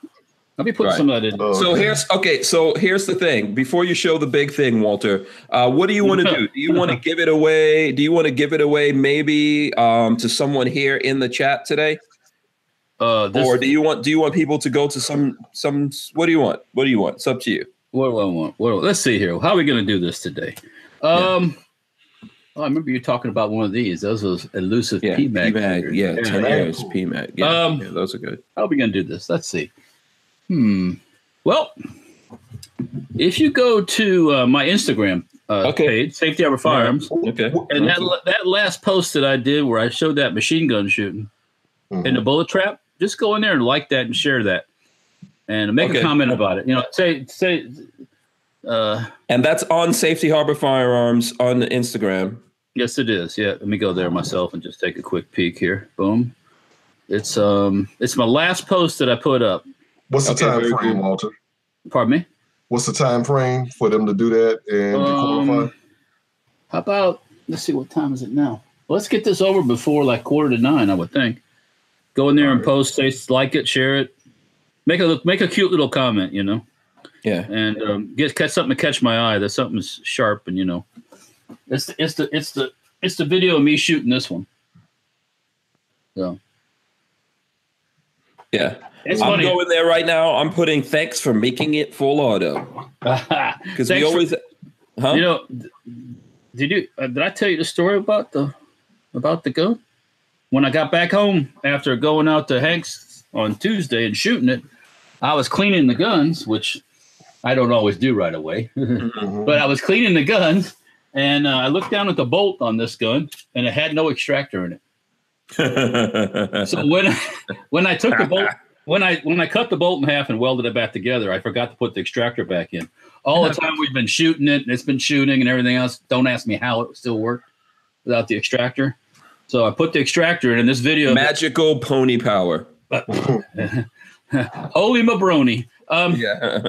[SPEAKER 2] I'll be putting
[SPEAKER 1] Right.
[SPEAKER 2] some of that in.
[SPEAKER 3] Oh,
[SPEAKER 1] So here's okay. So here's the thing. Before you show the big thing, Walter, uh, what do you want to do? Do you want
[SPEAKER 2] (laughs)
[SPEAKER 1] to give it away? Do you want to give it away? Maybe um, to someone here in the chat today,
[SPEAKER 2] Uh, this,
[SPEAKER 1] or do you want do you want people to go to some some? What do you want? What do you want? It's up to you.
[SPEAKER 2] What do I want? What do- let's see here. How are we going to do this today? Um, oh, I remember you talking about one of these. Those was elusive
[SPEAKER 1] Yeah,
[SPEAKER 2] P mag.
[SPEAKER 1] P-Mag, yeah, ten
[SPEAKER 3] yeah.
[SPEAKER 1] years, P-Mag. Yeah,
[SPEAKER 2] Um,
[SPEAKER 1] yeah, those are good.
[SPEAKER 2] How are we going to do this? Let's see. Hmm. Well, if you go to uh, my Instagram uh,
[SPEAKER 1] Okay.
[SPEAKER 2] page, Safety Over Firearms,
[SPEAKER 1] Okay,
[SPEAKER 2] and that that last post that I did where I showed that machine gun shooting
[SPEAKER 3] Mhm.
[SPEAKER 2] and the bullet trap, just go in there and like that and share that, and make
[SPEAKER 1] Okay.
[SPEAKER 2] a comment about it. You know, say say. Uh,
[SPEAKER 1] and that's on Safety Harbor Firearms on Instagram.
[SPEAKER 2] Yes, it is. Yeah, let me go there myself and just take a quick peek here. Boom. It's um, it's my last post that I put up.
[SPEAKER 3] What's the
[SPEAKER 1] Okay,
[SPEAKER 3] time
[SPEAKER 1] very
[SPEAKER 3] frame,
[SPEAKER 1] cool.
[SPEAKER 3] Walter?
[SPEAKER 2] Pardon me.
[SPEAKER 3] What's the time frame for them to do that and to
[SPEAKER 2] Um,
[SPEAKER 3] qualify?
[SPEAKER 2] how about let's see what time is it now? Let's get this over before like quarter to nine, I would think. Go in there and post, say like it, share it, make a look, make a cute little comment, you know,
[SPEAKER 1] Yeah,
[SPEAKER 2] and um, get catch something to catch my eye. That something's sharp, and you know, it's the, it's the it's the it's the video of me shooting this one. So
[SPEAKER 1] yeah.
[SPEAKER 2] it's
[SPEAKER 1] I'm
[SPEAKER 2] funny. (laughs)
[SPEAKER 1] going there right now. I'm putting thanks for making it full auto. Because we
[SPEAKER 2] Thanks for-
[SPEAKER 1] always, huh?
[SPEAKER 2] You know, th- did you uh, did I tell you the story about the about the gun? When I got back home after going out to Hank's on Tuesday and shooting it, I was cleaning the guns, which I don't always do right away. (laughs)
[SPEAKER 3] Mhm.
[SPEAKER 2] but I was cleaning the guns, and uh, I looked down at the bolt on this gun, and it had no extractor in it.
[SPEAKER 1] (laughs)
[SPEAKER 2] So when when I took the bolt when I when I cut the bolt in half and welded it back together, I forgot to put the extractor back in. All the time we've been shooting it and it's been shooting and everything else. Don't ask me how it still worked without the extractor. So I put the extractor in, in this video.
[SPEAKER 1] Magical pony power.
[SPEAKER 2] Holy mabroni. Um,
[SPEAKER 1] Yeah.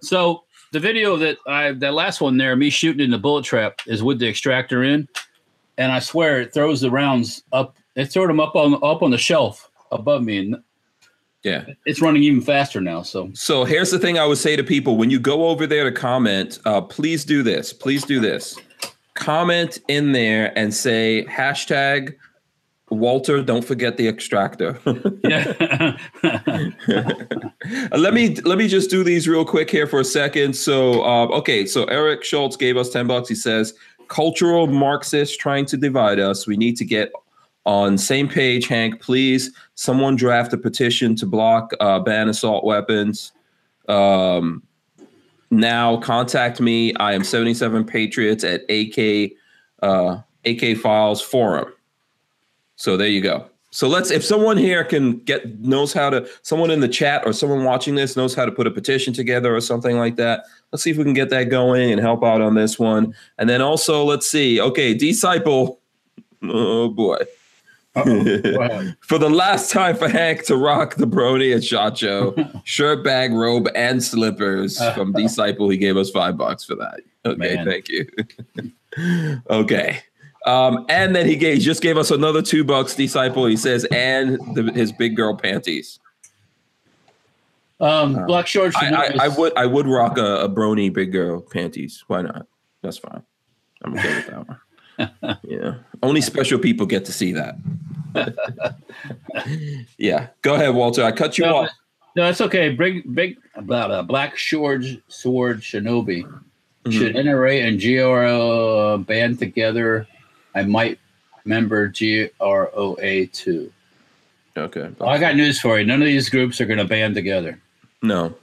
[SPEAKER 2] So the video that I that last one there, me shooting in the bullet trap, is with the extractor in, and I swear it throws the rounds up. It threw them up on up on the shelf above me, and
[SPEAKER 1] (laughs) yeah.
[SPEAKER 2] it's running even faster now. So
[SPEAKER 1] So here's the thing I would say to people when you go over there to comment, uh, please do this. Please do this. Comment in there and say hashtag Walter, don't forget the extractor. (laughs)
[SPEAKER 2] (laughs) yeah,
[SPEAKER 1] Uh, let me let me just do these real quick here for a second. So um, okay, so Eric Schultz gave us ten bucks. He says cultural Marxists trying to divide us. We need to get on same page, Hank. Please, someone draft a petition to block uh, ban assault weapons. Um, now contact me. I am seventy seven Patriots at AK uh, AK Files Forum. So there you go. So let's if someone here can get knows how to someone in the chat or someone watching this knows how to put a petition together or something like that. Let's see if we can get that going and help out on this one. And then also let's see. Okay, disciple. Oh boy.
[SPEAKER 2] Wow.
[SPEAKER 1] for the last time for Hank to rock the Brony and Shot Show shirt, bag, robe, and slippers from Disciple. He gave us five bucks for that. Okay,
[SPEAKER 2] Man.
[SPEAKER 1] thank you. (laughs) okay. Um, and then he gave, he just gave us another two bucks, Disciple. He says, and the, his big girl panties.
[SPEAKER 2] Um, black shorts.
[SPEAKER 1] I,
[SPEAKER 2] should not
[SPEAKER 1] I, I
[SPEAKER 2] be-
[SPEAKER 1] would I would rock a, a Brony big girl panties. Why not? That's
[SPEAKER 2] (laughs)
[SPEAKER 1] fine. I'm okay with that one. yeah. Only special people get to see that. yeah, go ahead, Walter. I cut you
[SPEAKER 2] No,
[SPEAKER 1] off.
[SPEAKER 2] No, it's okay. Big, big, blah, blah, Black Sword, Sword Shinobi.
[SPEAKER 1] Mhm.
[SPEAKER 2] Should NRA and GRO band together? I might member GROA too.
[SPEAKER 1] Mm-hmm. Okay.
[SPEAKER 2] Well, I got news for you. None of these groups are going to band together.
[SPEAKER 1] No.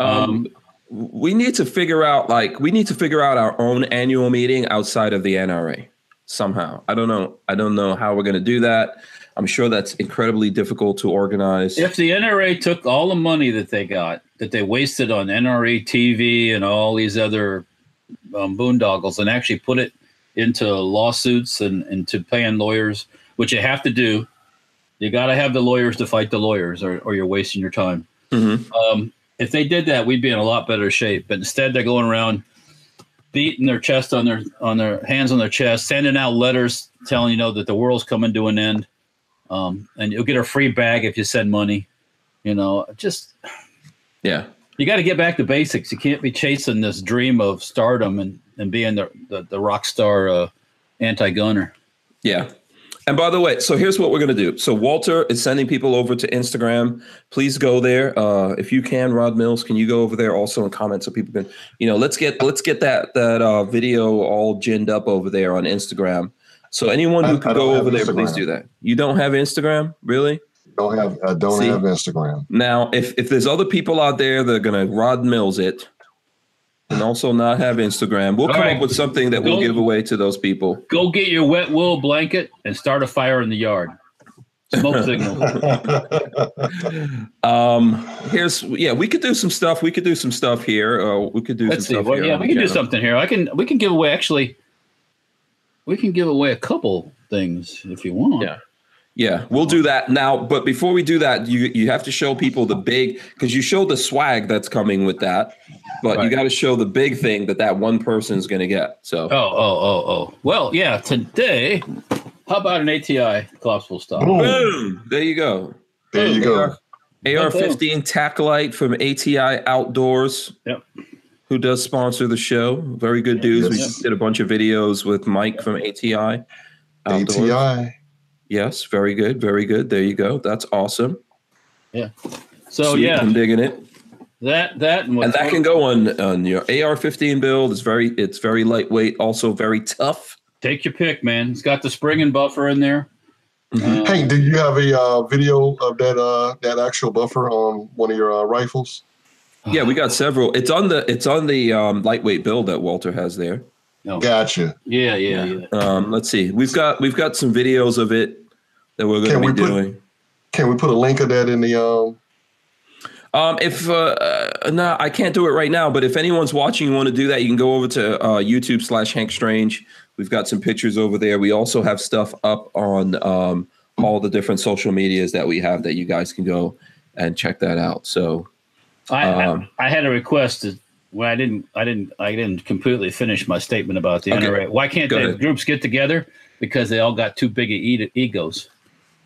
[SPEAKER 1] Um, we need to figure out like we need to figure out our own annual meeting outside of the NRA somehow. I don't know. I don't know how we're going to do that. I'm sure that's incredibly difficult to organize.
[SPEAKER 2] If the NRA took all the money that they got, that they wasted on NRA TV and all these other um, boondoggles, and actually put it into lawsuits and into paying lawyers, which you have to do, you got to have the lawyers to fight the lawyers, or, or you're wasting your time.
[SPEAKER 1] Mhm.
[SPEAKER 2] Um, if they did that, we'd be in a lot better shape. But instead, they're going around beating their chest on their on their hands on their chest, sending out letters telling you know that the world's coming to an end, um, and you'll get a free bag if you send money. You know, just
[SPEAKER 1] Yeah.
[SPEAKER 2] you got to get back to basics. You can't be chasing this dream of stardom and and being the the, the rock star uh, anti gunner.
[SPEAKER 1] Yeah. And by the way, so here's what we're going to do. So Walter is sending people over to Instagram. Please go there. Uh, if you can, Rod Mills, can you go over there also and comment so people can, you know, let's get let's get that that uh, video all ginned up over there on Instagram. So anyone
[SPEAKER 3] I-
[SPEAKER 1] who
[SPEAKER 3] I
[SPEAKER 1] can
[SPEAKER 3] don't
[SPEAKER 1] go
[SPEAKER 3] have
[SPEAKER 1] over there, please
[SPEAKER 3] Instagram.
[SPEAKER 1] do that. You don't have Instagram, really?
[SPEAKER 3] Don't have I don't
[SPEAKER 1] See?
[SPEAKER 3] have
[SPEAKER 1] (laughs)
[SPEAKER 3] Instagram.
[SPEAKER 1] Now, if if there's other people out there that are going to Rod Mills it, and also not have Instagram, we'll
[SPEAKER 2] All
[SPEAKER 1] come
[SPEAKER 2] right.
[SPEAKER 1] up with something that we'll
[SPEAKER 2] Go-
[SPEAKER 1] give away to those people.
[SPEAKER 2] Go get your wet wool blanket and start a fire in the yard. Smoke signal.
[SPEAKER 1] Um, here's yeah, we could do some stuff. We could do some stuff here. Uh, we could do
[SPEAKER 2] Let's
[SPEAKER 1] some
[SPEAKER 2] see.
[SPEAKER 1] stuff
[SPEAKER 2] Well,
[SPEAKER 1] here
[SPEAKER 2] yeah,
[SPEAKER 1] on
[SPEAKER 2] we
[SPEAKER 1] the
[SPEAKER 2] can do
[SPEAKER 1] channel.
[SPEAKER 2] something here. I can. We can give away. Actually, we can give away a couple things if you want.
[SPEAKER 1] Yeah. Yeah, we'll do that now. But before we do that, you you have to show people the big because you show the swag that's coming with that, but you
[SPEAKER 2] Right.
[SPEAKER 1] got to show the big thing that that one person's going to get. So
[SPEAKER 2] Oh, oh, oh, oh. Well, yeah. Today, how about an ATI collapsible stop?
[SPEAKER 3] Boom.
[SPEAKER 1] boom, there you go.
[SPEAKER 3] There you go.
[SPEAKER 1] AR fifteen tack light from ATI Outdoors.
[SPEAKER 2] Yep.
[SPEAKER 1] Who does sponsor the show? Very good dudes. We
[SPEAKER 3] Yes.
[SPEAKER 1] just did a bunch of videos with Mike from ATI. Outdoors.
[SPEAKER 3] ATI.
[SPEAKER 1] Yes, very good, very good. There you go. That's awesome.
[SPEAKER 2] So
[SPEAKER 1] Sweet,
[SPEAKER 2] yeah,
[SPEAKER 1] I'm digging it.
[SPEAKER 2] that that and,
[SPEAKER 1] And
[SPEAKER 2] what-
[SPEAKER 1] that can go on on your AR-15 build. It's very it's very lightweight, also very tough.
[SPEAKER 2] take your pick, man. It's got the spring and buffer in there.
[SPEAKER 1] Mhm.
[SPEAKER 2] Uh,
[SPEAKER 3] Hank, do you have a uh, video of that uh, that actual buffer on one of your uh, rifles?
[SPEAKER 1] Yeah, we got several. It's on the it's on the um, lightweight build that Walter has there.
[SPEAKER 2] no.
[SPEAKER 3] Gotcha.
[SPEAKER 2] yeah, yeah, yeah.
[SPEAKER 1] Um, let's see. We've got we've got some videos of it that we're
[SPEAKER 3] Can
[SPEAKER 1] going to
[SPEAKER 3] we
[SPEAKER 1] be
[SPEAKER 3] put-
[SPEAKER 1] doing.
[SPEAKER 3] Can we put a link of that in the um?
[SPEAKER 1] Um, if uh, uh, no, I can't do it right now. But if anyone's watching, you want to do that, you can go over to uh, YouTube slash Hank Strange. We've got some pictures over there. We also have stuff up on um, all the different social medias that we have that you guys can go and check that out. So
[SPEAKER 2] I,
[SPEAKER 1] Um,
[SPEAKER 2] I I had a request that when I didn't I didn't I didn't completely finish my statement about the
[SPEAKER 1] Okay.
[SPEAKER 2] NRA. Why can't
[SPEAKER 1] Go
[SPEAKER 2] the
[SPEAKER 1] ahead.
[SPEAKER 2] groups get together? Because they all got too big of e- egos.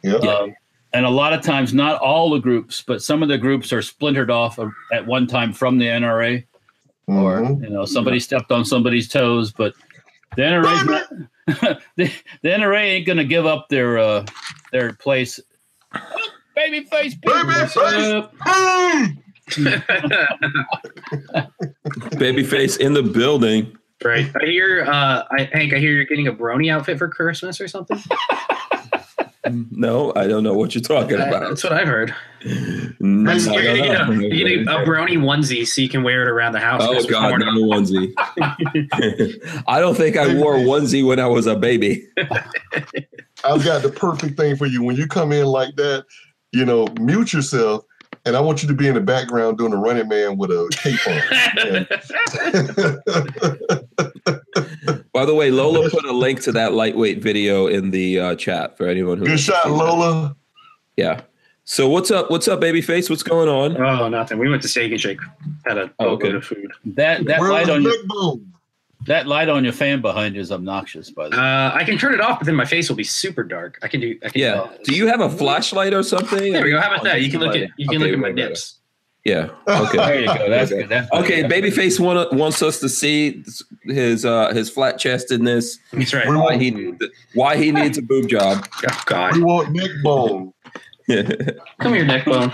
[SPEAKER 3] Yeah.
[SPEAKER 2] Um, and a lot of times, not all the groups, but some of the groups are splintered off of- at one time from the NRA, or
[SPEAKER 3] Mhm.
[SPEAKER 2] you know somebody stepped on somebody's toes. But the NRA, 's not, (laughs) the, the NRA ain't gonna give up their uh, their place. Baby face,
[SPEAKER 3] Babyface. Hey!
[SPEAKER 1] babyface in the building.
[SPEAKER 4] Right. I hear, uh, I, Hank, I hear you're getting a brony outfit for Christmas or something.
[SPEAKER 1] No, I don't know what you're talking about.
[SPEAKER 4] That's what I've heard.
[SPEAKER 1] No,
[SPEAKER 4] That's-
[SPEAKER 1] I
[SPEAKER 4] you're
[SPEAKER 1] don't
[SPEAKER 4] gonna get,
[SPEAKER 1] know.
[SPEAKER 4] a, you're gonna get a brony onesie so you can wear it around the house.
[SPEAKER 1] Oh
[SPEAKER 4] Christmas
[SPEAKER 1] God,
[SPEAKER 4] morning.
[SPEAKER 1] no onesie. (laughs)
[SPEAKER 4] (laughs)
[SPEAKER 1] I don't think I wore a onesie when I was a baby.
[SPEAKER 3] I've got the perfect thing for you. When you come in like that, you know, mute yourself, and I want you to be in the background doing a running man with a cape
[SPEAKER 1] (laughs)
[SPEAKER 3] on.
[SPEAKER 1] By the way, Lola put a link to that lightweight video in the uh, chat for anyone who.
[SPEAKER 3] Good
[SPEAKER 1] wants to
[SPEAKER 3] shot,
[SPEAKER 1] see that.
[SPEAKER 3] Lola.
[SPEAKER 1] Yeah. So what's up? What's up, babyface? What's going on?
[SPEAKER 4] (laughs) Oh, nothing. We went to Steak and Shake. Had a
[SPEAKER 1] Oh,
[SPEAKER 4] oh,
[SPEAKER 1] okay.
[SPEAKER 4] boatload of food.
[SPEAKER 2] That that
[SPEAKER 3] Where
[SPEAKER 2] light
[SPEAKER 3] was
[SPEAKER 2] on your,
[SPEAKER 3] Big
[SPEAKER 2] that light on your fan behind you is obnoxious. By the way,
[SPEAKER 4] Uh, I can turn it off, but then my face will be super dark. I can do. I can
[SPEAKER 1] Yeah. Do you have a flashlight or something?
[SPEAKER 4] There we go. How about that? You can look at you can
[SPEAKER 1] Okay,
[SPEAKER 4] look at my
[SPEAKER 1] way better.
[SPEAKER 4] nips.
[SPEAKER 1] Yeah.
[SPEAKER 3] Bone?
[SPEAKER 1] Ah, Okay.
[SPEAKER 2] there you go. That's
[SPEAKER 1] Okay.
[SPEAKER 2] good. That's
[SPEAKER 1] Okay. Babyface want, wants us to see his uh, his flat chestedness,
[SPEAKER 4] That's right.
[SPEAKER 3] We-
[SPEAKER 1] why he needs why he needs a boob job. (laughs)
[SPEAKER 4] Oh, God.
[SPEAKER 3] We want neck bone.
[SPEAKER 4] Come here, neck bone.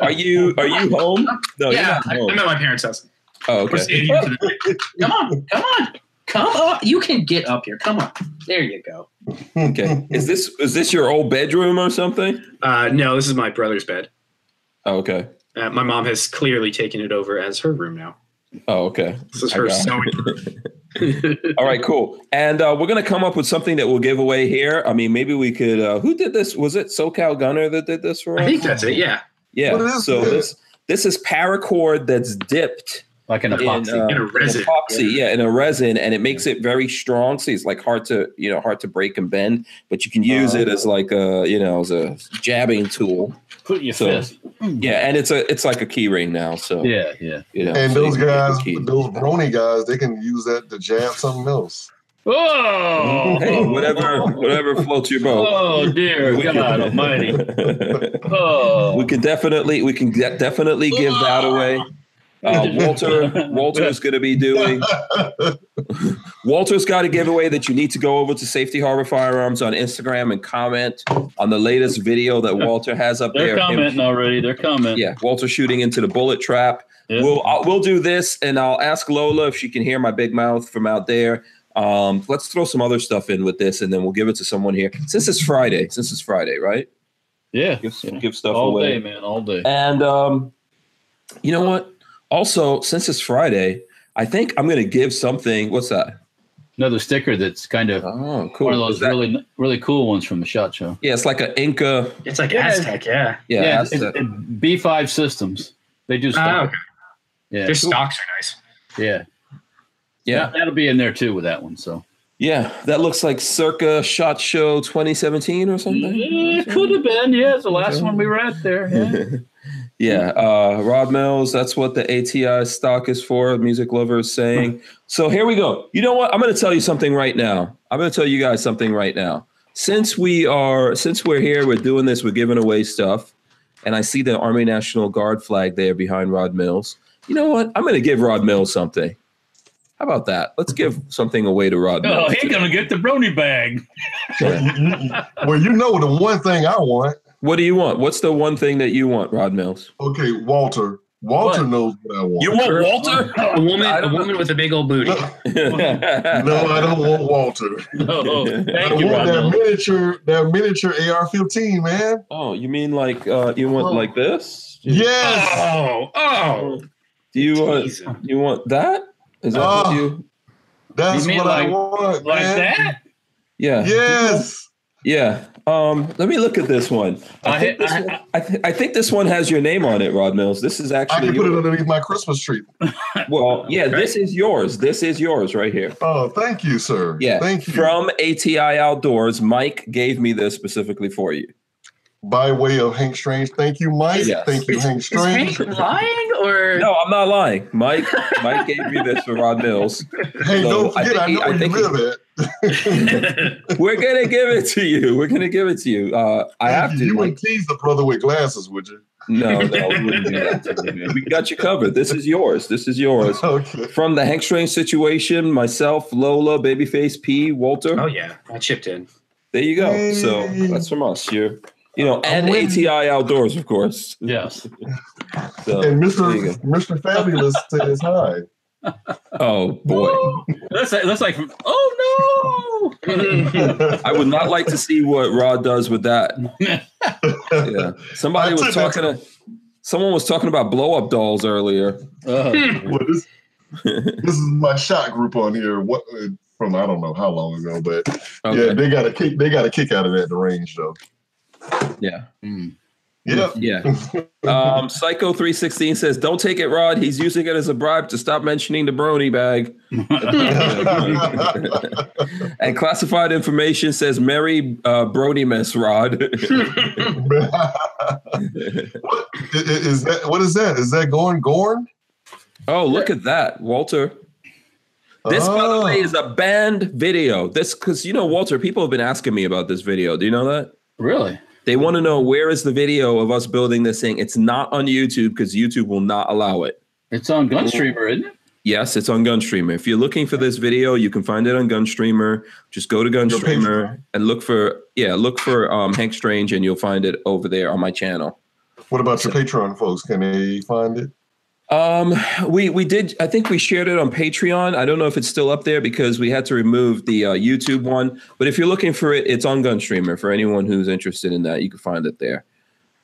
[SPEAKER 1] are you are you home? No,
[SPEAKER 4] yeah, I-
[SPEAKER 1] Oh, you're not home.
[SPEAKER 4] I'm at my parents' house.
[SPEAKER 1] Oh,
[SPEAKER 4] We're
[SPEAKER 1] okay.
[SPEAKER 4] staying here for the night. (laughs) come on, come on, come on. You can get up here. Come on. There you go.
[SPEAKER 3] (laughs)
[SPEAKER 1] Okay. Is this is this your old bedroom or something?
[SPEAKER 4] Uh, no, this is my brother's bed.
[SPEAKER 1] Oh, okay.
[SPEAKER 4] Uh, my mom has clearly taken it over as her room now.
[SPEAKER 1] Oh, okay.
[SPEAKER 4] This is
[SPEAKER 1] I
[SPEAKER 4] her
[SPEAKER 1] got it.
[SPEAKER 4] sewing
[SPEAKER 1] (laughs)
[SPEAKER 4] room.
[SPEAKER 1] All right, cool. And uh, we're gonna come up with something that we'll give away here. I mean, maybe we could. Uh, who did this? Was it SoCal Gunner that did this for us?
[SPEAKER 4] I think that's it. Yeah,
[SPEAKER 1] yeah.
[SPEAKER 3] What is
[SPEAKER 1] so
[SPEAKER 3] this?
[SPEAKER 1] this this is paracord that's dipped
[SPEAKER 2] like an
[SPEAKER 1] in,
[SPEAKER 2] epoxy.
[SPEAKER 1] uh,
[SPEAKER 4] In a resin.
[SPEAKER 1] epoxy, yeah, in a resin, and it makes it very strong. So it's like hard to you know hard to break and bend, but you can use
[SPEAKER 4] Uh-huh.
[SPEAKER 1] it as like a you know as a jabbing tool.
[SPEAKER 2] Put your
[SPEAKER 1] so-
[SPEAKER 2] fist.
[SPEAKER 1] Yeah, and it's a it's like a key ring now. So
[SPEAKER 2] Yeah, yeah.
[SPEAKER 1] you know,
[SPEAKER 3] And
[SPEAKER 1] so you
[SPEAKER 3] those
[SPEAKER 1] can get
[SPEAKER 3] guys,
[SPEAKER 1] the key.
[SPEAKER 3] those brony guys, they can use that to jab something else.
[SPEAKER 2] Oh,
[SPEAKER 1] Hey, whatever whatever floats your boat.
[SPEAKER 2] (laughs) Oh dear
[SPEAKER 1] We (laughs)
[SPEAKER 2] God
[SPEAKER 1] can-
[SPEAKER 2] Almighty.
[SPEAKER 1] (laughs)
[SPEAKER 2] Oh,
[SPEAKER 1] we can definitely we can de- definitely give that
[SPEAKER 2] (laughs)
[SPEAKER 1] away. Uh, Walter Walter's going to be doing (laughs) Walter's got a giveaway that you need to go over to Safety Harbor Firearms on Instagram and comment on the latest video that Walter has up
[SPEAKER 2] they're
[SPEAKER 1] there.
[SPEAKER 2] commenting already. They're commenting.
[SPEAKER 1] Yeah, Walter shooting into the bullet trap.
[SPEAKER 2] Yeah.
[SPEAKER 1] We'll I'll, we'll do this, and I'll ask Lola if she can hear my big mouth from out there. Um, let's throw some other stuff in with this, and then we'll give it to someone here. Since it's Friday, since it's Friday, right?
[SPEAKER 2] yeah.
[SPEAKER 1] Give
[SPEAKER 2] yeah.
[SPEAKER 1] give stuff
[SPEAKER 2] All
[SPEAKER 1] away.
[SPEAKER 2] day, man. All day.
[SPEAKER 1] And um, you know what? Also, since it's Friday, I think I'm going to give something. What's that?
[SPEAKER 2] Another sticker that's kind of
[SPEAKER 1] Oh,
[SPEAKER 2] one of
[SPEAKER 1] cool. Is
[SPEAKER 2] those
[SPEAKER 1] that-
[SPEAKER 2] really really cool ones from the shot show.
[SPEAKER 1] yeah, it's like an Inca.
[SPEAKER 4] it's like
[SPEAKER 2] Yeah.
[SPEAKER 4] Aztec. Yeah.
[SPEAKER 1] Yeah,
[SPEAKER 2] it's-
[SPEAKER 1] that's
[SPEAKER 2] it's-
[SPEAKER 1] the-
[SPEAKER 2] it's B5 systems. They do
[SPEAKER 4] Ah,
[SPEAKER 2] stuff.
[SPEAKER 4] okay.
[SPEAKER 2] yeah.
[SPEAKER 4] Their stocks are nice.
[SPEAKER 2] yeah.
[SPEAKER 1] yeah,
[SPEAKER 2] That, that'll be in there too with that one. So
[SPEAKER 1] yeah. That looks like circa Shot Show 2017 or something.
[SPEAKER 2] Yeah, it could have been. Yeah, it's the last one we were at there.
[SPEAKER 1] (laughs)
[SPEAKER 2] Yeah.
[SPEAKER 1] Yeah, uh, Rob Mills. That's what the ATI stock is for. Music lover is saying. So here we go. You know what? I'm going to tell you something right now. I'm going to tell you guys something right now. Since we are, since we're here, we're doing this. We're giving away stuff, and I see the Army National Guard flag there behind Rod Mills. You know what? I'm going to give Rod Mills something. How about that? Let's give something away to Rod
[SPEAKER 2] (laughs) Oh,
[SPEAKER 1] Mills.
[SPEAKER 2] he's gonna get the brony bag.
[SPEAKER 3] well, you know the one thing I want.
[SPEAKER 1] What do you want? What's the one thing that you want, Rod Mills?
[SPEAKER 3] Okay, Walter. Walter
[SPEAKER 2] What?
[SPEAKER 3] knows what I want.
[SPEAKER 1] want (laughs)
[SPEAKER 4] (laughs) A woman,
[SPEAKER 1] I
[SPEAKER 4] a
[SPEAKER 1] don't know.
[SPEAKER 4] woman with a big old booty.
[SPEAKER 3] no, no, I don't want Walter.
[SPEAKER 2] No,
[SPEAKER 4] oh. (laughs)
[SPEAKER 3] I
[SPEAKER 2] thank you,
[SPEAKER 3] want that
[SPEAKER 2] Rondo.
[SPEAKER 3] miniature, that miniature AR-15, man.
[SPEAKER 1] Oh, you mean like uh, you want
[SPEAKER 4] Oh.
[SPEAKER 1] like this?
[SPEAKER 3] Yes.
[SPEAKER 4] Oh, oh.
[SPEAKER 1] Do you want
[SPEAKER 4] Jesus.
[SPEAKER 1] you want that? Is that
[SPEAKER 3] Oh.
[SPEAKER 1] what you?
[SPEAKER 3] That's
[SPEAKER 2] You mean
[SPEAKER 3] what I
[SPEAKER 2] like-
[SPEAKER 3] want,
[SPEAKER 2] Like
[SPEAKER 3] man.
[SPEAKER 2] that?
[SPEAKER 1] Yeah,
[SPEAKER 3] Yes.
[SPEAKER 1] yeah. Um, let me look at this one. I,
[SPEAKER 2] I-
[SPEAKER 1] think this
[SPEAKER 2] I-
[SPEAKER 1] one, I, th- I think this one has your name on it, Rod Mills. This is
[SPEAKER 3] I
[SPEAKER 1] actually
[SPEAKER 3] can put it
[SPEAKER 1] yours.
[SPEAKER 3] underneath my Christmas tree.
[SPEAKER 1] well, yeah. This is yours. This is yours right here.
[SPEAKER 3] Oh, thank you, sir.
[SPEAKER 1] Yeah,
[SPEAKER 3] Thank you.
[SPEAKER 1] from ATI Outdoors. Mike gave me this specifically for you.
[SPEAKER 3] By way of Hank Strange. Thank you, Mike.
[SPEAKER 1] Yes.
[SPEAKER 3] Thank you, Hank
[SPEAKER 4] Is
[SPEAKER 3] Strange.
[SPEAKER 4] Hank lying or
[SPEAKER 1] No, I'm not lying. Mike, Mike gave me this for Rod Mills.
[SPEAKER 3] Hey,
[SPEAKER 1] No,
[SPEAKER 3] don't
[SPEAKER 1] I
[SPEAKER 3] forget, I,
[SPEAKER 1] think he-
[SPEAKER 3] know
[SPEAKER 1] I
[SPEAKER 3] where you
[SPEAKER 1] think he-
[SPEAKER 3] live at.
[SPEAKER 1] We're gonna give it to you. We're gonna give it to you. Uh, I
[SPEAKER 3] Thank
[SPEAKER 1] have
[SPEAKER 3] you.
[SPEAKER 1] to.
[SPEAKER 3] You
[SPEAKER 1] Mike.
[SPEAKER 3] wouldn't tease the brother with glasses, would you?
[SPEAKER 1] No, no, we wouldn't do that. to you, man. We got you covered. This is yours. This is yours.
[SPEAKER 3] (laughs) Okay.
[SPEAKER 1] From the Hank Strange situation, myself, Lola, Babyface, P, Walter.
[SPEAKER 4] (laughs) Oh yeah, I chipped in.
[SPEAKER 1] There you go. So
[SPEAKER 3] Yay.
[SPEAKER 1] that's from us. You're, you know, and
[SPEAKER 3] winning.
[SPEAKER 1] ATI Outdoors, of course.
[SPEAKER 2] Yes.
[SPEAKER 1] So,
[SPEAKER 3] And
[SPEAKER 1] There you
[SPEAKER 3] Mr. Mr. Fabulous
[SPEAKER 1] (laughs)
[SPEAKER 3] says hi.
[SPEAKER 1] oh boy,
[SPEAKER 2] That's like, that's like, oh no!
[SPEAKER 1] I would not like to see what Rod does with that. Yeah, somebody
[SPEAKER 3] I
[SPEAKER 1] was
[SPEAKER 3] took that
[SPEAKER 1] talking. To, someone was talking about blow up dolls earlier.
[SPEAKER 2] (laughs) Uh,
[SPEAKER 3] Well,
[SPEAKER 1] (laughs)
[SPEAKER 3] this, this is my shot group on here. What uh, from I don't know how long ago, but yeah,
[SPEAKER 1] Okay.
[SPEAKER 3] they got a kick. They got a kick out of that at the range though.
[SPEAKER 1] Yeah,
[SPEAKER 2] mm.
[SPEAKER 1] (laughs)
[SPEAKER 3] Yep.
[SPEAKER 1] yeah. Um, Psycho three sixteen says, "Don't take it, Rod. He's using it as a bribe to stop mentioning the Brony bag." And classified information says Mary uh, Brody Mess Rod.
[SPEAKER 3] what i- i- (laughs) is that? What is that? Is that going Gorn?
[SPEAKER 1] oh, look at that, Walter. This, by the
[SPEAKER 3] Oh.
[SPEAKER 1] way, is a banned video. This, because you know, Walter, people have been asking me about this video. Do you know that?
[SPEAKER 2] really?
[SPEAKER 1] They want to know where is the video of us building this thing. It's not on YouTube because YouTube will not allow it.
[SPEAKER 2] It's on Gunstreamer, isn't it?
[SPEAKER 1] Yes, it's on Gunstreamer. If you're looking for this video, you can find it on Gunstreamer. Just go to Gunstreamer and look for yeah, look for um, Hank Strange, and you'll find it over there on my channel.
[SPEAKER 3] What about your Patreon folks? Can they find it?
[SPEAKER 1] Um, we we did. I think we shared it on Patreon. I don't know if it's still up there because we had to remove the uh, YouTube one. But if you're looking for it, it's on Gunstreamer. For anyone who's interested in that, you can find it there.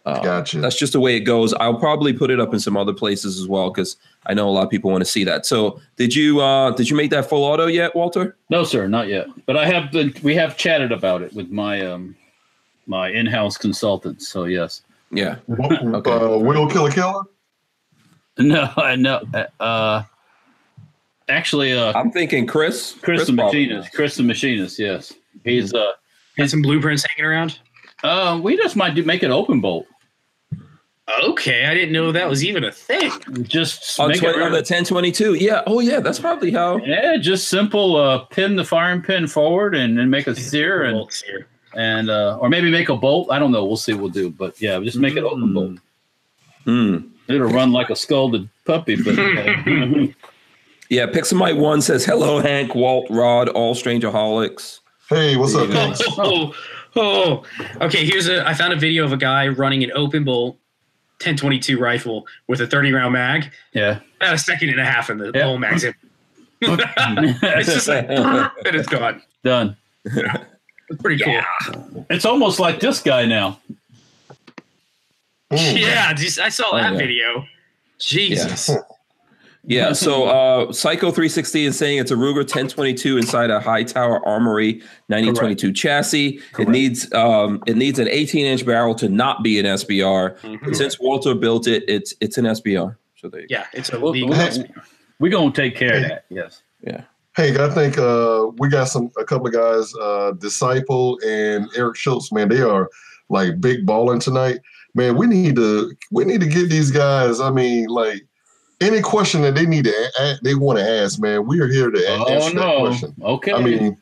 [SPEAKER 1] Uh,
[SPEAKER 3] Gotcha.
[SPEAKER 1] That's just the way it goes. I'll probably put it up in some other places as well because I know a lot of people want to see that. So did you uh, did you make that full auto yet, Walter?
[SPEAKER 2] No, sir, not yet. But I have been. We have chatted about it with my um, my in-house consultant. So yes.
[SPEAKER 1] Yeah. (laughs)
[SPEAKER 3] What-
[SPEAKER 1] Okay.
[SPEAKER 3] uh, Will Killer Killer?
[SPEAKER 2] (laughs) No, I know. Uh, actually, uh,
[SPEAKER 1] I'm thinking Chris.
[SPEAKER 2] Chris the
[SPEAKER 1] probably
[SPEAKER 2] machinist. Chris the machinist. Yes, he's uh,
[SPEAKER 4] Got some blueprints hanging around.
[SPEAKER 2] uh, we just might do make an open bolt.
[SPEAKER 4] Okay, I didn't know that was even a thing.
[SPEAKER 2] Just
[SPEAKER 1] On,
[SPEAKER 2] make
[SPEAKER 1] 20,
[SPEAKER 2] it
[SPEAKER 1] on the 1022. Yeah. Oh, yeah. That's probably how.
[SPEAKER 2] yeah, just simple. Uh, pin the firing pin forward and, and make a steer and
[SPEAKER 4] Bolts here.
[SPEAKER 2] and uh, or maybe make a bolt. I don't know. We'll see. what We'll do. But yeah, just make it open bolt.
[SPEAKER 1] Hmm.
[SPEAKER 2] It'll run like a scalded puppy. But uh,
[SPEAKER 1] Yeah. Pixelmite One says hello, Hank, Walt, Rod, all strangerholics.
[SPEAKER 3] Hey, what's up,
[SPEAKER 1] Yeah.
[SPEAKER 3] guys?
[SPEAKER 4] (laughs) Oh, oh, okay. Here's a. I found a video of a guy running an open bolt 1022 rifle with a 30 round mag.
[SPEAKER 2] yeah.
[SPEAKER 4] About a second and a half in the
[SPEAKER 2] Yeah.
[SPEAKER 4] whole mag's in. it's just like, (laughs) and it's gone.
[SPEAKER 2] (laughs) Done.
[SPEAKER 4] It's pretty cool. Yeah,
[SPEAKER 2] It's almost like this guy now.
[SPEAKER 3] Mm.
[SPEAKER 4] just, I saw
[SPEAKER 1] Oh,
[SPEAKER 4] that
[SPEAKER 1] yeah.
[SPEAKER 4] video. Jesus.
[SPEAKER 2] (laughs)
[SPEAKER 1] Yeah, so uh, Psycho 360 is saying it's a Ruger 1022 inside a High Tower Armory 1922 chassis. It needs um, it needs an 18 inch barrel to not be an SBR.
[SPEAKER 2] Mm-hmm.
[SPEAKER 4] Mhm.
[SPEAKER 1] Since Walter built it, it's it's an SBR. So there you
[SPEAKER 4] (laughs) Yeah, it's a
[SPEAKER 2] Well,
[SPEAKER 4] legal.
[SPEAKER 2] well, We're gonna take care of that. Yes.
[SPEAKER 3] Hey, I think uh, we got some a couple of guys, uh, Disciple and Eric Schultz. Man, they are like big balling tonight. Man, we need to we need to get these guys. I mean, like any question that they need to a- a- they want to ask, man, we are here to a-
[SPEAKER 2] Oh
[SPEAKER 3] answer that
[SPEAKER 2] no.
[SPEAKER 3] question.
[SPEAKER 2] Okay.
[SPEAKER 3] I mean,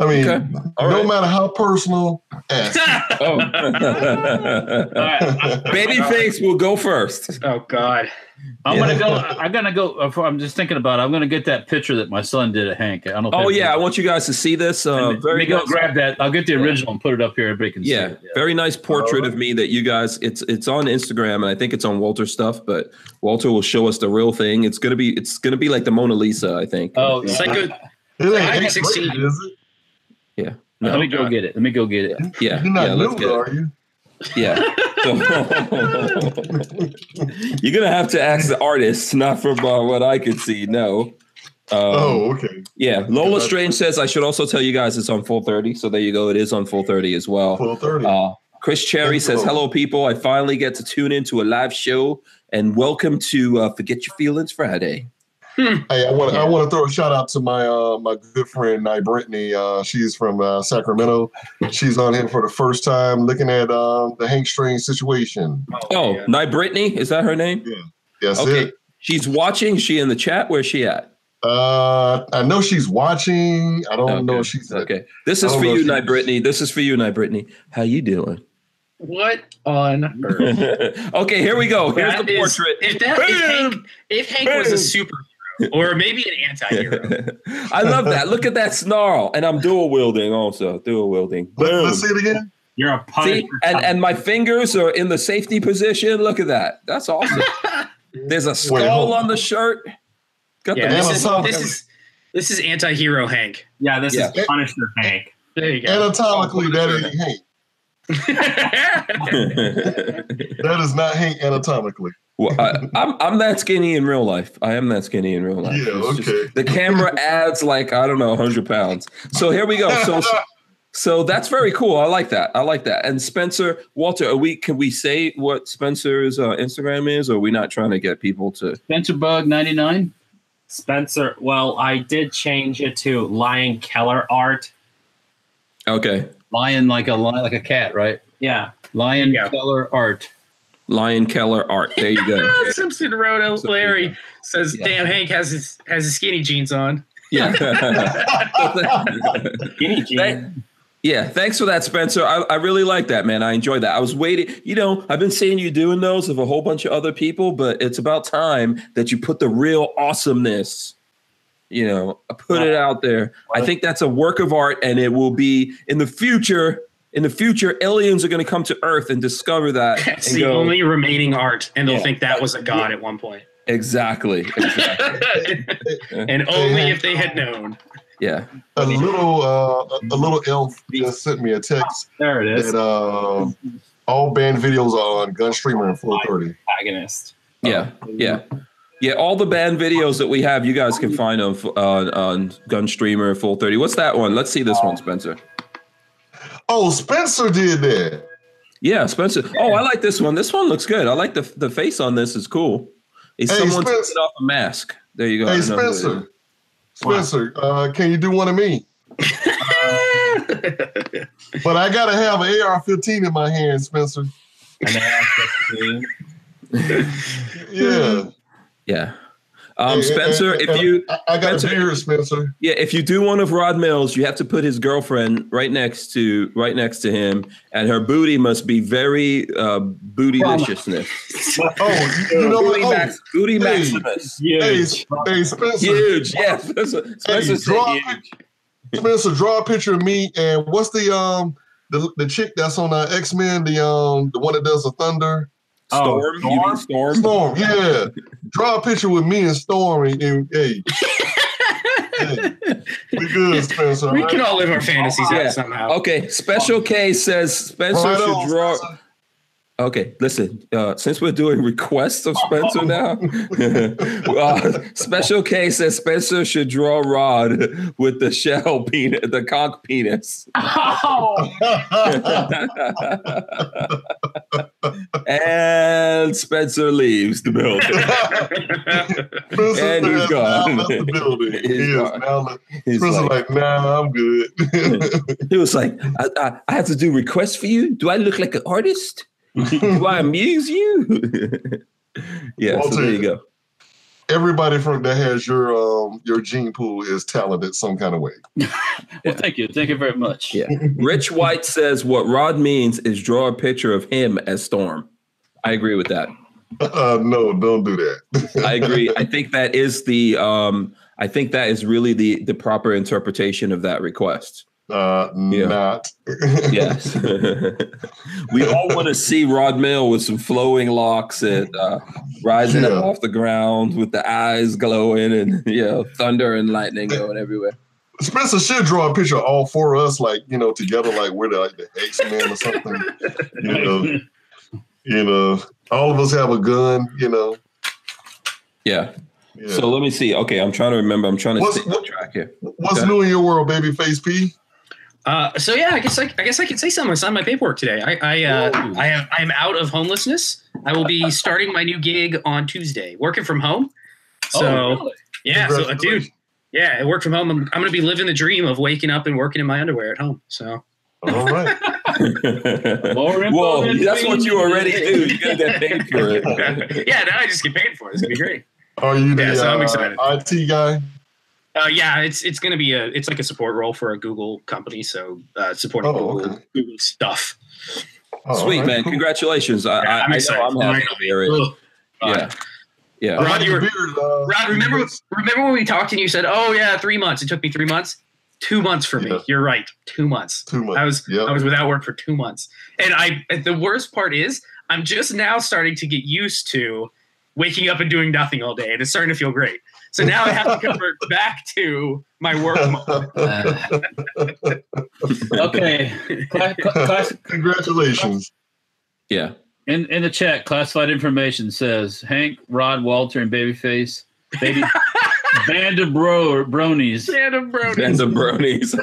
[SPEAKER 3] I mean,
[SPEAKER 1] Okay. All
[SPEAKER 3] no
[SPEAKER 1] right.
[SPEAKER 3] matter how personal, ask.
[SPEAKER 1] (laughs)
[SPEAKER 2] (laughs)
[SPEAKER 1] go.
[SPEAKER 2] All right.
[SPEAKER 1] (laughs) Babyface will go first.
[SPEAKER 4] (laughs) oh, God.
[SPEAKER 2] I'm
[SPEAKER 3] Yeah.
[SPEAKER 2] gonna go. I'm gonna go. uh, I'm just thinking about. It. I'm gonna get that picture that my son did at Hank. I don't. know if
[SPEAKER 1] Oh yeah, I
[SPEAKER 2] everybody-
[SPEAKER 1] want you guys to see this.
[SPEAKER 2] Let
[SPEAKER 1] Uh,
[SPEAKER 2] me-
[SPEAKER 1] very
[SPEAKER 2] let me go
[SPEAKER 1] nice-
[SPEAKER 2] grab that. I'll get the
[SPEAKER 1] Yeah.
[SPEAKER 2] original and put it up here. Everybody can
[SPEAKER 1] Yeah,
[SPEAKER 2] see it.
[SPEAKER 1] very nice portrait
[SPEAKER 3] Alright.
[SPEAKER 1] of me that you guys. It's it's on Instagram and I think it's on Walter's stuff, but Walter will show us the real thing. It's gonna be it's gonna be like the Mona Lisa, I think.
[SPEAKER 2] Oh,
[SPEAKER 1] yeah.
[SPEAKER 2] yeah.
[SPEAKER 4] Psycho,
[SPEAKER 3] It ain't
[SPEAKER 4] I got
[SPEAKER 3] eighth
[SPEAKER 4] 16.
[SPEAKER 3] grade, is it?
[SPEAKER 1] No.
[SPEAKER 2] Let me go get it. Let me go get it.
[SPEAKER 1] yeah,
[SPEAKER 3] You're not
[SPEAKER 1] let's
[SPEAKER 3] new,
[SPEAKER 1] get it. Um,
[SPEAKER 3] are you? (laughs)
[SPEAKER 1] yeah. So- you're gonna have to ask the artist, not from uh, what I could see. No. Um,
[SPEAKER 3] oh, okay.
[SPEAKER 1] yeah. Lola Strange says I should also tell you guys it's on full thirty. So there you go. It is on full thirty as well.
[SPEAKER 3] Twelve thirty.
[SPEAKER 1] Uh, Chris Cherry
[SPEAKER 3] Thank
[SPEAKER 1] says,
[SPEAKER 3] you.
[SPEAKER 1] "Hello, people! I finally get to tune into a live show, and welcome to uh, Forget Your Feelings Friday."
[SPEAKER 3] Hey, I want to
[SPEAKER 1] Yeah.
[SPEAKER 3] I want to throw a shout out to my uh, my good friend Nye Brittany. Uh, she's from uh, Sacramento. She's on here for the first time, looking at um, the Hank Strange situation.
[SPEAKER 1] Oh,
[SPEAKER 4] yeah.
[SPEAKER 1] Nye Brittany, is that her name?
[SPEAKER 3] That's
[SPEAKER 1] Okay,
[SPEAKER 3] it.
[SPEAKER 1] she's watching. She in the chat. Where's she at?
[SPEAKER 3] Uh, I know she's watching. I don't know if she's
[SPEAKER 1] Okay, this is
[SPEAKER 3] I don't
[SPEAKER 1] for
[SPEAKER 3] know
[SPEAKER 1] you,
[SPEAKER 3] if
[SPEAKER 1] Nye
[SPEAKER 3] she's-
[SPEAKER 1] Brittany. This is for you, Nye Brittany. How you doing? (laughs)
[SPEAKER 4] what on earth?
[SPEAKER 1] okay, here we go. Here's
[SPEAKER 4] That
[SPEAKER 1] the
[SPEAKER 4] is-
[SPEAKER 1] portrait.
[SPEAKER 4] If, that, if
[SPEAKER 1] Bam!
[SPEAKER 4] Hank, if Hank was a superhero or maybe an anti-hero,
[SPEAKER 1] (laughs) I love that. Look at that snarl, and I'm dual wielding also. Dual wielding.
[SPEAKER 3] Let,
[SPEAKER 1] Boom.
[SPEAKER 3] us see it again.
[SPEAKER 2] You're a
[SPEAKER 1] See, and, and my fingers are in the safety position. Look at that. That's
[SPEAKER 3] (laughs)
[SPEAKER 1] awesome. There's a
[SPEAKER 3] Wait,
[SPEAKER 1] skull
[SPEAKER 3] hold
[SPEAKER 1] on
[SPEAKER 3] on.
[SPEAKER 1] the shirt. Got
[SPEAKER 4] yeah,
[SPEAKER 1] the
[SPEAKER 4] this is,
[SPEAKER 3] Amazon-
[SPEAKER 4] this is this is anti-hero Hank.
[SPEAKER 5] Yeah, this
[SPEAKER 1] Yeah.
[SPEAKER 5] is Punisher Hank.
[SPEAKER 4] There you
[SPEAKER 1] (laughs)
[SPEAKER 4] go. (laughs)
[SPEAKER 3] Anatomically, that ain't Hank. That is not Hank anatomically.
[SPEAKER 1] (laughs) well, I, I'm I'm that skinny in real life. I am that skinny in real life.
[SPEAKER 3] Yeah,
[SPEAKER 1] It's just-
[SPEAKER 3] okay.
[SPEAKER 1] the
[SPEAKER 3] (laughs)
[SPEAKER 1] camera adds like I don't know 100 pounds. So here we go. Oh,
[SPEAKER 3] (laughs)
[SPEAKER 1] So so that's very cool. I like that. I like that. And Spencer Walter, are we can we say what Spencer's uh, Instagram is? Or are we not trying to get people to?
[SPEAKER 2] Spencer Bug ninety nine.
[SPEAKER 5] Spencer. Well, I did change it to Lion Keller Art.
[SPEAKER 1] Okay,
[SPEAKER 2] Lion like a lion like a cat, right?
[SPEAKER 5] Yeah.
[SPEAKER 2] Lion
[SPEAKER 4] Yeah.
[SPEAKER 2] color art.
[SPEAKER 1] Lion Keller art. There you go.
[SPEAKER 4] Simpson Road El
[SPEAKER 1] So-
[SPEAKER 4] Larry says,
[SPEAKER 1] Yeah.
[SPEAKER 4] "Damn, Hank has his has his skinny jeans on."
[SPEAKER 1] Yeah.
[SPEAKER 5] Guinea
[SPEAKER 1] Thank- yeah, thanks for that, Spencer. I, I really like that, man. I enjoyed that. I was waiting. You know, I've been seeing you doing those of a whole bunch of other people, but it's about time that you put the real awesomeness You know, I put it out there. I think that's a work of art, and it will be in the future. In the future, aliens are going to come to Earth and discover
[SPEAKER 4] (laughs)
[SPEAKER 1] that.
[SPEAKER 4] It's
[SPEAKER 1] and
[SPEAKER 4] the
[SPEAKER 1] go,
[SPEAKER 4] only remaining art, and they'll
[SPEAKER 1] Yeah.
[SPEAKER 4] think that was a god at one point.
[SPEAKER 1] exactly, exactly.
[SPEAKER 4] (laughs) and only if they had known.
[SPEAKER 1] yeah.
[SPEAKER 3] A little uh, a- a little elf just sent me a text
[SPEAKER 5] There it is.
[SPEAKER 3] that uh, all banned videos are on Gunstreamer and 430.
[SPEAKER 5] Protagonist.
[SPEAKER 1] Yeah,
[SPEAKER 3] Uh,
[SPEAKER 1] yeah, yeah. All the band videos that we have, you guys can find on on, on Gunstreamer Full Thirty. What's that one? Let's see this one, Spencer.
[SPEAKER 3] Oh, Spencer did that.
[SPEAKER 1] Yeah, Spencer. Oh, I like this one. This one looks good. I like the the face on this. is cool. It's
[SPEAKER 3] Hey,
[SPEAKER 1] someone
[SPEAKER 3] Spencer.
[SPEAKER 1] taking off a mask. There you go.
[SPEAKER 3] Hey,
[SPEAKER 1] I know who it is.
[SPEAKER 3] Spencer. Spencer, uh, can you do one
[SPEAKER 1] (laughs)
[SPEAKER 3] of me? But I gotta have an AR-15 in my hand, Spencer.
[SPEAKER 5] And then I'll just-
[SPEAKER 3] Yeah.
[SPEAKER 1] Yeah. Um,
[SPEAKER 3] Hey,
[SPEAKER 1] Spencer,
[SPEAKER 3] and-
[SPEAKER 1] if
[SPEAKER 3] and-
[SPEAKER 1] you
[SPEAKER 3] I, I got a
[SPEAKER 1] Spencer-
[SPEAKER 3] beard, Spencer.
[SPEAKER 1] yeah, if you do one of Rod Mills, you have to put his girlfriend right next to right next to him, and her booty must be very uh, bootylicious.
[SPEAKER 3] Oh, you, you know what?
[SPEAKER 1] Booty,
[SPEAKER 3] Oh,
[SPEAKER 1] max, booty
[SPEAKER 3] hey.
[SPEAKER 1] maximus.
[SPEAKER 3] hey,
[SPEAKER 5] Huge.
[SPEAKER 3] hey, Spencer.
[SPEAKER 1] Huge, yes. (laughs) Spencer, Spencer said
[SPEAKER 3] draw-
[SPEAKER 1] huge.
[SPEAKER 3] Spencer, draw a picture of me and what's the um the, the chick that's on uh, X Men, the um the one that does the thunder
[SPEAKER 5] Oh,
[SPEAKER 1] Storm, you mean Storm?
[SPEAKER 3] storm. Yeah, draw a picture with me and Storm and, and- hey. hey, we good, Spencer.
[SPEAKER 4] We
[SPEAKER 3] all
[SPEAKER 4] can
[SPEAKER 3] right?
[SPEAKER 4] all live our fantasies
[SPEAKER 1] Yeah. Oh,
[SPEAKER 4] out somehow.
[SPEAKER 1] Okay, Special K says Spencer
[SPEAKER 3] Right
[SPEAKER 1] should
[SPEAKER 3] on,
[SPEAKER 1] draw.
[SPEAKER 3] Spencer.
[SPEAKER 1] Okay, listen. Uh, since we're doing requests of
[SPEAKER 3] (laughs)
[SPEAKER 1] Spencer now, (laughs) uh, Special K says Spencer should draw Rod with the shell penis, the conch
[SPEAKER 3] (laughs)
[SPEAKER 1] penis, (laughs)
[SPEAKER 5] Oh,
[SPEAKER 1] and Spencer leaves the building.
[SPEAKER 3] Spencer
[SPEAKER 1] And
[SPEAKER 3] says,
[SPEAKER 1] he's gone.
[SPEAKER 3] "Nah, that's the building.
[SPEAKER 1] (laughs) He's
[SPEAKER 3] he is
[SPEAKER 1] gone.
[SPEAKER 3] now. left-
[SPEAKER 1] He's
[SPEAKER 3] Spencer's
[SPEAKER 1] like-
[SPEAKER 3] like, nah, I'm good. (laughs)
[SPEAKER 1] he was like, I, I, I have to do requests for you. Do I look like an artist? do I amuse you? (laughs) yeah, so
[SPEAKER 3] Walter,
[SPEAKER 1] there you go.
[SPEAKER 3] Everybody from that has your um your gene pool is talented some kind of way. (laughs)
[SPEAKER 2] Well, thank you. Thank you very much.
[SPEAKER 1] Yeah. Rich White says what Rod means is draw a picture of him as Storm. I agree with that.
[SPEAKER 3] Uh, no, don't do that.
[SPEAKER 1] I agree. I think that is the um I think that is really the the proper interpretation of that request.
[SPEAKER 3] Uh,
[SPEAKER 1] Yeah.
[SPEAKER 3] not. (laughs)
[SPEAKER 1] Yes. we all want to see Rod Mill with some flowing locks and uh, rising
[SPEAKER 3] Yeah.
[SPEAKER 1] up off the ground with the eyes glowing and (laughs) you know, thunder and lightning going everywhere.
[SPEAKER 3] Spencer should draw a picture of all four of us, like you know, together, like we're the, like the X Men or something. You know,
[SPEAKER 4] (laughs)
[SPEAKER 3] you know, all of us have a gun. You know.
[SPEAKER 1] Yeah.
[SPEAKER 3] Yeah.
[SPEAKER 1] So let me see. Okay, I'm trying to remember. I'm trying to
[SPEAKER 3] What's-
[SPEAKER 1] stay on track
[SPEAKER 3] (laughs)
[SPEAKER 1] here.
[SPEAKER 3] What's new in your world, babyface P?
[SPEAKER 4] Uh, so yeah, I guess I, I guess I can say something. I signed my paperwork today. I I, uh, I am I am out of homelessness. I
[SPEAKER 3] (laughs)
[SPEAKER 4] will be starting my new gig on Tuesday, working from home. So
[SPEAKER 2] oh, really?
[SPEAKER 4] yeah, so uh, dude,
[SPEAKER 3] Congratulations.
[SPEAKER 4] yeah, I work from home. I'm, I'm gonna be living the dream of waking up and working in my underwear at home.
[SPEAKER 3] (laughs)
[SPEAKER 4] So
[SPEAKER 3] All right.
[SPEAKER 2] More info
[SPEAKER 1] Whoa,
[SPEAKER 2] than
[SPEAKER 1] that's what you
[SPEAKER 2] me.
[SPEAKER 1] already do. You got that name for it.
[SPEAKER 4] yeah, now I just get paid for it. It's gonna be great.
[SPEAKER 3] Are you the
[SPEAKER 4] Yeah, so I'm
[SPEAKER 3] uh,
[SPEAKER 4] excited.
[SPEAKER 3] IT guy?
[SPEAKER 4] Uh, yeah, it's it's gonna be a it's like a support role for a Google company. So uh, supporting
[SPEAKER 3] Oh,
[SPEAKER 4] Google
[SPEAKER 3] okay.
[SPEAKER 4] Google stuff.
[SPEAKER 3] (laughs) Oh,
[SPEAKER 1] Sweet
[SPEAKER 3] all right,
[SPEAKER 1] man,
[SPEAKER 3] cool.
[SPEAKER 1] congratulations! I,
[SPEAKER 4] Yeah,
[SPEAKER 1] I,
[SPEAKER 4] I'm
[SPEAKER 1] I know
[SPEAKER 4] excited.
[SPEAKER 1] I'm happy to
[SPEAKER 4] Finally.
[SPEAKER 1] hear it.
[SPEAKER 4] Ugh.
[SPEAKER 1] Yeah,
[SPEAKER 3] I
[SPEAKER 1] yeah.
[SPEAKER 4] Right.
[SPEAKER 3] like
[SPEAKER 4] Rod, you
[SPEAKER 3] your
[SPEAKER 4] were-
[SPEAKER 3] beard, uh,
[SPEAKER 4] Rod, remember remember when we talked and you said, "Oh yeah, three months." It took me three months. Two months for me.
[SPEAKER 3] Yeah.
[SPEAKER 4] You're right. Two months.
[SPEAKER 3] Too much.
[SPEAKER 4] I was
[SPEAKER 3] Yep.
[SPEAKER 4] I was without work for two months, and I and the worst part is I'm just now starting to get used to waking up and doing nothing all day, and it's starting to feel great. So now I have to convert back to my work. mode.
[SPEAKER 2] Uh, (laughs) okay. Cla- cla- class-
[SPEAKER 3] Congratulations.
[SPEAKER 1] Yeah.
[SPEAKER 2] in, in the chat, classified information says Hank, Rod, Walter, and Babyface.
[SPEAKER 1] (laughs)
[SPEAKER 2] Baby, band of bro bronies.
[SPEAKER 4] Santa Brody.
[SPEAKER 1] And the bronies.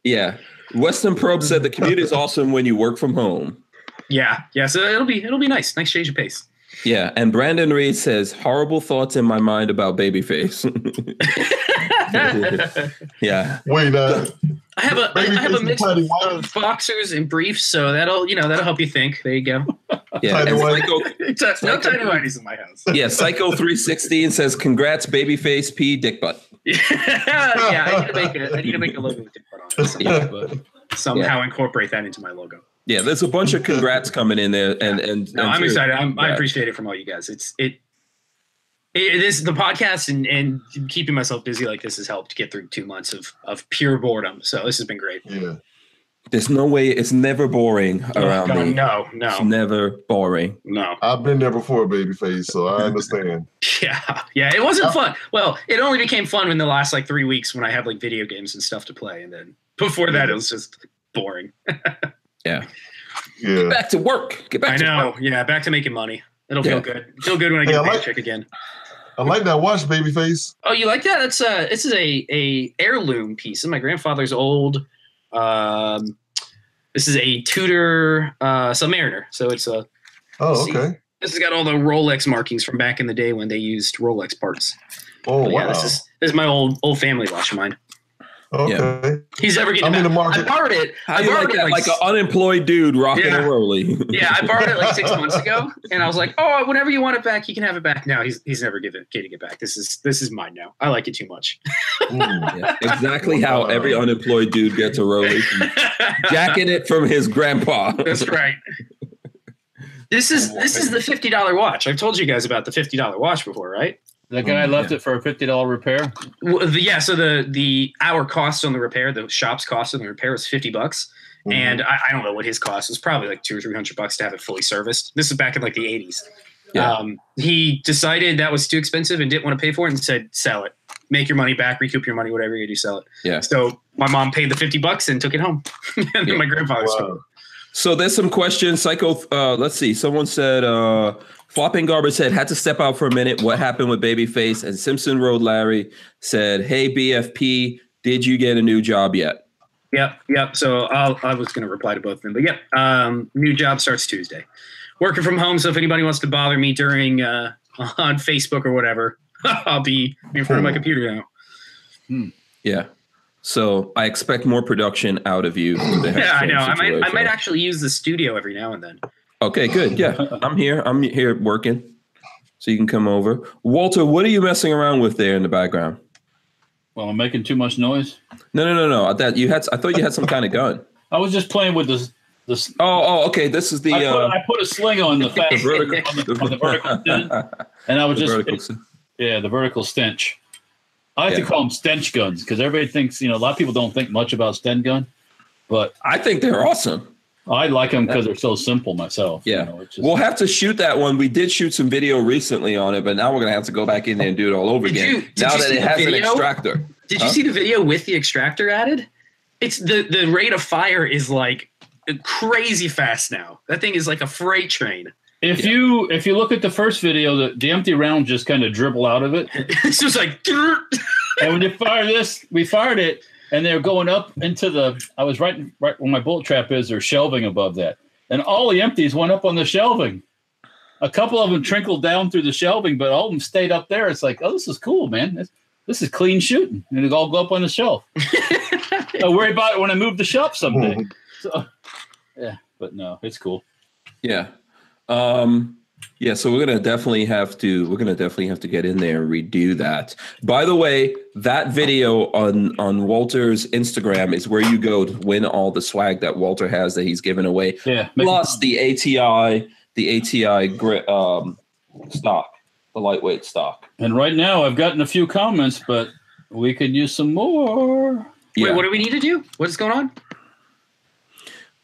[SPEAKER 3] (laughs)
[SPEAKER 1] (laughs) yeah. Western Probe said the commute is awesome when you work from home.
[SPEAKER 4] (laughs) yeah, yeah. So it'll be it'll be nice. Nice change of pace.
[SPEAKER 1] Yeah. And Brandon Reed says horrible thoughts in my mind about Babyface. (laughs)
[SPEAKER 4] I
[SPEAKER 1] yeah.
[SPEAKER 3] Wait, uh,
[SPEAKER 4] have a (laughs) I have
[SPEAKER 3] babyface
[SPEAKER 4] a
[SPEAKER 3] and
[SPEAKER 4] mix
[SPEAKER 3] Patty White
[SPEAKER 4] of boxers and briefs, so that'll you know that'll help you think. There you go.
[SPEAKER 1] Yeah. And
[SPEAKER 3] Tidy-whities.
[SPEAKER 1] Psycho,
[SPEAKER 4] It's a- no tiny whities in my house.
[SPEAKER 1] yeah. Psycho 316 says congrats, Babyface P. Dick butt.
[SPEAKER 4] (laughs) yeah, I need to make a I need to make a logo with Dick Butt on it
[SPEAKER 1] (laughs)
[SPEAKER 4] somehow,
[SPEAKER 2] But
[SPEAKER 4] somehow incorporate that into my logo.
[SPEAKER 1] Yeah. There's a bunch of congrats coming in there. And, and,
[SPEAKER 4] No,
[SPEAKER 1] and
[SPEAKER 4] I'm
[SPEAKER 1] cheers.
[SPEAKER 4] excited. I'm, I
[SPEAKER 1] Yeah.
[SPEAKER 4] appreciate it from all you guys. It's it it, it is the podcast and, and keeping myself busy like this has helped get through two months of, of pure boredom. So this has been great.
[SPEAKER 3] Yeah.
[SPEAKER 1] There's no way it's never boring around
[SPEAKER 4] God,
[SPEAKER 1] me.
[SPEAKER 4] Oh, no,
[SPEAKER 1] It's
[SPEAKER 4] no,
[SPEAKER 1] never boring.
[SPEAKER 4] no. (laughs)
[SPEAKER 3] I've been there before, babyface, so I understand.
[SPEAKER 4] Yeah, yeah. It
[SPEAKER 1] Oh.
[SPEAKER 4] wasn't fun. Well, it only became fun in the last like three weeks when I had like video games and stuff to play, and then before that it was just boring.
[SPEAKER 3] Yeah.
[SPEAKER 1] Back to work. Get back
[SPEAKER 4] I
[SPEAKER 1] to
[SPEAKER 4] know. Yeah, back to making money. It'll
[SPEAKER 1] Yeah.
[SPEAKER 4] feel good. Feel good when I
[SPEAKER 3] Hey,
[SPEAKER 4] get
[SPEAKER 3] I
[SPEAKER 4] a
[SPEAKER 3] like-
[SPEAKER 4] paycheck again.
[SPEAKER 3] I like that watch, babyface.
[SPEAKER 4] Oh, you like that? That's a this is a a heirloom piece. And my grandfather's old. Um, this is a Tudor uh, Submariner. So it's a
[SPEAKER 3] Oh,
[SPEAKER 4] See?
[SPEAKER 3] okay.
[SPEAKER 4] this has got all the Rolex markings from back in the day when they used Rolex parts.
[SPEAKER 3] Oh,
[SPEAKER 4] But
[SPEAKER 3] wow.
[SPEAKER 4] yeah, this is this is my old old family watch of mine.
[SPEAKER 3] okay.
[SPEAKER 4] He's ever getting
[SPEAKER 3] I'm in
[SPEAKER 4] back.
[SPEAKER 3] the
[SPEAKER 4] I
[SPEAKER 3] market.
[SPEAKER 4] borrowed it.
[SPEAKER 1] How
[SPEAKER 4] I
[SPEAKER 1] do you
[SPEAKER 4] borrowed
[SPEAKER 1] like
[SPEAKER 4] it
[SPEAKER 1] that? Like
[SPEAKER 4] like
[SPEAKER 1] an unemployed dude rocking
[SPEAKER 4] Yeah.
[SPEAKER 1] and rolling.
[SPEAKER 4] (laughs) yeah, I borrowed it like six months ago, and I was like, "Oh, whenever you want it back, you can have it back." Now he's he's never giving getting it back. This is this is mine now. I like it too much. (laughs)
[SPEAKER 3] Mm.
[SPEAKER 1] (laughs) Yeah, exactly how every unemployed dude gets a Rolex. Jacking it from his
[SPEAKER 4] (laughs)
[SPEAKER 1] grandpa.
[SPEAKER 4] That's right. This is this is the fifty dollar watch. I've told you guys about the fifty dollar watch before, right?
[SPEAKER 2] That guy
[SPEAKER 1] Mm,
[SPEAKER 2] left
[SPEAKER 1] yeah.
[SPEAKER 2] it for a fifty dollar repair.
[SPEAKER 4] Well, the, yeah. So the the our cost on the repair, the shop's cost on the repair was fifty bucks,
[SPEAKER 3] Mhm.
[SPEAKER 4] and I, I don't know what his cost was. Probably like two or three hundred bucks to have it fully serviced. This is back in like the eighties.
[SPEAKER 1] Yeah.
[SPEAKER 4] Um, he decided that was too expensive and didn't want to pay for it, and said, "Sell it. Make your money back. Recoup your money. Whatever you do, sell it."
[SPEAKER 1] Yeah.
[SPEAKER 4] So my mom paid the fifty bucks and took it home, (laughs) and then
[SPEAKER 1] Yeah.
[SPEAKER 4] my grandfather's.
[SPEAKER 3] Wow.
[SPEAKER 1] So there's some questions. Psycho. Uh, let's see. Someone said uh, flopping garbage said had to step out for a minute. What happened with Babyface and Simpson Road? Larry said, "Hey BFP, did you get a new job yet?"
[SPEAKER 4] Yep, yep. So I'll, I was going to reply to both of them, but yep. Um, new job starts Tuesday. Working from home, so if anybody wants to bother me during uh, (laughs) on Facebook or whatever, (laughs) I'll be in front of my computer
[SPEAKER 1] (laughs)
[SPEAKER 4] now.
[SPEAKER 1] Yeah. So I expect more production out of
[SPEAKER 4] (clears throat)
[SPEAKER 1] you. with the
[SPEAKER 4] Yeah, I
[SPEAKER 1] current
[SPEAKER 4] know. I might I
[SPEAKER 1] situation.
[SPEAKER 4] might actually use the studio every now and then.
[SPEAKER 1] Okay, good. Yeah, I'm here. I'm here working, so you can come over. Walter, what are you messing around with there in the background?
[SPEAKER 2] Well, I'm making too much noise.
[SPEAKER 1] No, no, no, no. That you had. I thought you had some kind of gun.
[SPEAKER 2] I was just playing with this. This
[SPEAKER 1] Oh, oh, okay. This is the.
[SPEAKER 2] I, put,
[SPEAKER 1] uh,
[SPEAKER 2] I put a sling on the
[SPEAKER 1] the
[SPEAKER 2] fast
[SPEAKER 1] vertical, (laughs)
[SPEAKER 2] on the, on the vertical stint, and I
[SPEAKER 1] the
[SPEAKER 2] was just
[SPEAKER 1] vertical-
[SPEAKER 2] yeah the vertical stench. I like
[SPEAKER 1] Yeah.
[SPEAKER 2] to call them stench guns because everybody thinks you know a lot of people don't think much about sten gun, but
[SPEAKER 1] I think they're awesome.
[SPEAKER 2] I like them because they're so simple myself.
[SPEAKER 1] Yeah.
[SPEAKER 2] you know, it's just-
[SPEAKER 1] We'll have to shoot that one. We did shoot some video recently on it, but now we're gonna have to go back in there and do it all over
[SPEAKER 4] Did
[SPEAKER 1] again.
[SPEAKER 4] you- did
[SPEAKER 1] now
[SPEAKER 4] you
[SPEAKER 1] that
[SPEAKER 4] see
[SPEAKER 1] it
[SPEAKER 4] the
[SPEAKER 1] has an
[SPEAKER 4] video?
[SPEAKER 1] extractor.
[SPEAKER 4] Did
[SPEAKER 1] Huh?
[SPEAKER 4] you see the video with the extractor added? It's the the rate of fire is like crazy fast now. That thing is like a freight train. (laughs)
[SPEAKER 2] if you if you look at the first video, the, the empty round just kind of dribble out of it,
[SPEAKER 4] it's just like
[SPEAKER 2] and when you fire this, we fired it, and they're going up into the. I was right, right where my bolt trap is. There's shelving above that, and all the empties went up on the shelving. A couple of them trickled down through the shelving, but all of them stayed up there. It's like, oh, this is cool, man. This, this is clean shooting, and it all go up on the shelf. I worry about it when I move the shop someday. So, yeah, but no, it's cool.
[SPEAKER 1] Yeah. Um, yeah, so we're gonna definitely have to we're gonna definitely have to get in there and redo that. By the way, that video on on Walter's Instagram is where you go to win all the swag that Walter has that he's given away,
[SPEAKER 2] Yeah, make-
[SPEAKER 1] plus the ATI the ATI gri- um, stock, the lightweight stock.
[SPEAKER 2] and right now I've gotten a few comments, but we could use some more.
[SPEAKER 1] Yeah.
[SPEAKER 4] Wait, what do we need to do? What is going on?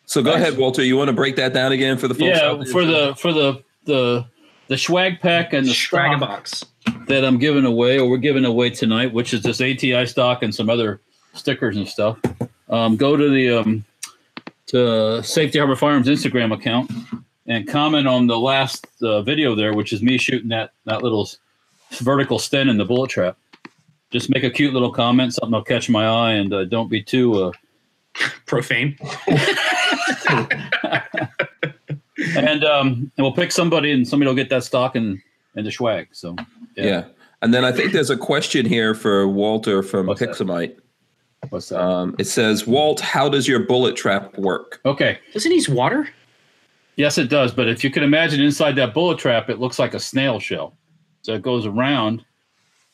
[SPEAKER 1] so go ahead, Walter. You want to break that down again for the folks?
[SPEAKER 2] yeah
[SPEAKER 1] out there?
[SPEAKER 2] for the for the the the swag pack and the
[SPEAKER 4] Dragon
[SPEAKER 2] stock
[SPEAKER 4] box.
[SPEAKER 2] that i'm giving away or we're giving away tonight which is this ati stock and some other stickers and stuff um, go to the um, to safety harbor firearms instagram account and comment on the last uh, video there which is me shooting that that little s- vertical stent in the bullet trap just make a cute little comment something that'll catch my eye and uh, don't be too uh,
[SPEAKER 4] Profane.
[SPEAKER 2] and um, and we'll pick somebody and somebody will get that stock and and the swag so
[SPEAKER 1] yeah. And then I think there's a question here for Walter from
[SPEAKER 2] What's that?
[SPEAKER 1] Pixamite.
[SPEAKER 2] what's that
[SPEAKER 1] Um, it says, Walt, how does your bullet trap work?
[SPEAKER 2] Okay.
[SPEAKER 4] Doesn't he use water?
[SPEAKER 2] Yes, it does. But if you can imagine inside that bullet trap, it looks like a snail shell. So it goes around,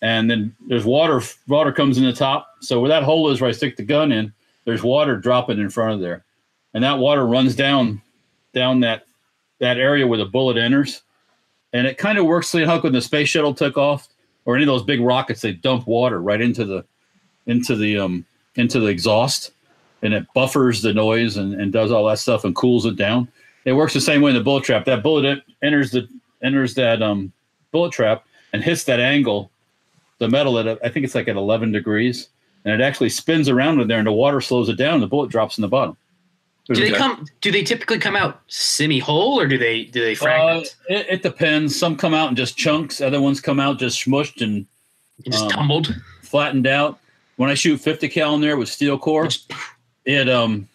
[SPEAKER 2] and then there's water. Water comes in the top. So where that hole is, where I stick the gun in, there's water dropping in front of there, and that water runs down, down that, that area where the bullet enters, and it kind of works like how when the space shuttle took off or any of those big rockets they dump water right into the into the um into the exhaust and it buffers the noise and, and does all that stuff and cools it down it works the same way in the bullet trap that bullet en- enters the enters that um bullet trap and hits that angle the metal at a- i think it's like at 11 degrees and it actually spins around in there and the water slows it down and the bullet drops in the bottom
[SPEAKER 4] Do they
[SPEAKER 1] Okay.
[SPEAKER 4] come? Do they typically come out semi-whole, or do they do they
[SPEAKER 2] Uh,
[SPEAKER 4] fragment
[SPEAKER 2] it, it depends. Some come out in just chunks. Other ones come out just smushed and
[SPEAKER 4] just
[SPEAKER 2] um,
[SPEAKER 4] tumbled?
[SPEAKER 2] flattened out. When I shoot 50 cal in there with steel core, it um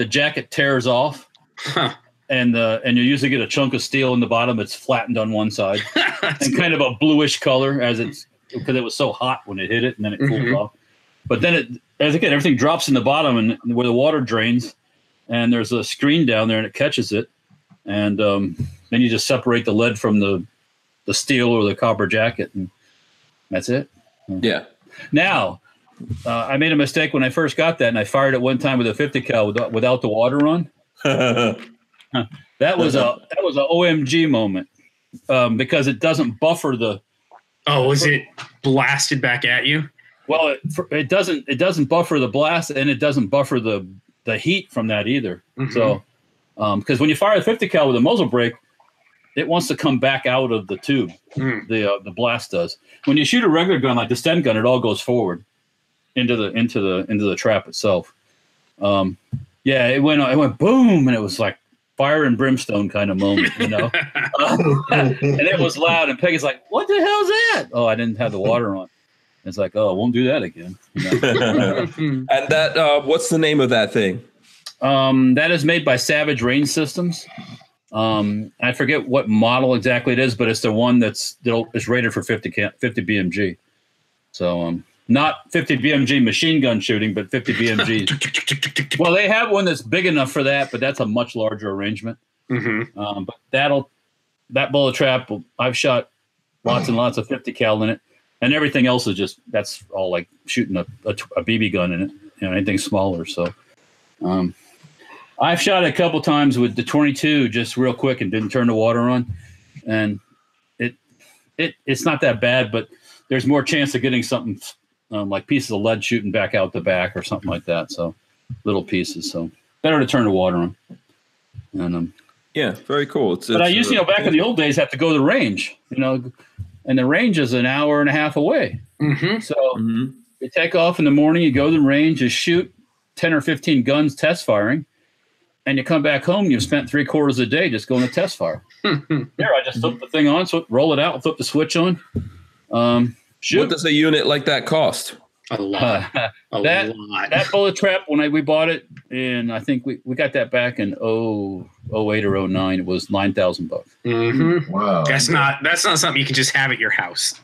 [SPEAKER 2] the jacket tears off,
[SPEAKER 4] Huh.
[SPEAKER 2] and uh, and you usually get a chunk of steel in the bottom. It's flattened on one side and kind of a bluish color as it's because it was so hot when it hit it, and then it cooled
[SPEAKER 4] Mhm.
[SPEAKER 2] off. But then it as again everything drops in the bottom and where the water drains, and there's a screen down there and it catches it, and um, then you just separate the lead from the the steel or the copper jacket, and that's it. (laughs)
[SPEAKER 1] Yeah.
[SPEAKER 2] Now, uh, I made a mistake when I first got that, and I fired it one time with a 50 cal without, without the water on. That was a that was a OMG moment um, because it doesn't buffer the
[SPEAKER 4] oh, was it blasted back at you?
[SPEAKER 2] well it, for- it doesn't it doesn't buffer the blast and it doesn't buffer the the heat from that either.
[SPEAKER 4] Mhm.
[SPEAKER 2] So because when you fire a 50 cal with a muzzle brake, it wants to come back out of the tube.
[SPEAKER 4] Mm.
[SPEAKER 2] The uh, the blast does. When you shoot a regular gun like the stem gun, it all goes forward into the into the into the trap itself. Um, yeah, it went it went boom, and it was like fire and brimstone kind of moment, you know. (laughs) and it was loud, and Peggy's like, "What the hell's that?" Oh, I didn't have the water on. It's like, oh, I won't do that again. you
[SPEAKER 1] and
[SPEAKER 4] Mhm.
[SPEAKER 1] that uh, what's the name of that thing?
[SPEAKER 2] know? um, that is made by Savage Range Systems. Um, I forget what model exactly it is, but it's the one that's that'll, it's rated for 50 ca- 50 BMG. So um, not 50 BMG machine gun shooting, but 50 BMG. well, they have one that's big enough for that, but that's a much larger arrangement.
[SPEAKER 4] Mhm.
[SPEAKER 2] Um, but that'll that bullet trap. will- I've shot lots and lots of 50 cal in it, and everything else is just that's all like shooting a, a, tw- a BB gun in it, you know, anything smaller. So, um, I've shot it a couple times with the 22 just real quick and didn't turn the water on, and it it it's not that bad, but there's more chance of getting something um, like pieces of lead shooting back out the back or something like that. So, little pieces. So better to turn the water on. And um,
[SPEAKER 1] Yeah, very cool. It's,
[SPEAKER 2] but I
[SPEAKER 1] it's,
[SPEAKER 2] used, you
[SPEAKER 1] uh,
[SPEAKER 2] know, back in the old days, have to go to the range, you know, and the range is an hour and a half away.
[SPEAKER 4] Mhm.
[SPEAKER 2] So
[SPEAKER 1] Mhm.
[SPEAKER 2] you take off in the morning, you go to the range, you shoot 10 or 15 guns test firing, and you come back home, you've spent three quarters of the day just going to test fire.
[SPEAKER 4] Mhm.
[SPEAKER 2] Here, I just flip the thing on, so roll it out, flip the switch on. Um,
[SPEAKER 1] What
[SPEAKER 2] shoot. (laughs)
[SPEAKER 1] does a unit like that cost?
[SPEAKER 4] a lot.
[SPEAKER 2] Uh,
[SPEAKER 4] A
[SPEAKER 2] That-
[SPEAKER 4] lot.
[SPEAKER 2] that bullet trap when I, we bought it and i think we, we got that back in oh oh eight or 09 it was 9000 bucks
[SPEAKER 3] (laughs)
[SPEAKER 4] Mhm.
[SPEAKER 3] wow.
[SPEAKER 4] That's not that's not something you can just have at your house.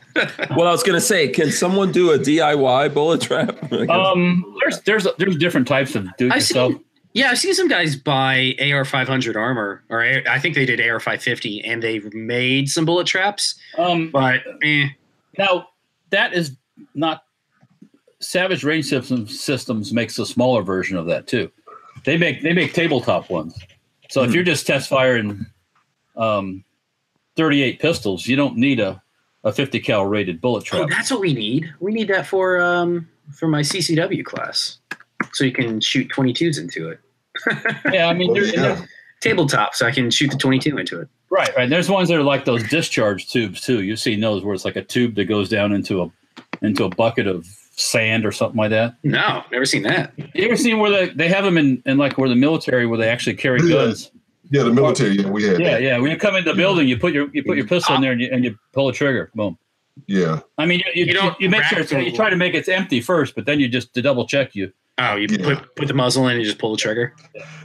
[SPEAKER 1] Well, I was gonna say, can someone do a DIY bullet trap? (laughs)
[SPEAKER 2] um there's there's there's different types of do it
[SPEAKER 4] I've
[SPEAKER 2] yourself
[SPEAKER 4] seen- Yeah, I've seen some guys buy AR 500 armor, or A- I think they did AR 550, and they made some bullet traps.
[SPEAKER 2] um
[SPEAKER 4] But eh,
[SPEAKER 2] Now that is not Savage Range Systems systems makes a smaller version of that too. They make they make tabletop ones. So if
[SPEAKER 1] Mhm.
[SPEAKER 2] you're just test firing um, 38 pistols, you don't need a, a 50 cal rated bullet
[SPEAKER 4] oh, (laughs)
[SPEAKER 2] trap.
[SPEAKER 4] that's what we need. We need that for um for my CCW class, so you can shoot 22s into it.
[SPEAKER 2] yeah, I mean,
[SPEAKER 3] Well,
[SPEAKER 2] there-
[SPEAKER 3] yeah.
[SPEAKER 4] Tabletop, so I can shoot the 22 into it.
[SPEAKER 2] right, right. There's ones that are like those discharge tubes too. You've seen those where it's like a tube that goes down into a into a bucket of sand or something like that.
[SPEAKER 4] No, never seen that.
[SPEAKER 2] You ever seen where they, they have them in, in like where the military where they actually carry
[SPEAKER 3] Yeah.
[SPEAKER 2] guns?
[SPEAKER 3] Yeah, the military. Yeah, we had
[SPEAKER 2] Yeah,
[SPEAKER 3] that.
[SPEAKER 2] yeah. When you come into the building, you put your you put your pistol in
[SPEAKER 4] Ah.
[SPEAKER 2] there and you, and you pull the trigger. Boom.
[SPEAKER 3] Yeah.
[SPEAKER 2] I mean, you, you,
[SPEAKER 4] You don't
[SPEAKER 2] you make sure it's,
[SPEAKER 4] rack
[SPEAKER 2] you try to make it empty first, but then you just to double check you.
[SPEAKER 4] Oh, you
[SPEAKER 3] Yeah.
[SPEAKER 4] put put the muzzle in and just pull the trigger.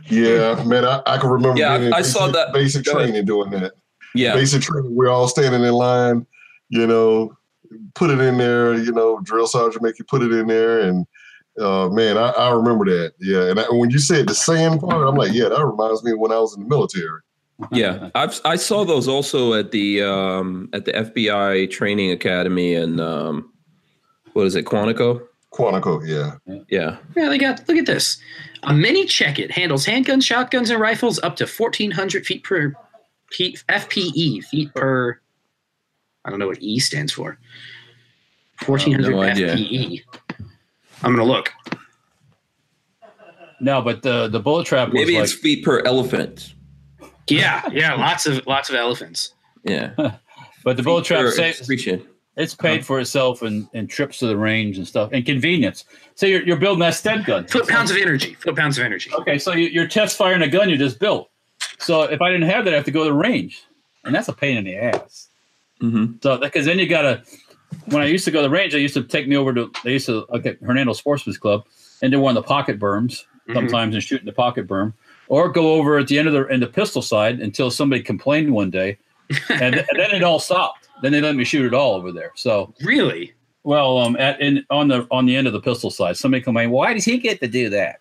[SPEAKER 3] Yeah, man, I, I can remember
[SPEAKER 1] Yeah,
[SPEAKER 3] being in
[SPEAKER 1] I- I saw
[SPEAKER 3] basic-
[SPEAKER 1] that.
[SPEAKER 3] basic
[SPEAKER 1] Go ahead.
[SPEAKER 3] training doing that.
[SPEAKER 1] yeah,
[SPEAKER 3] Basic training, we're all standing in line, you know, put it in there, you know, drill sergeant make you put it in there. And uh, man, I, I remember that. Yeah. And I, when you said the sand part, I'm like, yeah, that reminds me of when I was in the military.
[SPEAKER 1] yeah. I've I saw those also at the um, at the FBI training academy in um, what is it, Quantico?
[SPEAKER 3] Quantico, yeah.
[SPEAKER 1] Yeah,
[SPEAKER 4] Yeah, they got. Look at this. A mini check it handles handguns, shotguns, and rifles up to 1,400 feet per P- FPE, feet per. I don't know what E stands for. Fourteen hundred
[SPEAKER 1] no idea.
[SPEAKER 4] FPE. I'm gonna look.
[SPEAKER 2] (laughs) No, but the the bullet trap was
[SPEAKER 1] Maybe
[SPEAKER 2] like
[SPEAKER 1] it's feet per elephant.
[SPEAKER 4] Yeah, yeah, lots of lots of elephants.
[SPEAKER 1] Yeah.
[SPEAKER 2] but the bullet trap
[SPEAKER 1] Per
[SPEAKER 2] saves
[SPEAKER 1] excretion.
[SPEAKER 2] it's paid for itself in, in trips to the range and stuff and convenience. So you're you're building that stead gun.
[SPEAKER 4] Foot pounds of energy. Foot pounds of energy.
[SPEAKER 2] Okay, so you, you're test firing a gun you just built. So if I didn't have that, I have to go to the range, and that's a pain in the ass.
[SPEAKER 1] Mm-hmm.
[SPEAKER 2] So because then you gotta. When I used to go to the range, they used to take me over to they used to okay Hernando Sportsman's Club, and they were on the pocket berms
[SPEAKER 4] Mhm.
[SPEAKER 2] sometimes and shoot in the pocket berm, or go over at the end of the in the pistol side until somebody complained one
[SPEAKER 4] (laughs)
[SPEAKER 2] day, and, th- and then it all stopped. Then they let me shoot it all over there. So
[SPEAKER 4] Really?
[SPEAKER 2] well, um, at in on the on the end of the pistol side, somebody complained, "Why does he get to do that?"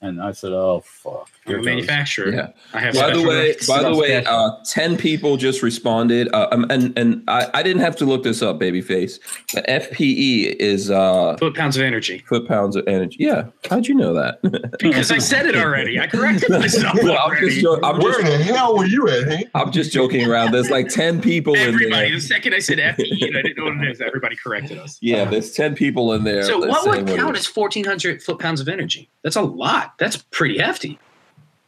[SPEAKER 2] And I said, "Oh fuck, here
[SPEAKER 4] You're a
[SPEAKER 2] goes."
[SPEAKER 4] manufacturer.
[SPEAKER 1] Yeah.
[SPEAKER 4] I have
[SPEAKER 1] By the
[SPEAKER 4] special
[SPEAKER 1] way,
[SPEAKER 4] rights.
[SPEAKER 1] by the way,
[SPEAKER 2] Special.
[SPEAKER 1] uh, ten people just responded, uh, um, and and I, I didn't have to look this up, babyface. The FPE is uh,
[SPEAKER 4] foot pounds of energy.
[SPEAKER 1] foot pounds of energy. Yeah, how'd you know that? (laughs)
[SPEAKER 4] Because I said it already. I corrected myself
[SPEAKER 1] Well, I'm
[SPEAKER 4] already.
[SPEAKER 1] just, jo- I'm
[SPEAKER 3] Where
[SPEAKER 1] just,
[SPEAKER 3] the hell were you at, Hank?
[SPEAKER 1] I'm just joking around. There's like ten people
[SPEAKER 4] Everybody,
[SPEAKER 1] in
[SPEAKER 4] the
[SPEAKER 1] there.
[SPEAKER 4] second I said FPE, and I didn't know what it is. Everybody corrected us.
[SPEAKER 1] Yeah, there's ten people in there.
[SPEAKER 4] Uh-huh. So
[SPEAKER 1] that
[SPEAKER 4] what
[SPEAKER 1] say
[SPEAKER 4] would
[SPEAKER 1] it
[SPEAKER 4] count
[SPEAKER 1] is.
[SPEAKER 4] as fourteen hundred foot pounds of energy? That's a lot. That's pretty hefty.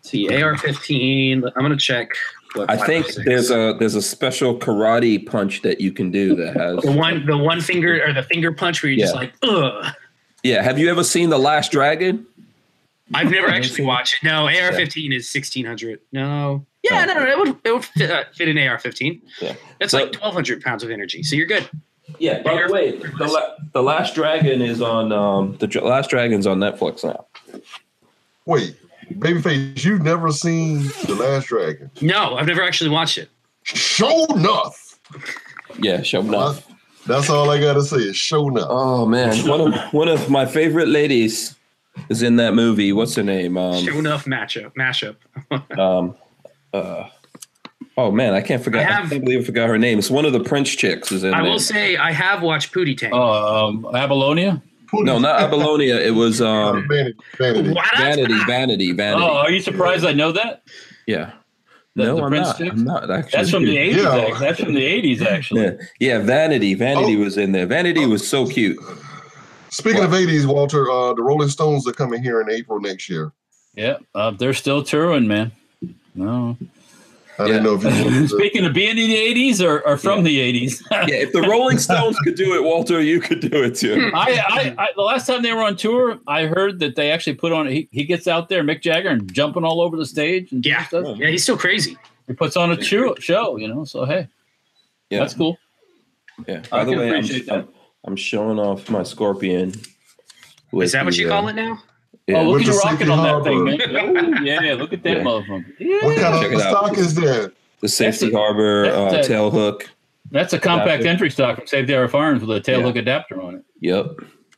[SPEAKER 4] See AR fifteen. I'm gonna check. What,
[SPEAKER 1] I think
[SPEAKER 4] 5.6.
[SPEAKER 1] there's a there's a special karate punch that you can do that has
[SPEAKER 4] the one the one finger or the finger punch where you're just
[SPEAKER 1] Yeah.
[SPEAKER 4] like ugh.
[SPEAKER 1] Yeah, have you ever seen The Last Dragon?
[SPEAKER 4] I've never
[SPEAKER 1] Haven't
[SPEAKER 4] actually
[SPEAKER 1] seen it.
[SPEAKER 4] watched it. No, AR fifteen is sixteen hundred. No. Yeah,
[SPEAKER 1] Oh.
[SPEAKER 4] no, no, it would it would fit, uh, fit in AR fifteen.
[SPEAKER 1] Yeah.
[SPEAKER 4] That's
[SPEAKER 1] But-
[SPEAKER 4] like twelve hundred pounds of energy. So you're good.
[SPEAKER 1] Yeah. By the way, the, La- the Last Dragon is on um the Dr- Last Dragon's on Netflix now.
[SPEAKER 3] Wait, babyface, you've never seen The Last Dragon?
[SPEAKER 4] No, I've never actually watched it.
[SPEAKER 3] Show enough.
[SPEAKER 1] Yeah, show enough.
[SPEAKER 3] That's all I gotta say. Is show enough.
[SPEAKER 1] Oh (laughs) man, one of one of my favorite ladies is in that movie. What's her name?
[SPEAKER 4] Show
[SPEAKER 1] Um,
[SPEAKER 4] enough matchup mashup.
[SPEAKER 1] um uh, oh man, I can't forget.
[SPEAKER 4] I
[SPEAKER 1] I,
[SPEAKER 4] have-
[SPEAKER 1] can't believe I forgot her name. It's one of the Prince chicks is in
[SPEAKER 4] I
[SPEAKER 1] there.
[SPEAKER 4] will say I have watched Pootie Tang.
[SPEAKER 2] Oh, um, Abalonia.
[SPEAKER 1] no,
[SPEAKER 4] (laughs)
[SPEAKER 1] not Apollonia. It was um
[SPEAKER 3] vanity, vanity.
[SPEAKER 4] What?
[SPEAKER 1] Vanity, Vanity, Vanity.
[SPEAKER 2] Oh, are you surprised I know that?
[SPEAKER 1] Yeah.
[SPEAKER 2] The-
[SPEAKER 1] no,
[SPEAKER 2] the
[SPEAKER 1] I'm,
[SPEAKER 2] Prince
[SPEAKER 1] not.
[SPEAKER 2] chicks?
[SPEAKER 1] I'm not. Actually. (laughs)
[SPEAKER 2] That's from the eighties.
[SPEAKER 3] Yeah.
[SPEAKER 2] That's from the eighties, actually.
[SPEAKER 1] Yeah, yeah Vanity. Vanity
[SPEAKER 4] Oh.
[SPEAKER 1] was in there. Vanity was so
[SPEAKER 2] (laughs)
[SPEAKER 1] cute.
[SPEAKER 3] Speaking of 80s, Walter, uh, the Rolling Stones are coming here in April next year.
[SPEAKER 2] Yeah, uh, they're still touring, man. No. (laughs)
[SPEAKER 3] I didn't know if you wanted to.
[SPEAKER 2] Speaking of being in the eighties or, or from the eighties, I,
[SPEAKER 1] Yeah, if the Rolling Stones could do it, Walter, you could do it
[SPEAKER 4] Hmm.
[SPEAKER 1] too.
[SPEAKER 2] I, I the last time they were on tour, I heard that they actually put on. He, he gets out there, Mick Jagger, and jumping all over the stage and
[SPEAKER 4] Yeah.
[SPEAKER 2] stuff.
[SPEAKER 4] Yeah, he's still crazy.
[SPEAKER 2] He puts on a show, show, you know. So hey,
[SPEAKER 1] Yeah.
[SPEAKER 2] that's cool.
[SPEAKER 1] Yeah.
[SPEAKER 2] I
[SPEAKER 1] By the
[SPEAKER 2] can
[SPEAKER 1] way, I'm,
[SPEAKER 2] appreciate
[SPEAKER 1] I'm, I'm showing off my scorpion. uh,
[SPEAKER 4] Is that what you call it now?
[SPEAKER 1] Yeah.
[SPEAKER 2] Oh, look
[SPEAKER 3] With
[SPEAKER 2] at
[SPEAKER 3] the
[SPEAKER 2] you rocking on that thing,
[SPEAKER 3] safety
[SPEAKER 2] man. Ooh, yeah, look at that
[SPEAKER 1] Yeah.
[SPEAKER 2] motherfucker. Yeah.
[SPEAKER 3] What kind
[SPEAKER 1] Check
[SPEAKER 3] of
[SPEAKER 1] it out.
[SPEAKER 3] stock is that?
[SPEAKER 1] The Safety
[SPEAKER 2] That's a-
[SPEAKER 1] Harbor
[SPEAKER 2] that's
[SPEAKER 1] uh,
[SPEAKER 2] a-
[SPEAKER 1] tail hook.
[SPEAKER 2] That's a compact
[SPEAKER 1] Adapter.
[SPEAKER 2] entry stock from Saved Arrow Farms with a tail
[SPEAKER 1] Yeah.
[SPEAKER 2] hook adapter on it.
[SPEAKER 1] Yep.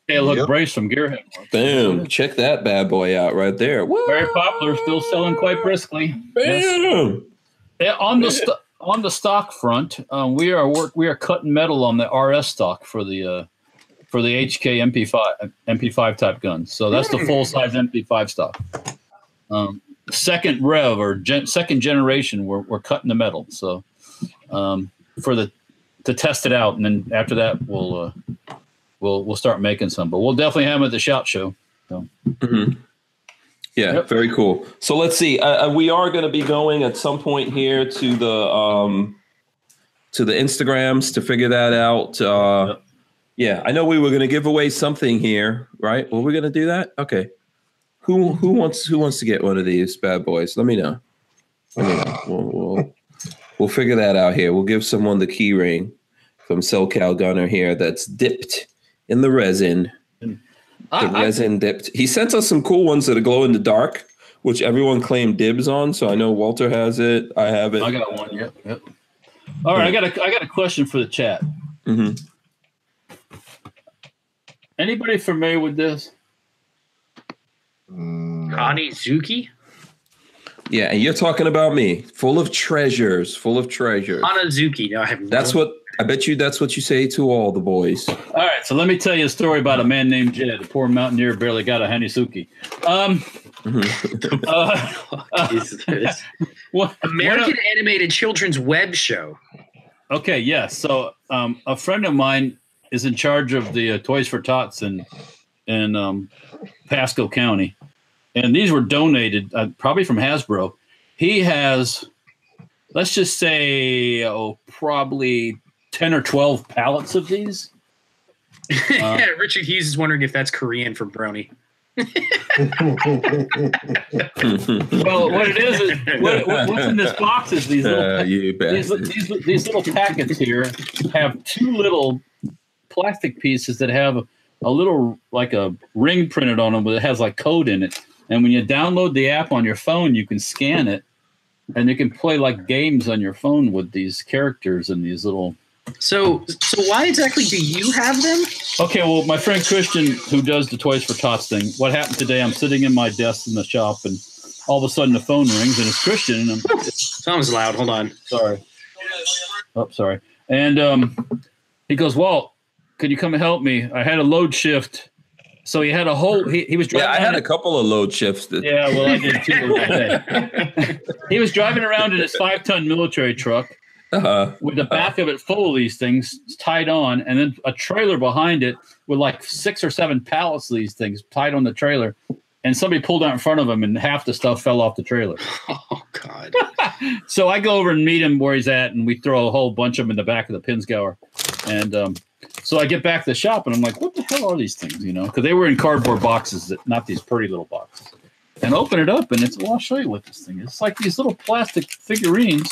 [SPEAKER 2] Tail hook
[SPEAKER 3] Yep.
[SPEAKER 2] brace from Gearhead.
[SPEAKER 1] Boom. Check that bad boy out right there. Woo!
[SPEAKER 2] Very popular, still selling quite briskly. Yes.
[SPEAKER 1] Bam!
[SPEAKER 2] Yeah, on the st- on the stock front, um, we are work we are cutting metal on the RS stock for the uh, for the HK MP5 MP5 type guns. So that's the full size MP5 stock. Um, second rev or gen- second generation, we're, we're cutting the metal. So um, for the to test it out, and then after that we'll uh, we'll we'll start making some. But we'll definitely have them at the shout show.
[SPEAKER 1] Mhm. Yeah,
[SPEAKER 2] Yep.
[SPEAKER 1] very cool. So let's see. Uh, uh, we are going to be going at some point here to the um, to the Instagrams to figure that out. Uh,
[SPEAKER 2] Yep.
[SPEAKER 1] Yeah, I know we were going to give away something here, right? Were we going to do that? Okay. Who who wants who wants to get one of these bad boys? Let me know. Let me know. We'll, we'll, we'll figure that out here. We'll give someone the key ring from SoCal Gunner here that's dipped in the resin
[SPEAKER 2] I-
[SPEAKER 1] the
[SPEAKER 2] I-
[SPEAKER 1] resin dipped. He sent us some cool ones that are glow in the dark, which everyone claimed dibs on. So I know Walter has it. I have it.
[SPEAKER 2] I got one. Yep. Yep. All right, I got a I got a question for the chat.
[SPEAKER 1] Mhm.
[SPEAKER 2] Anybody familiar with this?
[SPEAKER 3] Mm,
[SPEAKER 4] Connie Zuki?
[SPEAKER 1] Yeah, and you're talking about me, full of treasures, full of treasures.
[SPEAKER 4] Hanazuki. No, I have no
[SPEAKER 1] That's what I bet you. That's what you say to all the boys.
[SPEAKER 2] All right, so let me tell you a story about a man named Jed, a poor mountaineer, barely got a Hanisuki. Um, Uh, (laughs)
[SPEAKER 4] Is
[SPEAKER 1] (laughs)
[SPEAKER 4] this-
[SPEAKER 2] what,
[SPEAKER 4] American animated children's web show.
[SPEAKER 2] Okay, yeah. So um, a friend of mine is in charge of the uh, Toys for Tots in in um, Pasco County, and these were donated uh, probably from Hasbro. He has, let's just say, oh, probably ten or twelve pallets of these.
[SPEAKER 1] Uh.
[SPEAKER 4] (laughs) yeah, Richard Hughes is wondering if that's Korean for brony.
[SPEAKER 1] Mm-hmm. (laughs)
[SPEAKER 2] Well, what it is is what, what- what's in this box is these little
[SPEAKER 1] uh, you
[SPEAKER 2] these,
[SPEAKER 1] bastard.
[SPEAKER 2] these, these little packets here have two little plastic pieces that have a little like a ring printed on them but it has like code in it and when you download the app on your phone you can scan it and you can play like games on your phone with these characters and these little
[SPEAKER 4] So, so why exactly do you have them?
[SPEAKER 2] Okay, well, my friend Christian, who does the Toys for Tots thing, what happened today? I'm sitting in my desk in the shop, and all of a sudden the phone rings, and it's Christian, and I'm
[SPEAKER 4] Sounds loud. Hold on. (laughs)
[SPEAKER 2] sorry. Oh, sorry. And um, he goes, Walt, could you come and help me? I had a load shift. So he had a whole, he, he was driving.
[SPEAKER 1] Yeah, I had a
[SPEAKER 2] around-
[SPEAKER 1] couple of load shifts. That,
[SPEAKER 2] Yeah, well, I did too. the
[SPEAKER 1] (laughs)
[SPEAKER 2] right day. he was driving around in his five ton military truck
[SPEAKER 1] uh,
[SPEAKER 2] with the back of it full of these things tied on, and then a trailer behind it with like six or seven pallets of these things tied on the trailer. And somebody pulled out in front of him, and half the stuff fell off the trailer.
[SPEAKER 4] Oh God.
[SPEAKER 2] So I go over and meet him where he's at, and we throw a whole bunch of them in the back of the Pinsgower. And um, so I get back to the shop, and I'm like, "What the hell are these things?" You know, because they were in cardboard boxes, that, not these pretty little boxes. And open it up, and it's well, I'll show you what this thing is. It's like these little plastic figurines,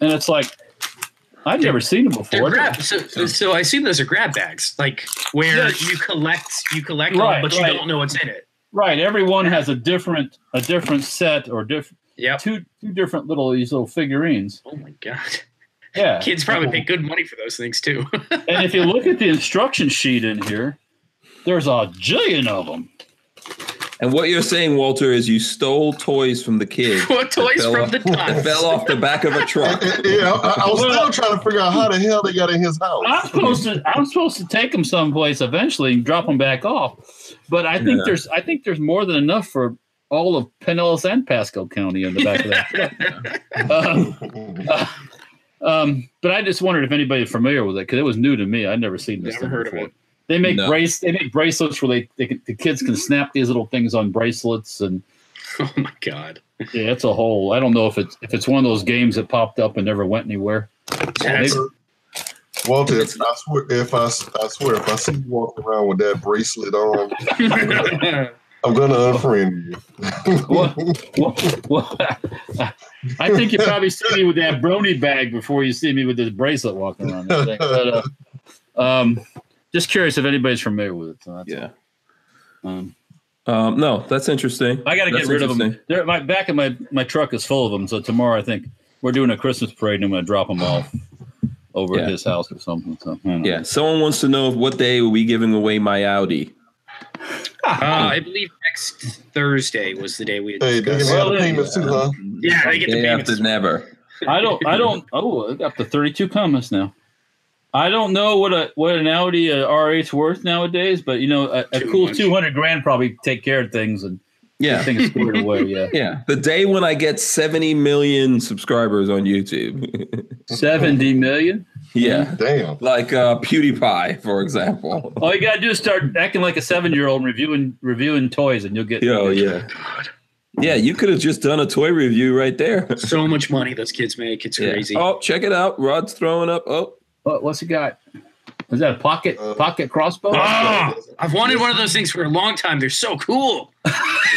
[SPEAKER 2] and it's like I've never seen them
[SPEAKER 4] They're
[SPEAKER 2] before.
[SPEAKER 4] grab. So, so I see those are grab bags, like where
[SPEAKER 2] Yeah.
[SPEAKER 4] you collect, you collect, them,
[SPEAKER 2] Right,
[SPEAKER 4] but you
[SPEAKER 2] right.
[SPEAKER 4] don't know what's in it.
[SPEAKER 2] Right, everyone has a different a different set or diff,
[SPEAKER 4] Yep.
[SPEAKER 2] two two different little these little figurines.
[SPEAKER 4] Oh my God.
[SPEAKER 2] Yeah,
[SPEAKER 4] Kids probably pay good money for those things too. (laughs)
[SPEAKER 2] and if you look at the instruction sheet in here, there's a jillion of them.
[SPEAKER 1] and what you're saying, Walter, is you stole toys from the kids.
[SPEAKER 2] (laughs)
[SPEAKER 4] what toys
[SPEAKER 1] fell (laughs)
[SPEAKER 4] from
[SPEAKER 1] off-
[SPEAKER 4] the
[SPEAKER 1] that
[SPEAKER 4] tots?
[SPEAKER 1] fell off the back of a
[SPEAKER 3] (laughs)
[SPEAKER 1] truck.
[SPEAKER 3] yeah, I, I was still trying to figure out how the hell they got in his house.
[SPEAKER 2] I'm supposed to I'm supposed to take them someplace eventually and drop them back off. But I think
[SPEAKER 1] Yeah.
[SPEAKER 2] there's I think there's more than enough for all of Pinellas and Pasco County in the back of
[SPEAKER 1] (laughs)
[SPEAKER 2] that. um, um, but I just wondered if anybody was familiar with it because it was new to me. I'd never seen this.
[SPEAKER 4] Never
[SPEAKER 2] thing
[SPEAKER 4] heard of
[SPEAKER 2] before.
[SPEAKER 4] it.
[SPEAKER 2] They make
[SPEAKER 1] No. Mm-hmm.
[SPEAKER 2] brace. They make bracelets where they, they can, the kids can snap these little things on bracelets, and
[SPEAKER 4] Oh my God.
[SPEAKER 2] yeah, it's a whole. I don't know if it's if it's one of those games that popped up and never went anywhere.
[SPEAKER 4] That's-
[SPEAKER 3] Walter, if I swear, if I, I swear, if I see you walking around with that bracelet on, I'm gonna unfriend you. (laughs)
[SPEAKER 1] (laughs)
[SPEAKER 2] Well, well, well, I think you probably see me with that brony bag before you see me with this bracelet walking around. That thing. But, uh, um, just curious if anybody's familiar with it. So that's-
[SPEAKER 1] Yeah.
[SPEAKER 2] um,
[SPEAKER 1] Um, no, that's interesting.
[SPEAKER 2] I got to get
[SPEAKER 1] That's
[SPEAKER 2] rid of them.
[SPEAKER 1] interesting.
[SPEAKER 2] They're, my back of my my truck is full of them. So tomorrow, I think we're doing a Christmas parade, and I'm going to drop them off over
[SPEAKER 1] Yeah.
[SPEAKER 2] at his house or something. So you know.
[SPEAKER 1] Yeah, someone wants to know what day are we giving away my Audi?
[SPEAKER 4] (laughs)
[SPEAKER 1] (laughs)
[SPEAKER 4] Uh, I believe next Thursday was the day we had
[SPEAKER 3] Hey, they can
[SPEAKER 4] discussed.
[SPEAKER 3] have
[SPEAKER 2] Well,
[SPEAKER 3] the payments too, huh?
[SPEAKER 4] Yeah, they get the
[SPEAKER 1] Day
[SPEAKER 4] payments.
[SPEAKER 1] after never.
[SPEAKER 2] I don't. I don't. Oh, up to thirty-two comments now. I don't know what a what an Audi uh, R8's worth nowadays, but you know, a, a
[SPEAKER 4] Too
[SPEAKER 2] cool
[SPEAKER 4] much.
[SPEAKER 2] two hundred grand probably take care of things and
[SPEAKER 1] Yeah.
[SPEAKER 2] things squared
[SPEAKER 1] (laughs)
[SPEAKER 2] away. Yeah,
[SPEAKER 1] Yeah. The day when I get 70 million subscribers on YouTube. (laughs)
[SPEAKER 2] seventy million.
[SPEAKER 1] yeah.
[SPEAKER 4] Mm-hmm.
[SPEAKER 3] Damn.
[SPEAKER 1] Like uh, PewDiePie, for
[SPEAKER 4] (laughs)
[SPEAKER 1] example.
[SPEAKER 2] All you gotta do is start acting like a seven-year-old and reviewing reviewing toys, and you'll get.
[SPEAKER 1] Yo,
[SPEAKER 4] Oh
[SPEAKER 1] yeah. Yeah, you could have just done a toy review right there.
[SPEAKER 4] So much money those kids make. It's
[SPEAKER 1] Yeah.
[SPEAKER 4] crazy.
[SPEAKER 1] Oh, check it out. Rod's throwing up. Oh,
[SPEAKER 2] What, what's he got? Is that a pocket
[SPEAKER 3] Uh,
[SPEAKER 2] pocket crossbow?
[SPEAKER 4] Ah, I've wanted one of those things for a long time. They're so cool.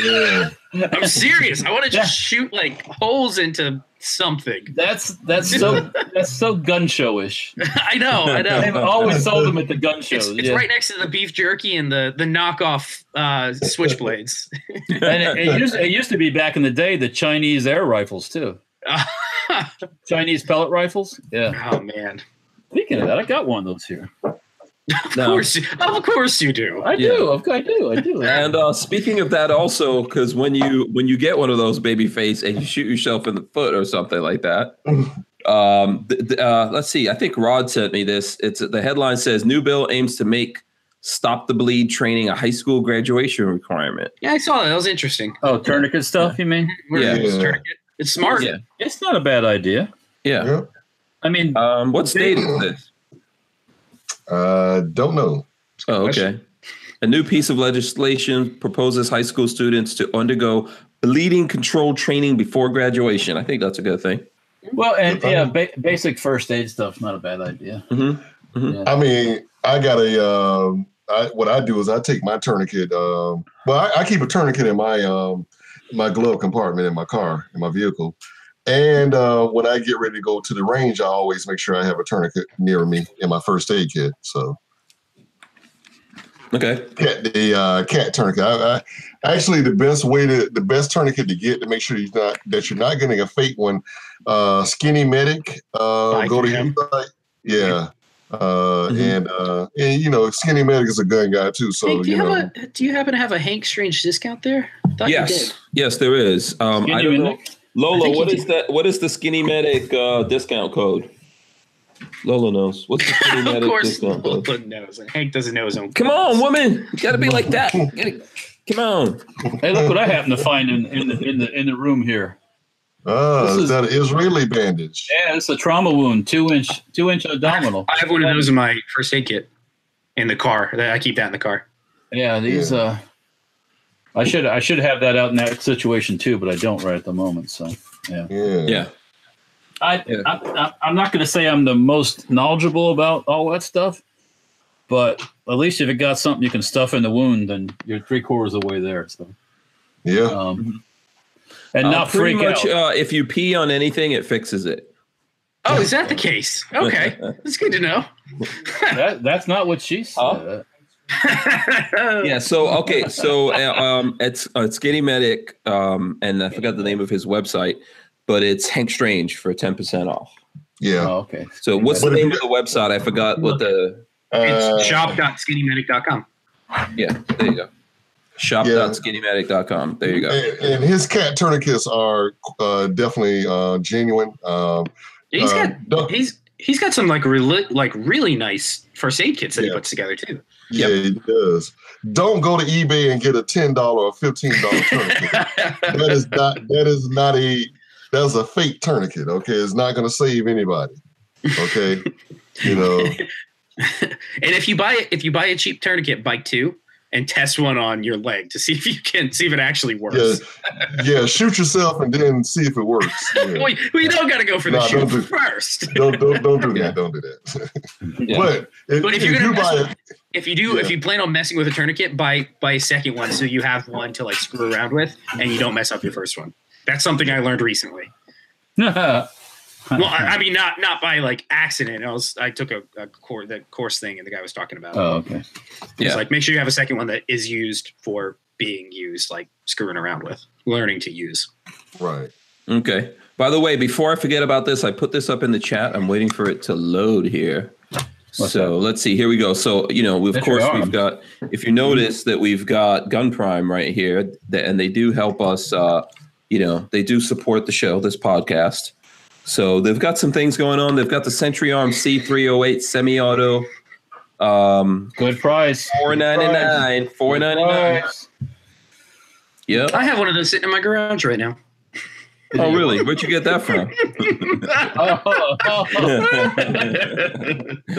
[SPEAKER 3] Yeah.
[SPEAKER 4] I'm serious. I want to just shoot like holes into something. (laughs)
[SPEAKER 2] that's that's so that's so gun showish.
[SPEAKER 4] I know. I
[SPEAKER 2] They've
[SPEAKER 4] know.
[SPEAKER 2] always sold them at the gun shows.
[SPEAKER 4] It's, it's
[SPEAKER 2] yeah.
[SPEAKER 4] right next to the beef jerky and the the knockoff uh, switchblades.
[SPEAKER 1] (laughs)
[SPEAKER 2] and it, it, used, it used to be back in the day the Chinese air rifles (laughs) too. Chinese pellet rifles. Yeah.
[SPEAKER 4] oh man.
[SPEAKER 2] Speaking of that, I got one of those here.
[SPEAKER 4] Of
[SPEAKER 1] (laughs) no.
[SPEAKER 4] course, you- of course you do.
[SPEAKER 2] I do. Of course I do. I do.
[SPEAKER 1] And uh, speaking of that, also, because when you when you get one of those baby face and you shoot yourself in the foot or something like that, um, th- th- uh, let's see. I think Rod sent me this. It's the headline says new bill aims to make Stop the Bleed Training, a high school graduation requirement.
[SPEAKER 4] Yeah, I saw that. That was interesting.
[SPEAKER 2] Oh, tourniquet stuff, you mean?
[SPEAKER 4] We're
[SPEAKER 1] Yeah.
[SPEAKER 4] just turning it. It's smart.
[SPEAKER 1] Yeah.
[SPEAKER 2] It's not a bad idea.
[SPEAKER 1] Yeah.
[SPEAKER 3] Yep.
[SPEAKER 2] I mean,
[SPEAKER 1] Um, what state is this?
[SPEAKER 3] Uh, don't know.
[SPEAKER 1] Oh, okay. A new piece of legislation proposes high school students to undergo bleeding control training before graduation. I think that's a good thing.
[SPEAKER 2] well, and
[SPEAKER 3] Fine.
[SPEAKER 2] yeah, ba- basic first aid stuff's not a bad idea.
[SPEAKER 1] hmm
[SPEAKER 3] I mean, I got a. Um, I, what I do is I take my tourniquet. Um, well, I, I keep a tourniquet in my um, my glove compartment in my car in my vehicle, and uh, when I get ready to go to the range, I always make sure I have a tourniquet near me in my first aid kit. So
[SPEAKER 1] Okay.
[SPEAKER 3] cat the uh, cat tourniquet. I, I, actually, the best way to the best tourniquet to get to make sure you're not that you're not getting a fake one. Uh, skinny medic. Uh,
[SPEAKER 4] Like
[SPEAKER 3] go to his
[SPEAKER 4] him.
[SPEAKER 3] site. Yeah. Uh,
[SPEAKER 1] Mhm.
[SPEAKER 3] and uh, and you know, skinny medic is a gun guy too. So
[SPEAKER 4] Hank, do
[SPEAKER 3] Oh, you
[SPEAKER 4] you,
[SPEAKER 3] know,
[SPEAKER 4] have a do you happen to have a Hank Strange discount there? I thought you
[SPEAKER 1] Yes.
[SPEAKER 4] did.
[SPEAKER 1] Yes, there is. Um, I don't know.
[SPEAKER 4] I
[SPEAKER 1] Lola,
[SPEAKER 4] think
[SPEAKER 1] what
[SPEAKER 4] you
[SPEAKER 1] is that? What is the skinny medic uh, discount code? Lola knows. What's the
[SPEAKER 4] (laughs)
[SPEAKER 1] skinny
[SPEAKER 4] (laughs) of
[SPEAKER 1] medic
[SPEAKER 4] course,
[SPEAKER 1] discount code?
[SPEAKER 4] Lola knows. and Hank doesn't know his own.
[SPEAKER 1] Come on, woman. You gotta be like that. Get it. Come on.
[SPEAKER 2] Hey, look what I happen to find in, in the in the in the room here.
[SPEAKER 3] Ah,
[SPEAKER 2] This
[SPEAKER 3] is,
[SPEAKER 2] is-
[SPEAKER 3] that an Israeli bandage?
[SPEAKER 2] Yeah, it's a trauma wound, two inch two inch abdominal.
[SPEAKER 4] I have one of those in my first aid kit in the car. I keep that in the car.
[SPEAKER 2] Yeah, these.
[SPEAKER 3] Yeah.
[SPEAKER 2] uh I should I should have that out in that situation too, but I don't right at the moment. So
[SPEAKER 3] Yeah.
[SPEAKER 1] Yeah.
[SPEAKER 2] I,
[SPEAKER 1] Yeah.
[SPEAKER 2] I, I I'm not going to say I'm the most knowledgeable about all that stuff, but at least if it got something you can stuff in the wound, then you're three quarters of the way there. So
[SPEAKER 3] Yeah.
[SPEAKER 2] um, and not
[SPEAKER 1] Uh, pretty
[SPEAKER 2] freak
[SPEAKER 1] much,
[SPEAKER 2] out.
[SPEAKER 1] Uh, if you pee on anything, it fixes it. (laughs)
[SPEAKER 4] Oh, is that the case? Okay, that's good to know. (laughs)
[SPEAKER 2] that, that's not what she said.
[SPEAKER 1] uh, Huh? Yeah. So okay. So uh, um, it's uh, it's Skinny Medic, um, and I forgot the name of his website, but it's Hank Strange for ten percent off.
[SPEAKER 3] Yeah.
[SPEAKER 2] Oh, okay.
[SPEAKER 1] So what's the name of the website? I forgot what the
[SPEAKER 3] Uh,
[SPEAKER 4] It's shop.skinnymedic.com.
[SPEAKER 1] yeah. There you go. Shop.skinnymedic.com. There you go.
[SPEAKER 3] and, and his cat tourniquets are uh, definitely uh, genuine. Um,
[SPEAKER 4] He's
[SPEAKER 3] uh,
[SPEAKER 4] got
[SPEAKER 3] don't-
[SPEAKER 4] he's he's got some like really like really nice first aid kits that he
[SPEAKER 3] Yeah.
[SPEAKER 4] puts together too. (laughs)
[SPEAKER 3] Yeah, it does. Don't go to eBay and get a ten dollar or fifteen dollar tourniquet. that is not that is not a that's a fake tourniquet. Okay, it's not going to save anybody. Okay, you
[SPEAKER 4] (laughs)
[SPEAKER 3] know.
[SPEAKER 4] And if you buy if you buy a cheap tourniquet, buy two and test one on your leg to see (laughs) if you can see if it actually works.
[SPEAKER 3] Yeah, yeah. Shoot yourself and then see if it
[SPEAKER 4] (laughs)
[SPEAKER 3] works. Yeah.
[SPEAKER 4] We, we don't got to go for the
[SPEAKER 3] Nah,
[SPEAKER 4] shoe
[SPEAKER 3] don't do-
[SPEAKER 4] first.
[SPEAKER 3] Don't don't don't do that. Don't do that.
[SPEAKER 1] Yeah.
[SPEAKER 3] (laughs) But if,
[SPEAKER 4] But if
[SPEAKER 3] if
[SPEAKER 4] you're
[SPEAKER 3] you
[SPEAKER 4] gonna
[SPEAKER 3] buy
[SPEAKER 4] mess
[SPEAKER 3] it,
[SPEAKER 4] If you do, if
[SPEAKER 3] Yeah.
[SPEAKER 4] you plan on messing with a tourniquet, buy buy a second one so you have one to like screw around with, and you don't mess up your first one. That's something I learned recently.
[SPEAKER 2] Oh,
[SPEAKER 4] Well, I, I mean, not not by like accident. I was I took a, a course that course thing, and the guy was talking about.
[SPEAKER 2] (laughs) oh, okay.
[SPEAKER 4] It's
[SPEAKER 1] Yeah.
[SPEAKER 4] like make sure you have a second one that is used for being used, like screwing around with, learning to use.
[SPEAKER 3] right.
[SPEAKER 1] Okay. By the way, before I forget about this, I put this up in the chat. I'm waiting for it to load here.
[SPEAKER 2] What's
[SPEAKER 1] so let's see. Here we go. So you know, we, of
[SPEAKER 2] That's
[SPEAKER 1] course,
[SPEAKER 2] your arm.
[SPEAKER 1] we've got. If you notice that we've got Gun Prime right here, that, and they do help us. Uh, you know, they do support the show, this podcast. So they've got some things going on. They've got the Century Arm C308 semi-auto. Um,
[SPEAKER 2] Good price.
[SPEAKER 1] four ninety nine. Four ninety nine. Yep.
[SPEAKER 4] I have one of those sitting in my garage right (laughs) now.
[SPEAKER 1] Oh, really? Where'd you get that from?
[SPEAKER 2] (laughs) Oh, oh,
[SPEAKER 1] (laughs)
[SPEAKER 2] oh.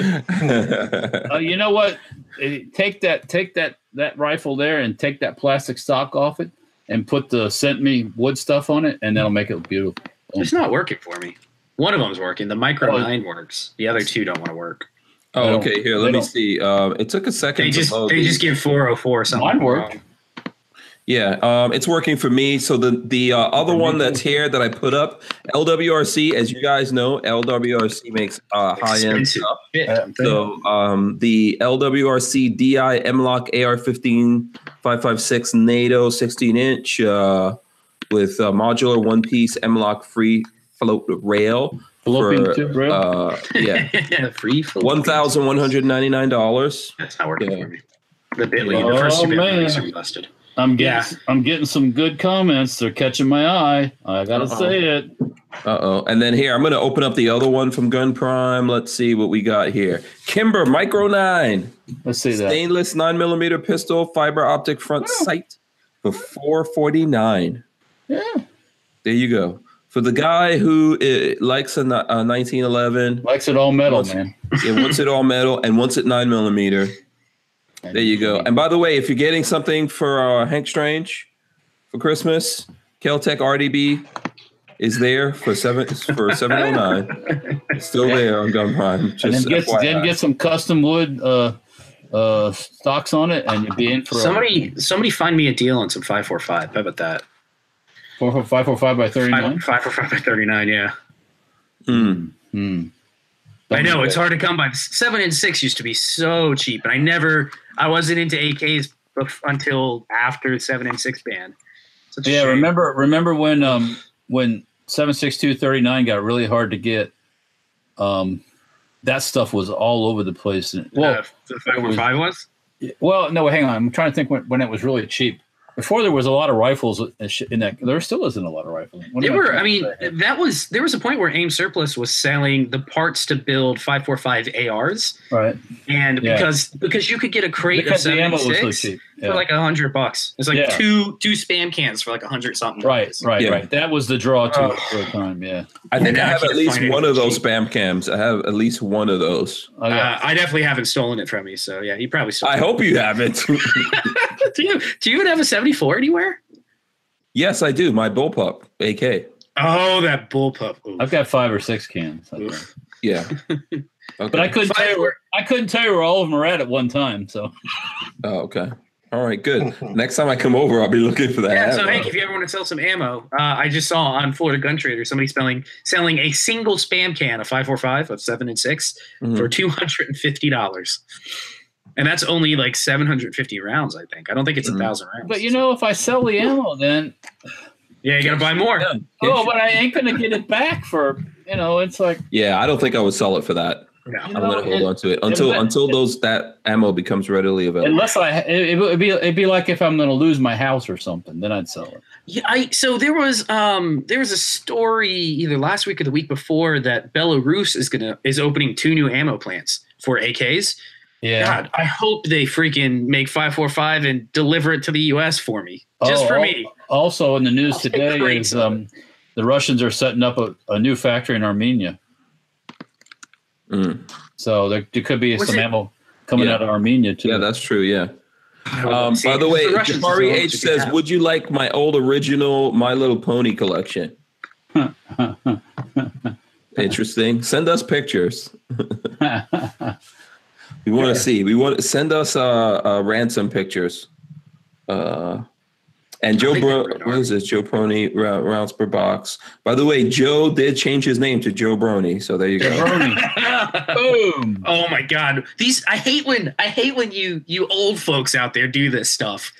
[SPEAKER 2] Uh, you know what? Eh, Take that, take that, that rifle there, and take that plastic stock off it, and put the sent me wood stuff on it, and that'll make it beautiful.
[SPEAKER 4] It's not working for me. One of them's working. The micro
[SPEAKER 2] Oh.
[SPEAKER 4] nine works. The other two don't want to work.
[SPEAKER 2] They
[SPEAKER 1] Oh,
[SPEAKER 2] don't-
[SPEAKER 1] okay. Here,
[SPEAKER 2] they
[SPEAKER 1] let me
[SPEAKER 2] don't-
[SPEAKER 1] see. Um, it took a second.
[SPEAKER 4] They
[SPEAKER 1] to
[SPEAKER 4] just
[SPEAKER 1] load
[SPEAKER 4] they
[SPEAKER 1] these.
[SPEAKER 4] just give four oh four something.
[SPEAKER 2] Mine worked.
[SPEAKER 1] yeah. Um, it's working for me. So the the uh, other one that's here that I put up, LWRC. As you guys know, LWRC makes uh, high end
[SPEAKER 4] Expensive. (laughs)
[SPEAKER 1] stuff.
[SPEAKER 4] Shit.
[SPEAKER 1] So um, the LWRC DI MLOC AR15 556 NATO 16 inch uh, with uh, modular one piece MLOC free float rail.
[SPEAKER 2] Fallopian
[SPEAKER 1] for,
[SPEAKER 2] tube rail?
[SPEAKER 1] Uh,
[SPEAKER 4] (laughs)
[SPEAKER 1] yeah.
[SPEAKER 4] free for
[SPEAKER 1] One thousand one hundred ninety nine dollars.
[SPEAKER 4] That's not working
[SPEAKER 1] Yeah.
[SPEAKER 4] for me. The Bitly,
[SPEAKER 2] Oh,
[SPEAKER 4] the first two Bitly's
[SPEAKER 2] man.
[SPEAKER 4] are busted.
[SPEAKER 2] I'm getting, I'm getting some good comments. They're catching my eye. I gotta
[SPEAKER 4] Uh-oh.
[SPEAKER 2] say it.
[SPEAKER 1] Uh oh. And then here, I'm going to open up the other one from Gun Prime. Let's see what we got here. Kimber Micro 9.
[SPEAKER 2] Let's see that.
[SPEAKER 1] Stainless 9 millimeter pistol, fiber optic front sight for 449
[SPEAKER 2] Yeah.
[SPEAKER 1] There you go. For the guy who eh, likes a, ni- a 1911,
[SPEAKER 2] Likes it all metal, man.
[SPEAKER 1] yeah, wants it all metal and wants it 9 millimeter, there you go. And by the way, if you're getting something for uh, Hank Strange for Christmas, Keltec RDB is there for seven
[SPEAKER 2] (laughs)
[SPEAKER 1] for 709. It's still there on Gun Prime.
[SPEAKER 2] and then
[SPEAKER 1] Just
[SPEAKER 2] get, then
[SPEAKER 1] FYI.
[SPEAKER 2] get some custom wood uh, uh, stocks on it, and you'll be in for
[SPEAKER 4] Somebody, somebody, find me a deal on some five four five. How about that?
[SPEAKER 2] a four, four, five, four, five by thirty nine.
[SPEAKER 4] Five four five by thirty nine. Yeah,
[SPEAKER 1] Mm.
[SPEAKER 2] Hmm.
[SPEAKER 4] I know it's hard to come by. Seven and six used to be so cheap, and I never, I wasn't into AKs bef- until after seven and six band. Such a
[SPEAKER 2] Yeah,
[SPEAKER 4] shame.
[SPEAKER 2] remember remember when um when seven six two thirty nine got really hard to get. Um, that stuff was all over the place. And- Well,
[SPEAKER 4] uh, the five four five was.
[SPEAKER 2] well, no, hang on. I'm trying to think when, when it was really cheap. Before there was a lot of rifles and shit in that. There still isn't a lot of rifles. What
[SPEAKER 4] They
[SPEAKER 2] am
[SPEAKER 4] were.
[SPEAKER 2] trying
[SPEAKER 4] I
[SPEAKER 2] to
[SPEAKER 4] mean,
[SPEAKER 2] say?
[SPEAKER 4] that was. There was a point where AIM Surplus was selling the parts to build five four five ARs,
[SPEAKER 2] right?
[SPEAKER 4] and
[SPEAKER 2] Yeah.
[SPEAKER 4] because because you could get a crate
[SPEAKER 2] Because
[SPEAKER 4] of
[SPEAKER 2] the
[SPEAKER 4] seven
[SPEAKER 2] ammo
[SPEAKER 4] and
[SPEAKER 2] was so
[SPEAKER 4] six
[SPEAKER 2] cheap.
[SPEAKER 4] for
[SPEAKER 2] Yeah.
[SPEAKER 4] like a hundred bucks. It's like
[SPEAKER 2] Yeah.
[SPEAKER 4] two two spam cans for like a hundred something.
[SPEAKER 2] Right, right,
[SPEAKER 1] Yeah.
[SPEAKER 2] right. That was the draw to
[SPEAKER 4] Oh.
[SPEAKER 2] it
[SPEAKER 4] (sighs)
[SPEAKER 2] for a time. Yeah.
[SPEAKER 1] I think
[SPEAKER 4] Yeah,
[SPEAKER 1] I
[SPEAKER 4] I
[SPEAKER 1] have at
[SPEAKER 4] can't
[SPEAKER 1] least
[SPEAKER 4] find it.
[SPEAKER 1] one of those spam cams. I have at least one of those.
[SPEAKER 2] Oh, yeah.
[SPEAKER 4] Uh, I definitely haven't stolen it from you, so yeah, you probably stole.
[SPEAKER 1] I
[SPEAKER 4] it.
[SPEAKER 1] hope you
[SPEAKER 2] (laughs)
[SPEAKER 1] haven't.
[SPEAKER 4] do you do you even have a seventy four anywhere?
[SPEAKER 1] yes, I do. My bullpup, AK.
[SPEAKER 4] Oh, that bullpup. Ooh.
[SPEAKER 2] I've got five or six cans, I think.
[SPEAKER 4] Oof.
[SPEAKER 2] (laughs)
[SPEAKER 1] Yeah. Okay.
[SPEAKER 2] but I couldn't
[SPEAKER 4] Five
[SPEAKER 2] tell you. Where, I couldn't tell you where all of them are at at one time. So
[SPEAKER 1] oh, okay. All right,
[SPEAKER 2] (laughs)
[SPEAKER 1] good. Next time I come over, I'll be looking for that.
[SPEAKER 4] Yeah, so
[SPEAKER 1] ammo.
[SPEAKER 4] Hank, if you ever want to sell some ammo, uh, I just saw on Florida Gun Trader somebody spelling selling a single spam can of five four five of seven and six
[SPEAKER 1] Mhm.
[SPEAKER 4] for two hundred and fifty dollars, and that's only like seven hundred fifty rounds. I think I don't think it's a
[SPEAKER 1] Mhm.
[SPEAKER 4] thousand rounds.
[SPEAKER 2] But you know, if I sell the ammo, then
[SPEAKER 4] yeah, you gotta buy more.
[SPEAKER 1] Yeah.
[SPEAKER 2] oh, but I ain't gonna get it back for you know. It's like
[SPEAKER 1] Yeah, I don't think I would sell it for that.
[SPEAKER 4] No.
[SPEAKER 2] you
[SPEAKER 1] I'm
[SPEAKER 2] know,
[SPEAKER 1] gonna hold
[SPEAKER 2] it-
[SPEAKER 1] on to it until
[SPEAKER 2] it-
[SPEAKER 1] until those that ammo becomes readily available.
[SPEAKER 2] unless I it, it would be it'd be like if I'm gonna lose my house or something, then I'd sell it.
[SPEAKER 4] Yeah, I so there was um there was a story either last week or the week before that Belarus is gonna is opening two new ammo plants for AKs.
[SPEAKER 2] Yeah.
[SPEAKER 4] God, I hope they freaking make five four five and deliver it to the US for me. Just
[SPEAKER 2] Oh,
[SPEAKER 4] for
[SPEAKER 2] al-
[SPEAKER 4] me.
[SPEAKER 2] Also in the news
[SPEAKER 4] I'll take
[SPEAKER 2] today
[SPEAKER 4] crates
[SPEAKER 2] is
[SPEAKER 4] of
[SPEAKER 2] um, the Russians are setting up a, a new factory in Armenia.
[SPEAKER 1] Mm.
[SPEAKER 2] So there, there could be
[SPEAKER 4] Was
[SPEAKER 2] some
[SPEAKER 4] it-
[SPEAKER 2] ammo coming
[SPEAKER 1] Yeah.
[SPEAKER 2] out of Armenia too.
[SPEAKER 1] Yeah, that's true. Yeah. Um,
[SPEAKER 4] See,
[SPEAKER 1] by the way,
[SPEAKER 4] Russians is
[SPEAKER 1] Jafari
[SPEAKER 4] the
[SPEAKER 1] H
[SPEAKER 4] ones who
[SPEAKER 1] says,
[SPEAKER 4] have-
[SPEAKER 1] "Would you like my old original My Little Pony (laughs) collection?" Interesting. Send us pictures.
[SPEAKER 4] (laughs)
[SPEAKER 1] We want to see. We want send us uh, uh, ransom pictures. Uh, and Joe,
[SPEAKER 4] think
[SPEAKER 1] Bro-
[SPEAKER 4] they're pretty
[SPEAKER 1] what is this? Joe Prony ra- rounds per box. By the way, Joe did change his name to Joe Brony, so there you go.
[SPEAKER 2] Jabroni. (laughs) Boom.
[SPEAKER 4] Oh my god. These I hate when I hate when you you old folks out there do this stuff.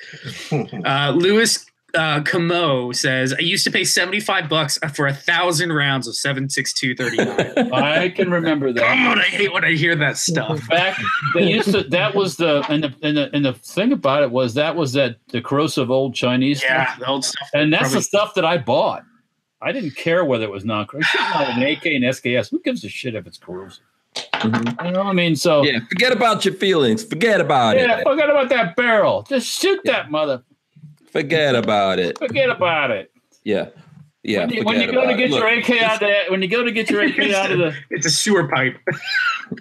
[SPEAKER 4] Uh Lewis uh Camo says, I used to pay 75 bucks for a thousand rounds
[SPEAKER 1] (laughs)
[SPEAKER 4] of 76239.
[SPEAKER 2] I can remember that.
[SPEAKER 4] God, I hate when I hear that stuff.
[SPEAKER 2] back they used to that was the and the and the, and the thing about it was that was that the corrosive old chinese
[SPEAKER 4] Yeah,
[SPEAKER 2] stuff
[SPEAKER 4] the old stuff.
[SPEAKER 2] and that's the
[SPEAKER 4] Probably-
[SPEAKER 2] stuff that i bought i didn't care whether it was non corrosive an ak and sks who gives a shit if it's corrosive
[SPEAKER 1] Mhm.
[SPEAKER 2] you know what i mean so yeah,
[SPEAKER 1] Yeah, forget about your feelings. Forget about it.
[SPEAKER 2] forget about that barrel just shoot that mother
[SPEAKER 1] Forget about it.
[SPEAKER 2] forget about it
[SPEAKER 1] Yeah, yeah.
[SPEAKER 2] when you, when you
[SPEAKER 1] forget
[SPEAKER 2] go to
[SPEAKER 1] about it.
[SPEAKER 2] get your
[SPEAKER 1] Look,
[SPEAKER 2] ak out of that when you go to get your ak out of the
[SPEAKER 4] It's a sewer pipe.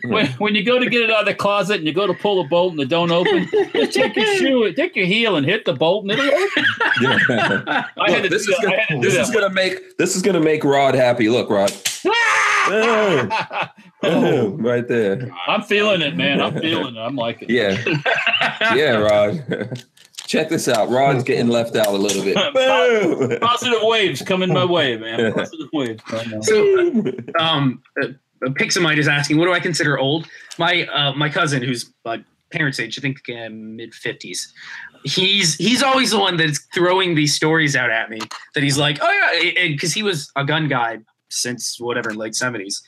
[SPEAKER 2] when, when you go to get it out of the closet and you go to pull the bolt and it don't open just
[SPEAKER 1] (laughs)
[SPEAKER 2] take your shoe take your heel and hit the bolt and it'll open
[SPEAKER 1] (laughs) yeah.
[SPEAKER 2] I
[SPEAKER 1] Look,
[SPEAKER 2] had to
[SPEAKER 1] this
[SPEAKER 2] do
[SPEAKER 1] is
[SPEAKER 2] that.
[SPEAKER 1] gonna,
[SPEAKER 2] I had to
[SPEAKER 1] this
[SPEAKER 2] do
[SPEAKER 1] is gonna make this is gonna make Rod happy. Look, Rod.
[SPEAKER 2] Ah!
[SPEAKER 1] Oh,
[SPEAKER 2] that. (laughs)
[SPEAKER 1] oh, right there.
[SPEAKER 2] I'm feeling it, man. I'm feeling it. I'm like it.
[SPEAKER 1] Yeah. Yeah, Rod. (laughs) Check this out. Rod's getting left out a little bit.
[SPEAKER 2] (laughs)
[SPEAKER 1] Boom.
[SPEAKER 2] Positive waves coming my way, man. Positive
[SPEAKER 1] (laughs)
[SPEAKER 2] waves. coming my way.
[SPEAKER 4] So,
[SPEAKER 2] (laughs)
[SPEAKER 4] um, uh, uh, Pixamite is asking, what do I consider old? My uh, my cousin, who's my parents' age, I think uh, mid fifties. He's he's always the one that's throwing these stories out at me that he's like, oh yeah, because he was a gun guy since whatever late seventies.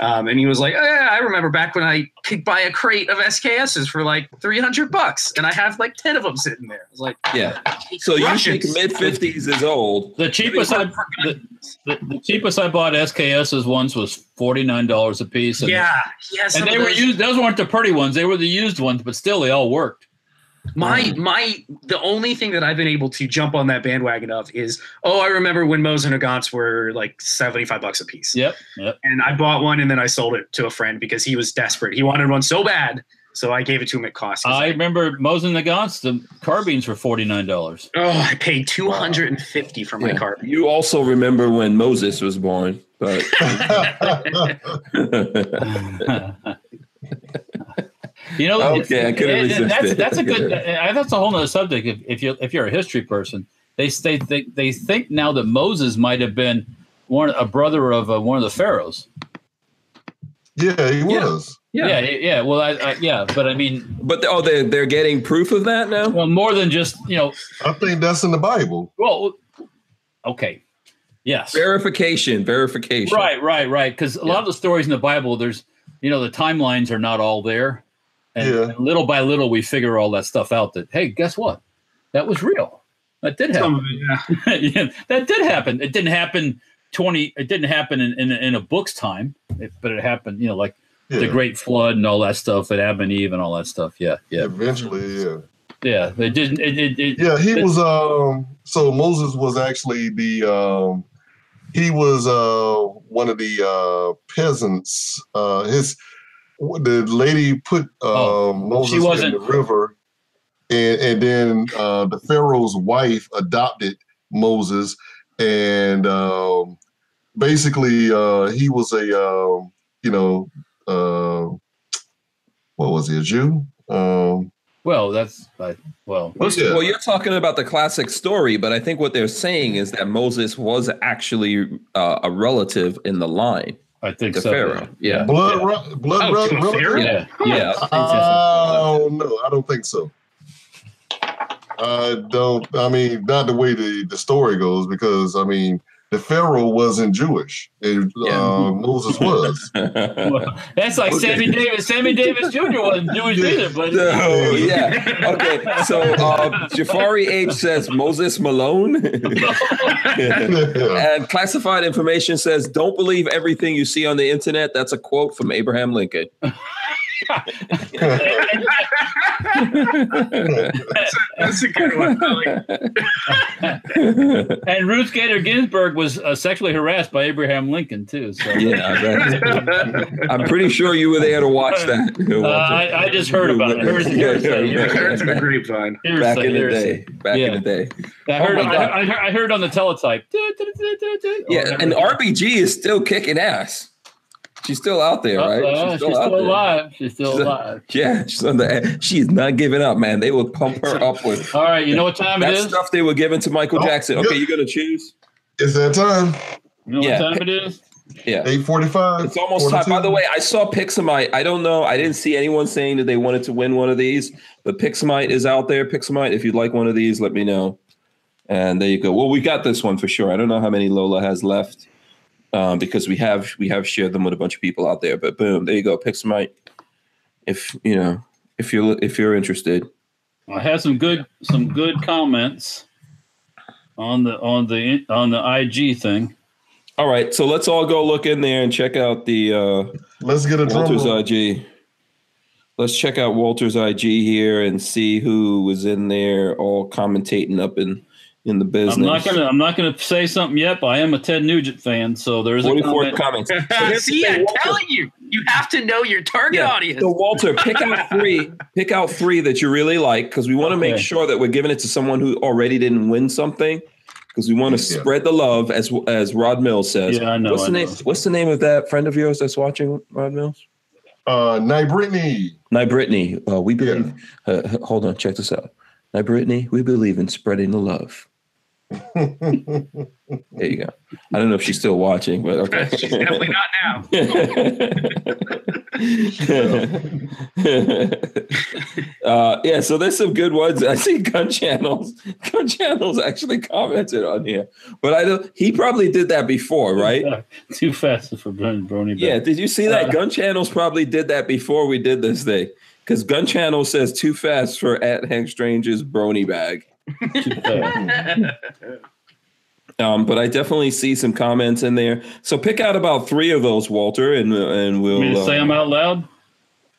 [SPEAKER 4] Um, and he was like, oh, yeah, I remember back when I could buy a crate of SKSs for like 300 bucks, and I have like 10 of them sitting there. I was like,
[SPEAKER 1] Yeah. So you think
[SPEAKER 4] Russians.
[SPEAKER 1] mid fifties is old?
[SPEAKER 2] The cheapest I the, the, the cheapest I bought SKS's ones was forty nine dollars a piece. And,
[SPEAKER 4] Yeah, yes.
[SPEAKER 2] and they were used. Those weren't the pretty ones. They were the used ones, but still, they all worked.
[SPEAKER 4] My my the only thing that I've been able to jump on that bandwagon of is oh I remember when Moe's and Nagants were like seventy five bucks a piece
[SPEAKER 2] Yep. Yep.
[SPEAKER 4] and I bought one and then I sold it to a friend because he was desperate he wanted one so bad so I gave it to him at cost.
[SPEAKER 2] I remember Mosin Nagants. The carbines were forty nine dollars. (laughs)
[SPEAKER 4] oh I paid two hundred and fifty for my
[SPEAKER 1] Yeah.
[SPEAKER 4] car.
[SPEAKER 1] You also remember when Moses was born, but (laughs)
[SPEAKER 2] you know,
[SPEAKER 1] Okay, I couldn't
[SPEAKER 2] and- and
[SPEAKER 1] resist
[SPEAKER 2] that's,
[SPEAKER 1] it.
[SPEAKER 2] That's
[SPEAKER 1] (laughs)
[SPEAKER 2] a good. uh, That's a whole nother subject. If, if you if you're a history person, they they, they they think now that Moses might have been one a brother of uh, one of the pharaohs.
[SPEAKER 3] (laughs) Yeah, he
[SPEAKER 1] Yeah.
[SPEAKER 3] was.
[SPEAKER 2] Yeah, yeah. well, I, I, yeah, but I mean,
[SPEAKER 1] but oh, they're they're getting proof of that now.
[SPEAKER 2] well, more than just you know.
[SPEAKER 3] I think that's in the Bible.
[SPEAKER 2] Well, okay, yes,
[SPEAKER 1] Verification, verification.
[SPEAKER 2] right, right, right. Because a lot of the stories in the Bible, there's you know the timelines are not all there, and,
[SPEAKER 3] Yeah.
[SPEAKER 2] and little by little we figure all that stuff out. That hey, guess what? That was real. That did happen.
[SPEAKER 4] Some of it,
[SPEAKER 1] (laughs)
[SPEAKER 4] yeah.
[SPEAKER 2] (laughs) yeah, that did happen. It didn't happen twenty. It didn't happen in in, a- in a book's time, it, but it happened. You know, like
[SPEAKER 3] Yeah.
[SPEAKER 2] the Great Flood and all that stuff, and Adam and Eve and all that stuff. Yeah, yeah,
[SPEAKER 3] Eventually, yeah.
[SPEAKER 2] yeah. They didn't. It, it, it,
[SPEAKER 3] Yeah, he was um so Moses was actually the um he was uh one of the uh peasants. Uh his the lady put um
[SPEAKER 2] Oh,
[SPEAKER 3] Moses
[SPEAKER 2] she wasn't-
[SPEAKER 3] in the river and and then uh the Pharaoh's wife adopted Moses and um basically uh he was a um you know uh what was he, a Jew? Um
[SPEAKER 2] Well, that's I, well.
[SPEAKER 3] yeah.
[SPEAKER 1] Well, you're talking about the classic story, but I think what they're saying is that Moses was actually uh, a relative in the line
[SPEAKER 2] I think
[SPEAKER 1] to
[SPEAKER 2] so.
[SPEAKER 1] Pharaoh. Yeah.
[SPEAKER 3] blood ru- blood
[SPEAKER 4] Oh,
[SPEAKER 3] ru-
[SPEAKER 4] to a
[SPEAKER 3] relative?
[SPEAKER 4] Pharaoh?
[SPEAKER 2] Yeah, yeah. I think so.
[SPEAKER 3] Oh no, I don't think so. I don't. I mean, not the way the, the story goes, because I mean, the Pharaoh wasn't Jewish. It,
[SPEAKER 1] Yeah.
[SPEAKER 3] uh, Moses was.
[SPEAKER 2] (laughs)
[SPEAKER 3] (laughs)
[SPEAKER 2] Well, (laughs) that's like
[SPEAKER 1] Okay.
[SPEAKER 2] Sammy Davis. Sammy Davis Jr. wasn't Jewish either, but
[SPEAKER 1] (laughs) So, yeah. Okay. So uh, Jafari H says Moses
[SPEAKER 2] (laughs)
[SPEAKER 1] Malone.
[SPEAKER 3] yeah.
[SPEAKER 1] and classified information says, don't believe everything you see on the internet. That's a quote from Abraham Lincoln. (laughs)
[SPEAKER 4] That's, a, that's a good
[SPEAKER 1] (laughs)
[SPEAKER 4] one. I like
[SPEAKER 2] and Ruth Gator Ginsburg was uh, sexually harassed by Abraham Lincoln too. So
[SPEAKER 1] yeah, that- I'm pretty sure you were there to watch that.
[SPEAKER 2] uh, I, I just heard about it. Here's, here's,
[SPEAKER 4] I heard
[SPEAKER 2] here's,
[SPEAKER 4] it through the grapevine.
[SPEAKER 2] here's,
[SPEAKER 1] Back in the
[SPEAKER 2] here's-
[SPEAKER 1] day. Back in
[SPEAKER 2] Yeah.
[SPEAKER 1] the day.
[SPEAKER 2] I
[SPEAKER 1] Oh
[SPEAKER 2] heard,
[SPEAKER 1] my
[SPEAKER 2] I,
[SPEAKER 1] God.
[SPEAKER 2] I heard, I heard on the teletype. (laughs) Oh,
[SPEAKER 1] Yeah, and RBG is still kicking ass. She's still out there, right?
[SPEAKER 2] Uh-oh, she's still,
[SPEAKER 1] out there.
[SPEAKER 2] alive. She's still
[SPEAKER 1] She's a-
[SPEAKER 2] alive.
[SPEAKER 1] Yeah, she's on the. She is not giving up, man. They will pump her up with
[SPEAKER 2] All right, you know what time
[SPEAKER 1] that
[SPEAKER 2] it is?
[SPEAKER 1] stuff they were giving to Michael
[SPEAKER 3] Oh,
[SPEAKER 1] Jackson. Okay, you're gonna choose.
[SPEAKER 3] It's that time.
[SPEAKER 2] You know
[SPEAKER 1] Yeah.
[SPEAKER 2] what time it is?
[SPEAKER 1] Yeah.
[SPEAKER 3] Eight forty-five.
[SPEAKER 1] It's almost time. By the way, I saw Pixamite. I don't know. I didn't see anyone saying that they wanted to win one of these, but Pixamite is out there. Pixamite, if you'd like one of these, let me know. And there you go. Well, we got this one for sure. I don't know how many Lola has left um, because we have we have shared them with a bunch of people out there. But boom, there you go, Pixamite. If you know if you're if you're interested,
[SPEAKER 2] I had some good some good comments on the on the on the IG thing.
[SPEAKER 1] all right. So let's all go look in there and check out the. Uh,
[SPEAKER 3] let's get a drum
[SPEAKER 1] Walter's
[SPEAKER 3] roll.
[SPEAKER 1] IG. Let's check out Walter's IG here and see who was in there all commentating up in in the business.
[SPEAKER 2] I'm not gonna I'm not gonna say something yet, but I am a Ted Nugent fan, so there's a
[SPEAKER 1] 44
[SPEAKER 2] comment. (laughs)
[SPEAKER 1] comments. So here's the
[SPEAKER 4] (laughs) See,
[SPEAKER 1] thing,
[SPEAKER 4] I'm
[SPEAKER 1] Walter.
[SPEAKER 4] telling you, you have to know your target
[SPEAKER 1] Yeah. (laughs)
[SPEAKER 4] audience.
[SPEAKER 1] So Walter, pick out three. Pick out three that you really like because we want to make
[SPEAKER 2] Okay.
[SPEAKER 1] sure that we're giving it to someone who already didn't win something because we want to
[SPEAKER 3] Yeah.
[SPEAKER 1] spread the love as as Rod Mills says.
[SPEAKER 2] Yeah, I know,
[SPEAKER 1] What's
[SPEAKER 2] I
[SPEAKER 1] the name?
[SPEAKER 2] know.
[SPEAKER 1] What's the name of that friend of yours that's watching Rod Mills?
[SPEAKER 3] Uh, Night Brittany.
[SPEAKER 1] Now, Brittany, uh, we
[SPEAKER 3] Yeah.
[SPEAKER 1] believe. Uh, h- hold on, check this out. Now, Brittany, we believe in spreading the love. There you go. I don't know if she's still watching, but okay.
[SPEAKER 4] She's definitely not now.
[SPEAKER 1] (laughs) uh, yeah, so there's some good ones. I see Gun Channels. Gun Channels actually commented on here, but I don't. He probably did that before, right?
[SPEAKER 2] (laughs) Too fast for Brony. Brony
[SPEAKER 1] Yeah. Did you see that?
[SPEAKER 2] Uh,
[SPEAKER 1] Gun Channels probably did that before we did this thing, because Gun Channel says too fast for at Hank Strange's brony bag.
[SPEAKER 2] Too
[SPEAKER 1] (laughs)
[SPEAKER 2] fast.
[SPEAKER 1] Um, but I definitely see some comments in there. So pick out about three of those, Walter, and and
[SPEAKER 2] You
[SPEAKER 1] we'll
[SPEAKER 2] mean to say
[SPEAKER 1] uh,
[SPEAKER 2] them out loud?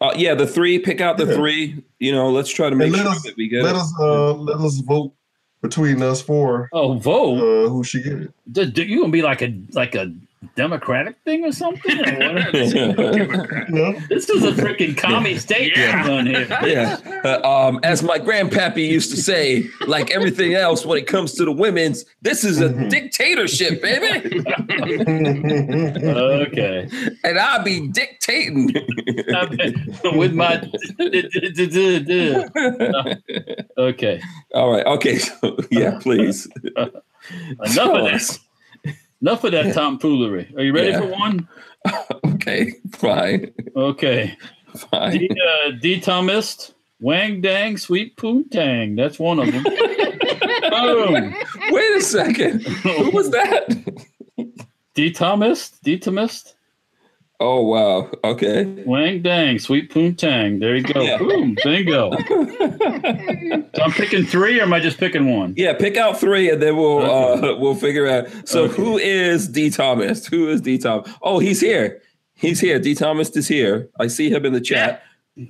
[SPEAKER 1] Uh, yeah, the three. Pick out the
[SPEAKER 3] Yeah.
[SPEAKER 1] three. You know, let's try to make
[SPEAKER 3] let
[SPEAKER 1] sure
[SPEAKER 3] us-
[SPEAKER 1] that we get
[SPEAKER 3] let
[SPEAKER 1] it.
[SPEAKER 3] us uh, let us vote between us four
[SPEAKER 2] Oh, vote.
[SPEAKER 3] uh, who should get it.
[SPEAKER 2] D- d- you gonna be like a like a democratic thing or something? Or what?
[SPEAKER 3] (laughs) No,
[SPEAKER 2] this is a freaking commie state
[SPEAKER 4] Yeah.
[SPEAKER 2] going on here.
[SPEAKER 1] (laughs) Yeah. Uh, um, as my grandpappy used to say, like everything else when it comes to the women's, this is a
[SPEAKER 3] Mhm.
[SPEAKER 1] dictatorship, baby.
[SPEAKER 2] Okay, (laughs)
[SPEAKER 1] and I be dictating.
[SPEAKER 2] with my okay.
[SPEAKER 1] All right. Okay. (laughs) So, yeah, please.
[SPEAKER 2] Enough
[SPEAKER 1] (laughs)
[SPEAKER 2] of that. Enough of that tomfoolery. Are you ready
[SPEAKER 1] Yeah.
[SPEAKER 2] for one?
[SPEAKER 1] Okay. Fine.
[SPEAKER 2] Okay.
[SPEAKER 1] Fine.
[SPEAKER 2] D, uh, D Thomist, Wang Dang, Sweet Poontang. That's one
[SPEAKER 1] (laughs)
[SPEAKER 2] of them. Boom.
[SPEAKER 1] Wait a second. Who was that?
[SPEAKER 2] D Thomist, D Thomist,
[SPEAKER 1] Oh, wow. Okay.
[SPEAKER 2] Wang Dang, Sweet Poontang. There you go.
[SPEAKER 1] Yeah.
[SPEAKER 2] Boom. Bingo. so I'm picking three, or am I just picking one?
[SPEAKER 1] Yeah, pick out three, and then we'll
[SPEAKER 2] Okay.
[SPEAKER 1] uh, (laughs) we'll figure out. So
[SPEAKER 2] Okay.
[SPEAKER 1] who is D Thomas? Who is D Thomas? Oh, he's here. He's here. D Thomas is here. I see him in the chat.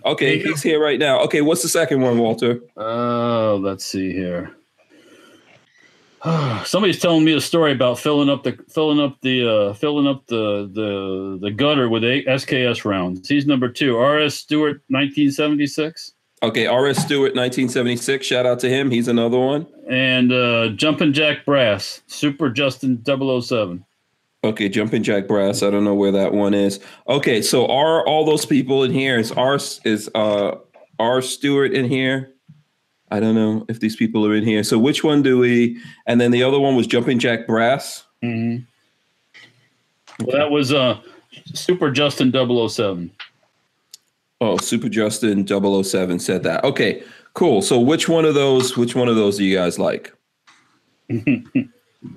[SPEAKER 1] Okay,
[SPEAKER 2] There you
[SPEAKER 1] he's here right now. Okay, what's the second one, Walter?
[SPEAKER 2] Oh, let's see here. (sighs) Somebody's telling me a story about filling up the filling up the uh, filling up the the the gutter with eight SKS rounds. He's number two. R.S. Stewart, nineteen seventy six,
[SPEAKER 1] Okay, R.S. Stewart, 1976. Shout out to him. He's another one.
[SPEAKER 2] and uh, Jumpin' Jack Brass, Super Justin 007.
[SPEAKER 1] Okay, Jumping Jack Brass. I don't know where that one is. Okay, so are all those people in here? Is R is uh R Stewart in here? I don't know if these people are in here. So which one do we? And then the other one was Jumping Jack Brass.
[SPEAKER 2] Well, that was uh, Super Justin 007.
[SPEAKER 1] Oh, Super Justin 007 said that. Okay, cool. So which one of those? Which one of those do you guys like?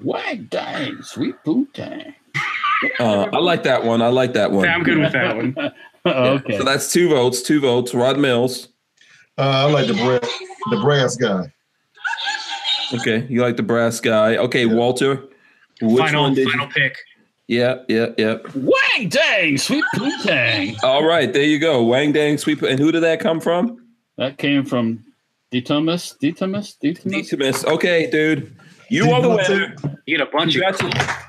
[SPEAKER 2] Wag dang, sweet poo tang.
[SPEAKER 1] Uh, I like that one. I like that one.
[SPEAKER 4] (laughs) Yeah, I'm good with that one.
[SPEAKER 2] (laughs) okay.
[SPEAKER 1] So that's two votes. Two votes. Rod Mills.
[SPEAKER 3] Uh, I like the brass, the brass guy.
[SPEAKER 1] Okay, you like the brass guy. Okay, Walter. Which
[SPEAKER 4] final
[SPEAKER 1] one did? you-
[SPEAKER 4] final pick.
[SPEAKER 1] Yeah, yeah, yeah.
[SPEAKER 2] Wang dang, sweet poo tang.
[SPEAKER 1] All right, there you go. Wang Dang Sweep. And who did that come from?
[SPEAKER 2] That came from Ditumus, Ditumus, Ditumus.
[SPEAKER 1] Nitimus. Okay, dude. You are the winner.
[SPEAKER 4] You get a bunch of
[SPEAKER 1] Congratu-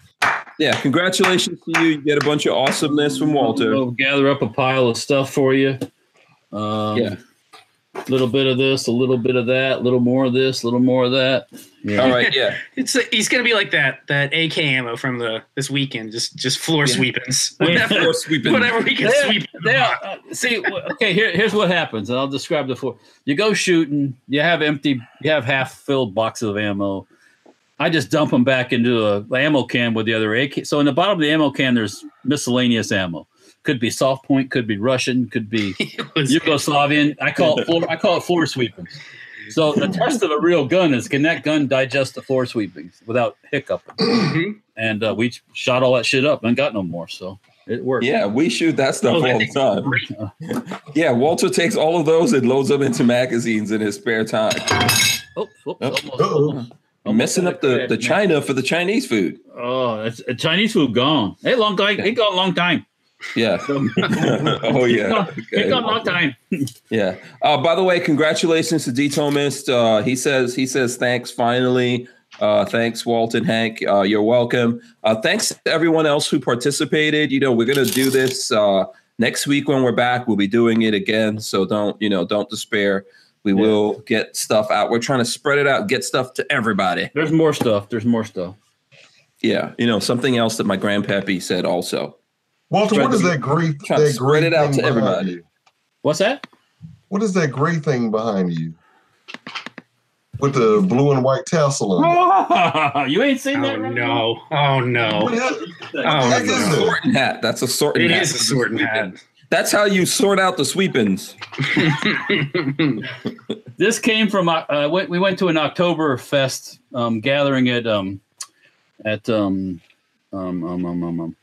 [SPEAKER 1] yeah, congratulations to you. You get a bunch of awesomeness from Walter.
[SPEAKER 2] We'll gather up a pile of stuff for you. Um,
[SPEAKER 1] Yeah.
[SPEAKER 2] A little bit of this, a little bit of that, a little more of this, a little more of that. Yeah.
[SPEAKER 1] All right, yeah.
[SPEAKER 4] It's he's gonna be like that that AK ammo from the this weekend, just just floor
[SPEAKER 1] Yeah. (laughs)
[SPEAKER 4] sweepings.
[SPEAKER 2] Wait,
[SPEAKER 4] (laughs) Whatever,
[SPEAKER 1] We're sweeping.
[SPEAKER 4] whatever we can
[SPEAKER 2] They-
[SPEAKER 4] sweep.
[SPEAKER 2] they are- uh, see, w- okay, here, here's what happens, and I'll describe the four. You go shooting, you have empty, you have half filled boxes of ammo. I just dump them back into a ammo can with the other AK. So in the bottom of the ammo can, there's miscellaneous ammo. Could be soft point, could be Russian, could be
[SPEAKER 4] It was-
[SPEAKER 2] Yugoslavian. I call it floor. I call it floor sweeping. So the test of a real gun is can that gun digest the floor sweepings without hiccuping?
[SPEAKER 4] Mhm.
[SPEAKER 2] And uh, we shot all that shit up and got no more. So it worked.
[SPEAKER 1] Yeah, we shoot that stuff
[SPEAKER 4] Oh, I
[SPEAKER 1] all the
[SPEAKER 4] think-
[SPEAKER 1] time.
[SPEAKER 4] Great.
[SPEAKER 1] Yeah, Walter takes all of those and loads them into magazines in his spare time.
[SPEAKER 2] Oh, whoops,
[SPEAKER 1] Yep.
[SPEAKER 2] almost,
[SPEAKER 3] Uh-oh.
[SPEAKER 2] almost, almost
[SPEAKER 1] Messing up the, the China for the Chinese food.
[SPEAKER 2] Oh, it's, uh, Chinese food gone. It long time. It gone long time.
[SPEAKER 1] Yeah. (laughs) oh, yeah.
[SPEAKER 2] It gone
[SPEAKER 1] Okay.
[SPEAKER 2] long time.
[SPEAKER 1] Yeah. Uh, by the way, congratulations to Detomist. Uh, he says he says thanks finally. Uh, thanks, Walt and Hank. Uh, you're welcome. Uh, thanks to everyone else who participated. You know, we're gonna do this uh, next week when we're back. We'll be doing it again. So don't you know? Don't despair. We
[SPEAKER 2] Yeah.
[SPEAKER 1] will get stuff out. We're trying to spread it out, get stuff to everybody.
[SPEAKER 2] There's more stuff. There's more stuff.
[SPEAKER 1] Yeah. You know, something else that my grandpappy said also.
[SPEAKER 3] Walter,
[SPEAKER 1] Try
[SPEAKER 3] what is
[SPEAKER 1] to-
[SPEAKER 3] that great?
[SPEAKER 1] try to
[SPEAKER 3] That
[SPEAKER 1] spread
[SPEAKER 3] great
[SPEAKER 1] it out
[SPEAKER 3] thing
[SPEAKER 1] to
[SPEAKER 3] behind
[SPEAKER 1] everybody.
[SPEAKER 3] you?
[SPEAKER 2] What's that? (laughs)
[SPEAKER 3] What is that great thing behind you? with the blue and white tassel on. it.
[SPEAKER 2] you ain't seen
[SPEAKER 4] Oh
[SPEAKER 2] that? Ryan?
[SPEAKER 4] no! Oh
[SPEAKER 3] What
[SPEAKER 4] no!
[SPEAKER 3] is-
[SPEAKER 4] Oh
[SPEAKER 3] heck is
[SPEAKER 4] no!
[SPEAKER 3] this?
[SPEAKER 1] Sorting hat. That's a sorting
[SPEAKER 4] It
[SPEAKER 1] hat.
[SPEAKER 4] is a sword and
[SPEAKER 1] That's how you sort out the sweepings.
[SPEAKER 4] hat.
[SPEAKER 2] This came from uh, uh, we we went to an October Fest um, gathering at um, at um, um, um, um, um, um,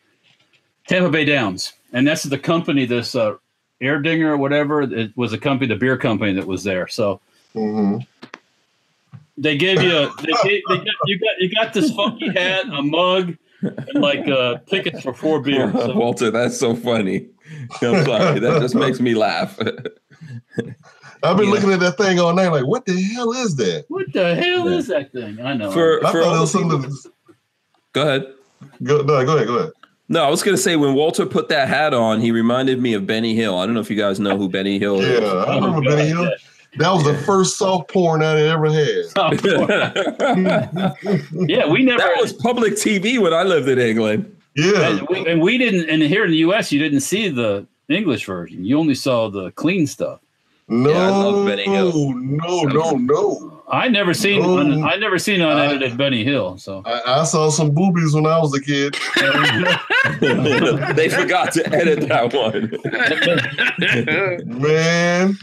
[SPEAKER 2] Tampa Bay Downs, and that's the company this uh, Erdinger or whatever. It was a company, the beer company that was there. So
[SPEAKER 3] Mhm.
[SPEAKER 2] they gave you a, they gave, they got, you got you got this funky hat, a mug, and like uh, tickets for
[SPEAKER 1] (laughs)
[SPEAKER 2] four beers. So
[SPEAKER 1] Walter, that's so funny. I'm sorry. That
[SPEAKER 3] (laughs)
[SPEAKER 1] just makes me laugh.
[SPEAKER 3] I've been
[SPEAKER 1] Yeah.
[SPEAKER 3] looking at that thing all night, like, what the hell is that?
[SPEAKER 2] what the hell is that thing? I know. (laughs)
[SPEAKER 1] For
[SPEAKER 3] I
[SPEAKER 1] for
[SPEAKER 3] thought it
[SPEAKER 1] all
[SPEAKER 3] was
[SPEAKER 1] the people-
[SPEAKER 3] something. that's-
[SPEAKER 1] Go ahead.
[SPEAKER 3] Go, no, go ahead, go ahead.
[SPEAKER 1] No, I was gonna say when Walter put that hat on, he reminded me of Benny Hill. I don't know if you guys know who Benny Hill is.
[SPEAKER 3] Yeah, I remember
[SPEAKER 2] God,
[SPEAKER 3] Benny Hill. That was the first soft porn I ever had. (laughs)
[SPEAKER 1] (laughs) that
[SPEAKER 2] Oh, yeah, we never.
[SPEAKER 1] was public TV when I lived in England. (laughs)
[SPEAKER 3] Yeah,
[SPEAKER 2] and, we, and we didn't and here in the us you didn't see the english version you only saw the clean stuff
[SPEAKER 3] no,
[SPEAKER 1] I love Benny Hill.
[SPEAKER 3] no, no, no.
[SPEAKER 2] i never seen
[SPEAKER 3] Oh.
[SPEAKER 2] un- i never seen unedited benny hill so
[SPEAKER 3] (laughs) I, I saw some boobies when I was a kid.
[SPEAKER 1] they forgot to edit that
[SPEAKER 3] (laughs)
[SPEAKER 1] one.
[SPEAKER 4] (laughs)
[SPEAKER 3] Man, I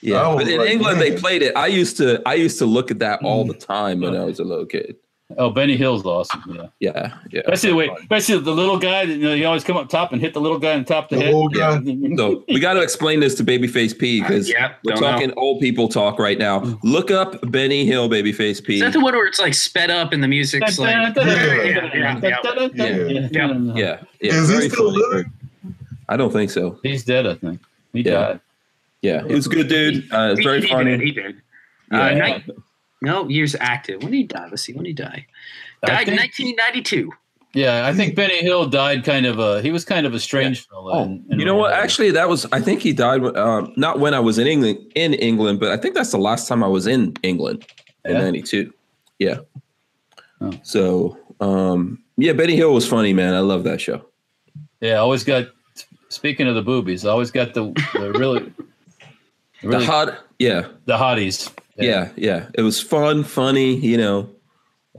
[SPEAKER 1] Yeah,
[SPEAKER 3] was
[SPEAKER 1] but in
[SPEAKER 3] like, Mm.
[SPEAKER 1] England they
[SPEAKER 3] (laughs) man.
[SPEAKER 1] played it. I used to I used to look at that all the time when I was a little kid.
[SPEAKER 2] oh benny hill's awesome yeah
[SPEAKER 1] Yeah, yeah.
[SPEAKER 2] especially the way especially the little guy that you know you always come up top and hit the little guy on top of the
[SPEAKER 3] the
[SPEAKER 2] head
[SPEAKER 3] old guy.
[SPEAKER 2] (laughs)
[SPEAKER 1] So we got to explain this to Babyface P because
[SPEAKER 4] Yep,
[SPEAKER 1] we're
[SPEAKER 4] don't know.
[SPEAKER 1] talking old people talk right now. Look up Benny Hill, Babyface P.
[SPEAKER 4] Is that the one where it's like sped up and the music's like? Yeah, yeah,
[SPEAKER 3] yeah.
[SPEAKER 1] yeah,
[SPEAKER 2] Yeah.
[SPEAKER 1] yeah.
[SPEAKER 3] Is he
[SPEAKER 1] very
[SPEAKER 3] still living?
[SPEAKER 1] I don't think so.
[SPEAKER 2] he's dead i think he
[SPEAKER 1] Yeah.
[SPEAKER 2] died
[SPEAKER 1] Yeah, he was a good dude. Uh, it's
[SPEAKER 4] He-
[SPEAKER 1] very
[SPEAKER 4] he
[SPEAKER 1] funny.
[SPEAKER 4] did, He did.
[SPEAKER 1] Yeah.
[SPEAKER 4] Uh, night- no, years active. When did he die? Let's see. When did he die?
[SPEAKER 2] I
[SPEAKER 4] Died in
[SPEAKER 2] think-
[SPEAKER 4] 1992.
[SPEAKER 2] yeah i think benny hill died kind of a he was kind of a strange fellow
[SPEAKER 1] Oh,
[SPEAKER 2] in- in
[SPEAKER 1] you know what?
[SPEAKER 2] reality.
[SPEAKER 1] Actually, that was I think he died when- um, not when I was in England in England, but I think that's the last time I was in England in
[SPEAKER 2] Yeah?
[SPEAKER 1] '92. Yeah.
[SPEAKER 2] Oh.
[SPEAKER 1] So um, yeah, Benny Hill was funny, man. I love that show.
[SPEAKER 2] Yeah, I always got. Speaking of the boobies, I always got the, the really, the
[SPEAKER 1] The
[SPEAKER 2] really the,
[SPEAKER 1] hot, yeah,
[SPEAKER 2] hotties.
[SPEAKER 1] yeah, yeah. It was fun, funny, you know,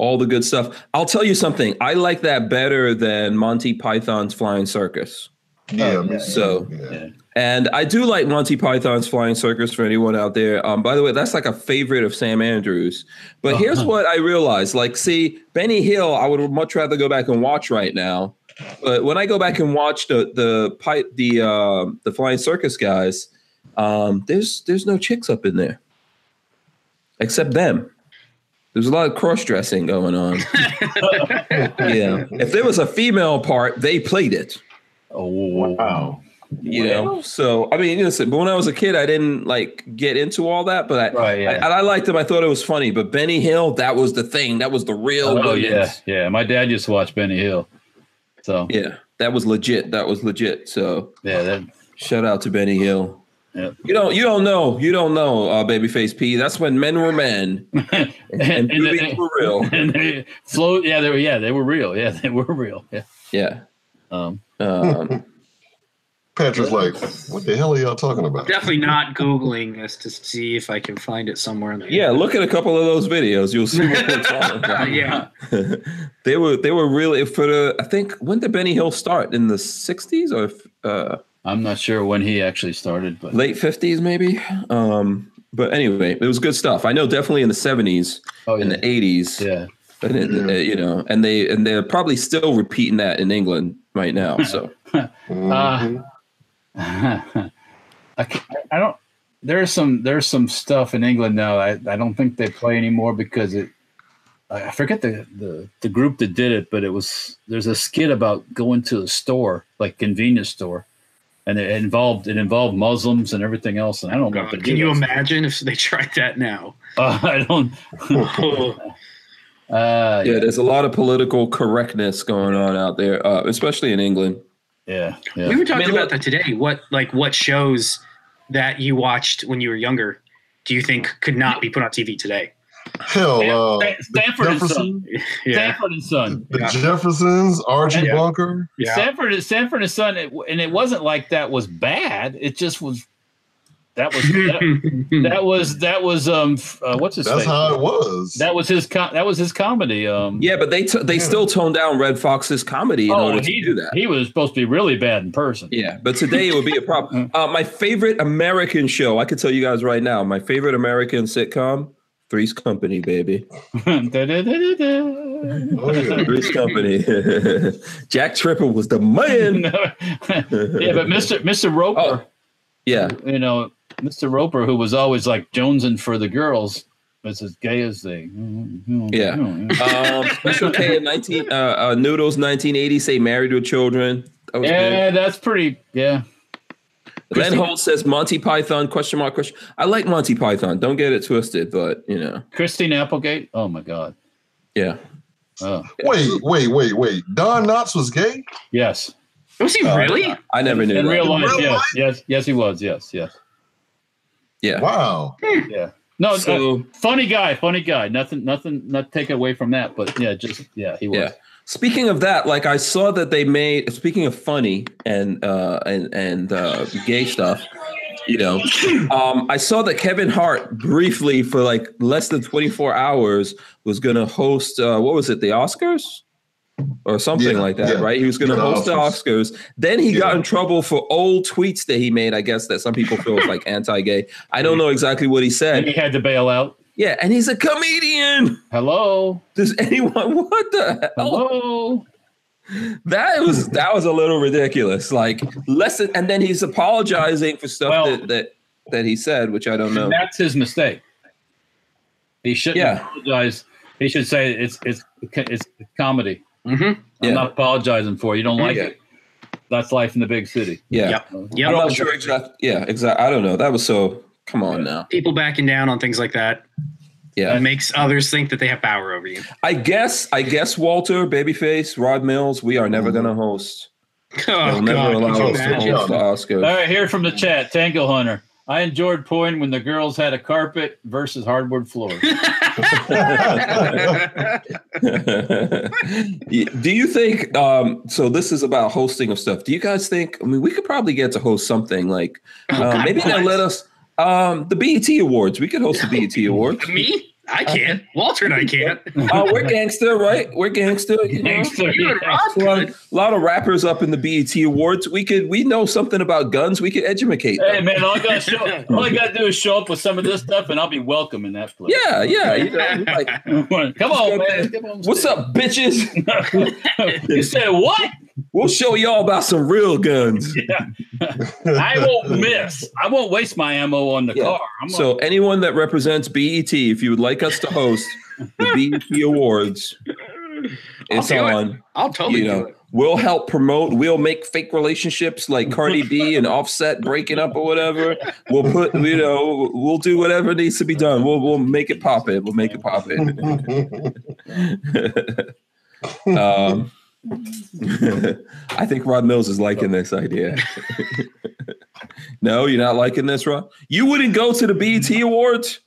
[SPEAKER 1] all the good stuff. I'll tell you something. I like that better than Monty Python's Flying Circus.
[SPEAKER 3] Yeah, me
[SPEAKER 1] So-
[SPEAKER 3] too. yeah.
[SPEAKER 2] yeah.
[SPEAKER 1] And I do like Monty Python's Flying Circus for anyone out there. Um, by the way, that's like a favorite of Sam Andrews. But here's
[SPEAKER 2] Uh-huh.
[SPEAKER 1] what I realized: like, see, Benny Hill, I would much rather go back and watch right now. But when I go back and watch the the pi- the uh, the Flying Circus guys, um, there's there's no chicks up in there, except them. There's a lot of cross dressing going on. yeah, if there was a female part, they played it
[SPEAKER 2] Oh, wow.
[SPEAKER 1] you know so i mean listen but when i was a kid i didn't like get into all that but i
[SPEAKER 2] Right, yeah.
[SPEAKER 1] I, and I liked him i thought it was funny but benny hill that was the thing that was the real
[SPEAKER 2] Oh, yeah,
[SPEAKER 1] Williams.
[SPEAKER 2] yeah. My dad used to watch Benny Hill, so
[SPEAKER 1] yeah that was legit that was legit so
[SPEAKER 2] yeah, that, (laughs)
[SPEAKER 1] shout out to benny hill
[SPEAKER 2] Yeah.
[SPEAKER 1] You don't, you don't know, you don't know, uh, babyface P. That's when men were men
[SPEAKER 2] (laughs) and,
[SPEAKER 1] and,
[SPEAKER 2] and
[SPEAKER 1] movies
[SPEAKER 2] they,
[SPEAKER 1] were
[SPEAKER 2] (laughs)
[SPEAKER 1] real.
[SPEAKER 2] and they float. Yeah, they were. Yeah, they were real. Yeah, (laughs) they were real. Yeah.
[SPEAKER 1] Yeah.
[SPEAKER 2] Um,
[SPEAKER 1] Um,
[SPEAKER 3] Patrick's like, what the hell are y'all talking about?
[SPEAKER 4] Definitely not Googling this to see if I can find it somewhere in the
[SPEAKER 1] yeah. Look at a couple of those videos. You'll see what we're
[SPEAKER 2] (laughs)
[SPEAKER 1] talking
[SPEAKER 4] Uh,
[SPEAKER 1] about.
[SPEAKER 4] yeah.
[SPEAKER 1] (laughs) they were, they were really for the. I think when did Benny Hill start in the '60s or uh,
[SPEAKER 2] I'm not sure when he actually started, but
[SPEAKER 1] late 50s maybe um but anyway it was good stuff i know definitely in the 70s
[SPEAKER 2] oh
[SPEAKER 1] in
[SPEAKER 2] yeah,
[SPEAKER 1] the 80s
[SPEAKER 2] yeah.
[SPEAKER 1] and it-
[SPEAKER 3] Yeah.
[SPEAKER 1] uh, you know and they and they're probably still repeating that in england right now
[SPEAKER 2] (laughs)
[SPEAKER 1] so
[SPEAKER 3] Mhm.
[SPEAKER 1] Uh,
[SPEAKER 2] I, ca- I don't. There's some there's some stuff in England now. I, I don't think they play anymore because it. I I forget the, the the group that did it, but it was there's a skit about going to a store like convenience store, and it involved it involved Muslims and everything else. And I don't know. if
[SPEAKER 4] God,
[SPEAKER 2] they
[SPEAKER 4] Uh, can
[SPEAKER 2] do
[SPEAKER 4] you
[SPEAKER 2] that.
[SPEAKER 4] imagine if they (laughs) tried that now?
[SPEAKER 2] Uh, (laughs) I don't. Uh,
[SPEAKER 1] yeah there's a lot of political correctness going on out there uh, especially in england
[SPEAKER 2] yeah, yeah.
[SPEAKER 4] We were talking
[SPEAKER 1] I mean,
[SPEAKER 4] about
[SPEAKER 1] look-
[SPEAKER 4] that today. What like what shows that you watched when you were younger do you think could not be put on TV today?
[SPEAKER 3] Hell, uh,
[SPEAKER 2] Stan- Stanford and Son.
[SPEAKER 3] Jefferson,
[SPEAKER 4] Yeah.
[SPEAKER 2] Stanford and Son.
[SPEAKER 3] the Jeffersons, Archie
[SPEAKER 4] Yeah.
[SPEAKER 3] Bunker.
[SPEAKER 4] (laughs) Yeah.
[SPEAKER 2] Sanford, Sanford and Son, it, and it wasn't like that was bad. It just was That was that,
[SPEAKER 1] Hmm.
[SPEAKER 2] that was that was um f- uh, what's his
[SPEAKER 3] That's
[SPEAKER 2] face?
[SPEAKER 3] how it was.
[SPEAKER 2] That was his com- that was his comedy. Um,
[SPEAKER 1] Yeah, but they t- they still toned down Red Fox's comedy in
[SPEAKER 2] oh,
[SPEAKER 1] order
[SPEAKER 2] he,
[SPEAKER 1] to do that.
[SPEAKER 2] he was supposed to be really bad in person. (laughs)
[SPEAKER 1] Yeah, but today it would be a problem. Uh, my favorite American show, I could tell you guys right now, my favorite American sitcom, Three's Company,
[SPEAKER 2] (laughs)
[SPEAKER 1] baby.
[SPEAKER 2] Da-da-da-da-da.
[SPEAKER 3] oh, yeah.
[SPEAKER 1] Three's Company. (laughs) Jack Tripper was the man.
[SPEAKER 2] No. (laughs) yeah, but Mr. Mr. Roper,
[SPEAKER 1] (laughs) Oh. Yeah,
[SPEAKER 2] you know, Mr. Roper, who was always like jonesing for the girls, was as gay as they.
[SPEAKER 1] Yeah. um, Special K in 19, uh, uh, Noodles 1980 say Married with Children. That was
[SPEAKER 2] (laughs) Yeah, that's pretty. Yeah,
[SPEAKER 1] good. Len Holt says Monty Python question mark question. I like Monty Python. Don't get it twisted, but you know,
[SPEAKER 2] Christine Applegate. Oh my God.
[SPEAKER 1] yeah.
[SPEAKER 2] Oh,
[SPEAKER 3] Wait, wait, wait, wait. Don Knotts was gay?
[SPEAKER 2] yes.
[SPEAKER 4] Was he
[SPEAKER 1] Uh,
[SPEAKER 4] really?
[SPEAKER 1] I never knew
[SPEAKER 2] In
[SPEAKER 1] that.
[SPEAKER 2] real life,
[SPEAKER 3] real
[SPEAKER 2] yes,
[SPEAKER 3] life?
[SPEAKER 2] yes, yes, he was. Yes, yes,
[SPEAKER 1] Yeah.
[SPEAKER 3] Wow.
[SPEAKER 2] yeah. No, uh,
[SPEAKER 1] So
[SPEAKER 2] funny guy, funny guy. Nothing, nothing, not take away from that. But yeah, just yeah, he was.
[SPEAKER 1] Yeah. Speaking of that, like I saw that they made. Speaking of funny and uh, and and uh, gay stuff, you
[SPEAKER 3] (clears throat)
[SPEAKER 1] know, um, I saw that Kevin Hart briefly for like less than twenty four hours was going to host. Uh, what was it? The Oscars. Or something
[SPEAKER 3] Yeah,
[SPEAKER 1] like that,
[SPEAKER 3] yeah.
[SPEAKER 1] right? He was going to
[SPEAKER 3] The
[SPEAKER 1] host
[SPEAKER 3] Oscars.
[SPEAKER 1] the Oscars. Then he got
[SPEAKER 3] Yeah.
[SPEAKER 1] in trouble for old tweets that he made. I guess that some people feel is like anti-gay. I don't know exactly what he
[SPEAKER 2] And
[SPEAKER 3] Mm-hmm.
[SPEAKER 2] he
[SPEAKER 1] said.
[SPEAKER 2] had to bail out.
[SPEAKER 1] Yeah, and he's a comedian.
[SPEAKER 2] Hello,
[SPEAKER 1] Does anyone? (laughs) What the hell? Oh.
[SPEAKER 2] hello.
[SPEAKER 1] That was that was a little ridiculous. Like less than, and then he's apologizing for stuff
[SPEAKER 2] Well-
[SPEAKER 1] that, that that he said, which I don't know.
[SPEAKER 2] That's his mistake. He shouldn't
[SPEAKER 1] Yeah.
[SPEAKER 2] apologize. He should say it's it's it's comedy.
[SPEAKER 4] Mm-hmm.
[SPEAKER 1] Yeah.
[SPEAKER 2] I'm not apologizing for it. You don't like
[SPEAKER 1] Yeah.
[SPEAKER 2] it. That's life in the big city.
[SPEAKER 1] Yeah,
[SPEAKER 4] Yep.
[SPEAKER 1] I'm
[SPEAKER 4] Yep.
[SPEAKER 1] not sure exactly. Yeah, exactly. I don't know. That was so. Come on now.
[SPEAKER 4] People backing down on things like that
[SPEAKER 1] Yeah,
[SPEAKER 4] makes others think that they have power over you. (laughs) Oh,
[SPEAKER 1] I guess. I guess Walter, Babyface, Rod Mills. We are never
[SPEAKER 3] Mhm.
[SPEAKER 1] gonna host.
[SPEAKER 4] Oh,
[SPEAKER 1] They'll never
[SPEAKER 4] God.
[SPEAKER 1] allow us
[SPEAKER 4] Can you
[SPEAKER 1] to
[SPEAKER 4] imagine?
[SPEAKER 1] host the
[SPEAKER 2] All
[SPEAKER 1] Oscars.
[SPEAKER 2] right, here from the chat, Tango Hunter. I enjoyed porn when the girls had a carpet versus
[SPEAKER 1] (laughs)
[SPEAKER 2] hardwood floors.
[SPEAKER 4] (laughs)
[SPEAKER 1] Yeah, do you think um so this is about hosting of stuff do you guys think i mean we could probably get to host something like
[SPEAKER 4] Oh,
[SPEAKER 1] uh,
[SPEAKER 4] God,
[SPEAKER 1] maybe they'll
[SPEAKER 4] what?
[SPEAKER 1] let us um the bet awards we could host the bet
[SPEAKER 4] (laughs)
[SPEAKER 1] awards
[SPEAKER 4] Me? I can't. Walter and
[SPEAKER 1] (laughs)
[SPEAKER 4] I can't.
[SPEAKER 1] uh, we're gangster right we're gangster you know?
[SPEAKER 4] (laughs)
[SPEAKER 2] Gangster,
[SPEAKER 4] You and
[SPEAKER 2] yeah.
[SPEAKER 1] A
[SPEAKER 4] Rob
[SPEAKER 1] lot,
[SPEAKER 4] could.
[SPEAKER 1] of, a lot of rappers up in the BET Awards. We could we know something about guns. We could educate
[SPEAKER 2] Hey
[SPEAKER 1] them.
[SPEAKER 2] man, all I gotta show, all I gotta do is show up with some of this stuff, and I'll be welcome in that place.
[SPEAKER 1] Yeah, yeah. you know, (laughs) like,
[SPEAKER 2] Come on, man.
[SPEAKER 1] what's up, bitches?
[SPEAKER 2] (laughs) you said what?
[SPEAKER 1] We'll show y'all about some real guns.
[SPEAKER 2] I won't miss. I won't waste my ammo on the
[SPEAKER 1] Yeah.
[SPEAKER 2] car. I'm so
[SPEAKER 1] So anyone that represents BET, if you would like us to host the BET Awards, it's
[SPEAKER 4] do it.
[SPEAKER 1] on.
[SPEAKER 4] I'll totally
[SPEAKER 1] you
[SPEAKER 4] do
[SPEAKER 1] know,
[SPEAKER 4] it.
[SPEAKER 1] we'll help promote. We'll make fake relationships like Cardi B and Offset breaking up or whatever. We'll put, you know, we'll do whatever needs to be done. We'll we'll make it pop it. We'll make it pop it. (laughs) um, (laughs) I think Rod Mills is liking this idea. (laughs) no, you're not liking this, Rod. You wouldn't go to the BET Awards.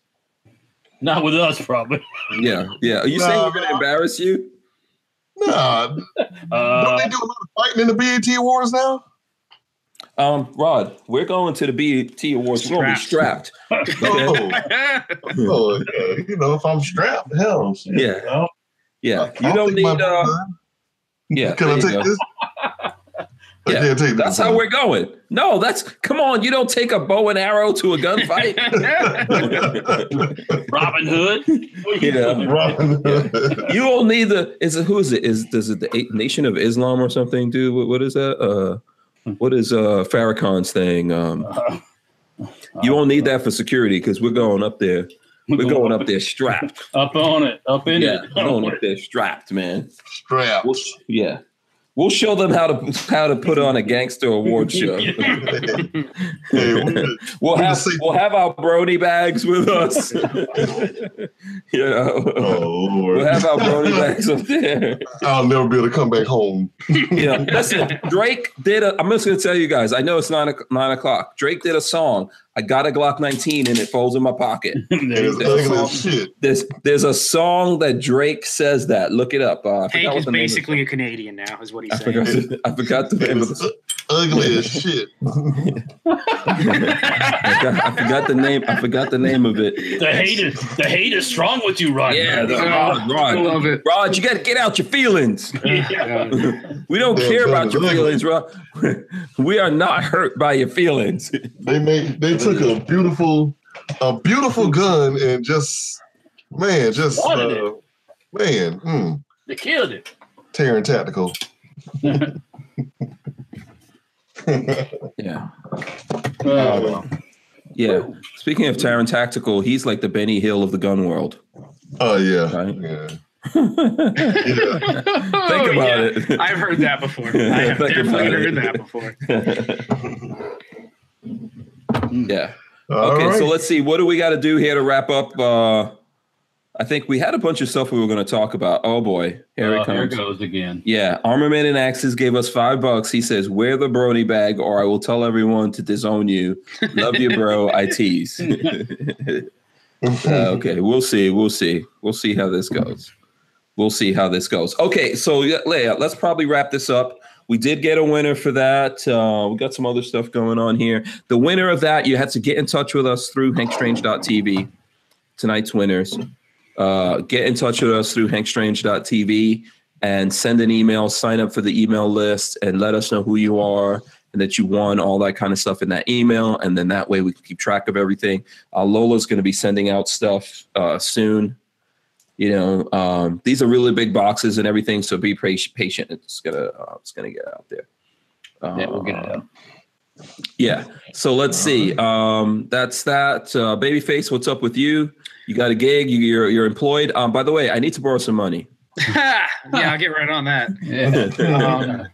[SPEAKER 2] not with us, probably.
[SPEAKER 1] Yeah, yeah. Are you saying
[SPEAKER 3] No,
[SPEAKER 1] we're going to
[SPEAKER 3] no.
[SPEAKER 1] embarrass you?
[SPEAKER 3] nah, don't they
[SPEAKER 1] (laughs)
[SPEAKER 2] Uh,
[SPEAKER 3] do a lot of fighting in the BET Awards now?
[SPEAKER 1] Um, Rod, we're going to the BET Awards. We're going to be strapped.
[SPEAKER 3] (laughs)
[SPEAKER 1] Okay?
[SPEAKER 3] Oh,
[SPEAKER 4] (laughs)
[SPEAKER 3] oh, yeah, you know, if I'm strapped, hell, shit,
[SPEAKER 1] Yeah.
[SPEAKER 3] you know?
[SPEAKER 1] Yeah,
[SPEAKER 3] I
[SPEAKER 1] you don't
[SPEAKER 3] think my-
[SPEAKER 1] need. Uh, yeah,
[SPEAKER 3] Can
[SPEAKER 1] there
[SPEAKER 3] I
[SPEAKER 1] you
[SPEAKER 3] take
[SPEAKER 1] go. (laughs)
[SPEAKER 3] this? I
[SPEAKER 1] Yeah,
[SPEAKER 3] can't take
[SPEAKER 1] That's
[SPEAKER 3] this.
[SPEAKER 1] how we're going. No, that's come on. You don't take a bow and arrow to a gunfight.
[SPEAKER 3] (laughs)
[SPEAKER 2] Robin Hood. What are you
[SPEAKER 1] Yeah. (laughs)
[SPEAKER 2] doing?
[SPEAKER 3] Robin.
[SPEAKER 1] you will need the is it who is it is does it the eight, Nation of Islam or something, dude? What, what is that? Uh, what is uh Farrakhan's thing? Um,
[SPEAKER 2] Uh,
[SPEAKER 1] you won't need that for security because we're going up there. We're going up there strapped.
[SPEAKER 2] Up on it. Up in
[SPEAKER 1] Yeah,
[SPEAKER 2] it. Oh,
[SPEAKER 1] we're going
[SPEAKER 2] (laughs)
[SPEAKER 1] up there strapped, man.
[SPEAKER 3] (laughs) Strapped.
[SPEAKER 1] We'll, yeah, we'll show them how to how to put on a gangster
[SPEAKER 4] (laughs)
[SPEAKER 1] award show.
[SPEAKER 3] (laughs)
[SPEAKER 1] (laughs)
[SPEAKER 3] Hey, we-
[SPEAKER 1] We'll
[SPEAKER 3] We
[SPEAKER 1] have
[SPEAKER 3] just say-
[SPEAKER 1] we'll have our brony bags with
[SPEAKER 3] (laughs)
[SPEAKER 1] us. you know,
[SPEAKER 3] oh, Lord.
[SPEAKER 1] we'll have our brony bags up there.
[SPEAKER 3] (laughs) I'll never be able to come back home.
[SPEAKER 1] Yeah, listen, Drake did. A, I'm just gonna tell you guys. I know it's nine o- nine o'clock. Drake did a song. I got a Glock 19 and it folds in my pocket.
[SPEAKER 3] It is
[SPEAKER 1] There's
[SPEAKER 3] ugly
[SPEAKER 1] a
[SPEAKER 3] as shit.
[SPEAKER 1] There's there's a song that Drake says that. Look it up. Uh, I forgot
[SPEAKER 4] Hank
[SPEAKER 1] what
[SPEAKER 4] is
[SPEAKER 1] the name of-
[SPEAKER 4] basically a Canadian now, is what
[SPEAKER 1] I
[SPEAKER 4] he's saying.
[SPEAKER 1] forgot. I forgot the
[SPEAKER 3] (laughs) It
[SPEAKER 1] name of
[SPEAKER 3] is
[SPEAKER 1] the.
[SPEAKER 3] u- ugly as shit.
[SPEAKER 1] I forgot, I forgot the name. I forgot the name of it.
[SPEAKER 2] The hate is the hate is strong with you, Rod.
[SPEAKER 1] Yeah,
[SPEAKER 2] Mills.
[SPEAKER 1] the-
[SPEAKER 2] (laughs)
[SPEAKER 4] Oh, I
[SPEAKER 1] Rod.
[SPEAKER 4] love it.
[SPEAKER 1] Rod, you got to get out your feelings.
[SPEAKER 2] Yeah.
[SPEAKER 1] We don't
[SPEAKER 3] Damn,
[SPEAKER 1] care about
[SPEAKER 3] that
[SPEAKER 1] your
[SPEAKER 3] is ugly.
[SPEAKER 1] feelings, Rod. We are not hurt by your feelings.
[SPEAKER 3] They made they took a beautiful a beautiful gun and just man, just
[SPEAKER 2] Wanted
[SPEAKER 3] uh, man, mm,
[SPEAKER 2] They killed it.
[SPEAKER 3] tearing tactical.
[SPEAKER 1] Yeah,
[SPEAKER 2] Oh, well.
[SPEAKER 1] yeah. Speaking of Taron Tactical, he's like the Benny Hill of the gun world.
[SPEAKER 3] Oh yeah.
[SPEAKER 1] Right.
[SPEAKER 3] Yeah.
[SPEAKER 1] Think
[SPEAKER 3] Yeah.
[SPEAKER 4] Oh, yeah.
[SPEAKER 1] about it. (laughs)
[SPEAKER 4] (laughs) I've heard that before. I have
[SPEAKER 1] Think about
[SPEAKER 4] definitely
[SPEAKER 1] it.
[SPEAKER 4] heard that
[SPEAKER 1] (laughs)
[SPEAKER 4] before. (laughs)
[SPEAKER 1] yeah.
[SPEAKER 3] All
[SPEAKER 1] Okay,
[SPEAKER 3] right.
[SPEAKER 1] so let's see. What do we got to do here to wrap up? Uh, I think we had a bunch of stuff we were going to talk about. Oh boy, here
[SPEAKER 2] Uh,
[SPEAKER 1] it comes.
[SPEAKER 2] goes again.
[SPEAKER 1] Yeah, Armament and Axes gave us five bucks. He says, "Wear the Brony bag, or I will tell everyone to disown you." Love you, bro. I tease. Uh,
[SPEAKER 3] Mm-hmm.
[SPEAKER 1] okay, we'll see. We'll see. We'll see how this goes. We'll see how this goes. Okay, so yeah, Leia, let's probably wrap this up. We did get a winner for that. Uh, we got some other stuff going on here. The winner of that, you had to get in touch with us through hankstrange.tv. Tonight's winners. Uh, get in touch with us through hankstrange.tv and send an email, sign up for the email list, and let us know who you are and that you won, all that kind of stuff in that email. And then that way we can keep track of everything. Uh, Lola's going to be sending out stuff uh, soon. You know, um, these are really big boxes and everything, so be pa- patient. It's gonna, uh, it's gonna get out there. Uh,
[SPEAKER 2] Yeah, we'll get it out.
[SPEAKER 1] Yeah. So let's see. Um, that's that. Uh, Babyface, what's up with you? You got a gig. You, you're you're employed. Um, by the way, I need to borrow some money.
[SPEAKER 4] yeah, I'll get right on that.
[SPEAKER 2] Yeah.
[SPEAKER 4] Um,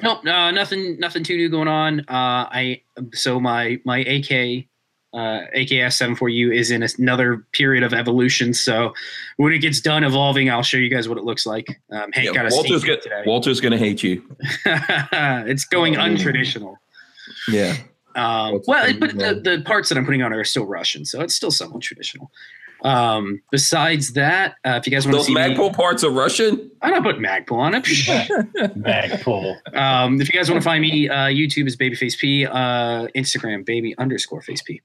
[SPEAKER 4] nope, uh, nothing, nothing too new going on. Uh, I so my my AK, uh, AKS 74U is in another period of evolution. So when it gets done evolving, I'll show you guys what it looks like. Um, Hank
[SPEAKER 1] Yeah,
[SPEAKER 4] got a
[SPEAKER 1] Walter's,
[SPEAKER 4] sneak
[SPEAKER 1] gonna,
[SPEAKER 4] peek today.
[SPEAKER 1] Walter's gonna hate you.
[SPEAKER 4] (laughs) it's
[SPEAKER 1] Oh,
[SPEAKER 4] going untraditional.
[SPEAKER 1] Yeah.
[SPEAKER 4] Um,
[SPEAKER 1] What's
[SPEAKER 4] well,
[SPEAKER 1] the
[SPEAKER 4] it, but the,
[SPEAKER 1] thing,
[SPEAKER 4] the parts that I'm putting on are still Russian, so it's still somewhat traditional. Um, besides that, uh, if you guys want to
[SPEAKER 1] Those
[SPEAKER 4] see me,
[SPEAKER 1] Magpul parts are Russian.
[SPEAKER 4] I don't put Magpul
[SPEAKER 1] (laughs)
[SPEAKER 4] on it.
[SPEAKER 2] Bag pull.
[SPEAKER 4] Um, if you guys want to find me, uh, YouTube is babyface p, uh, Instagram baby underscore face p.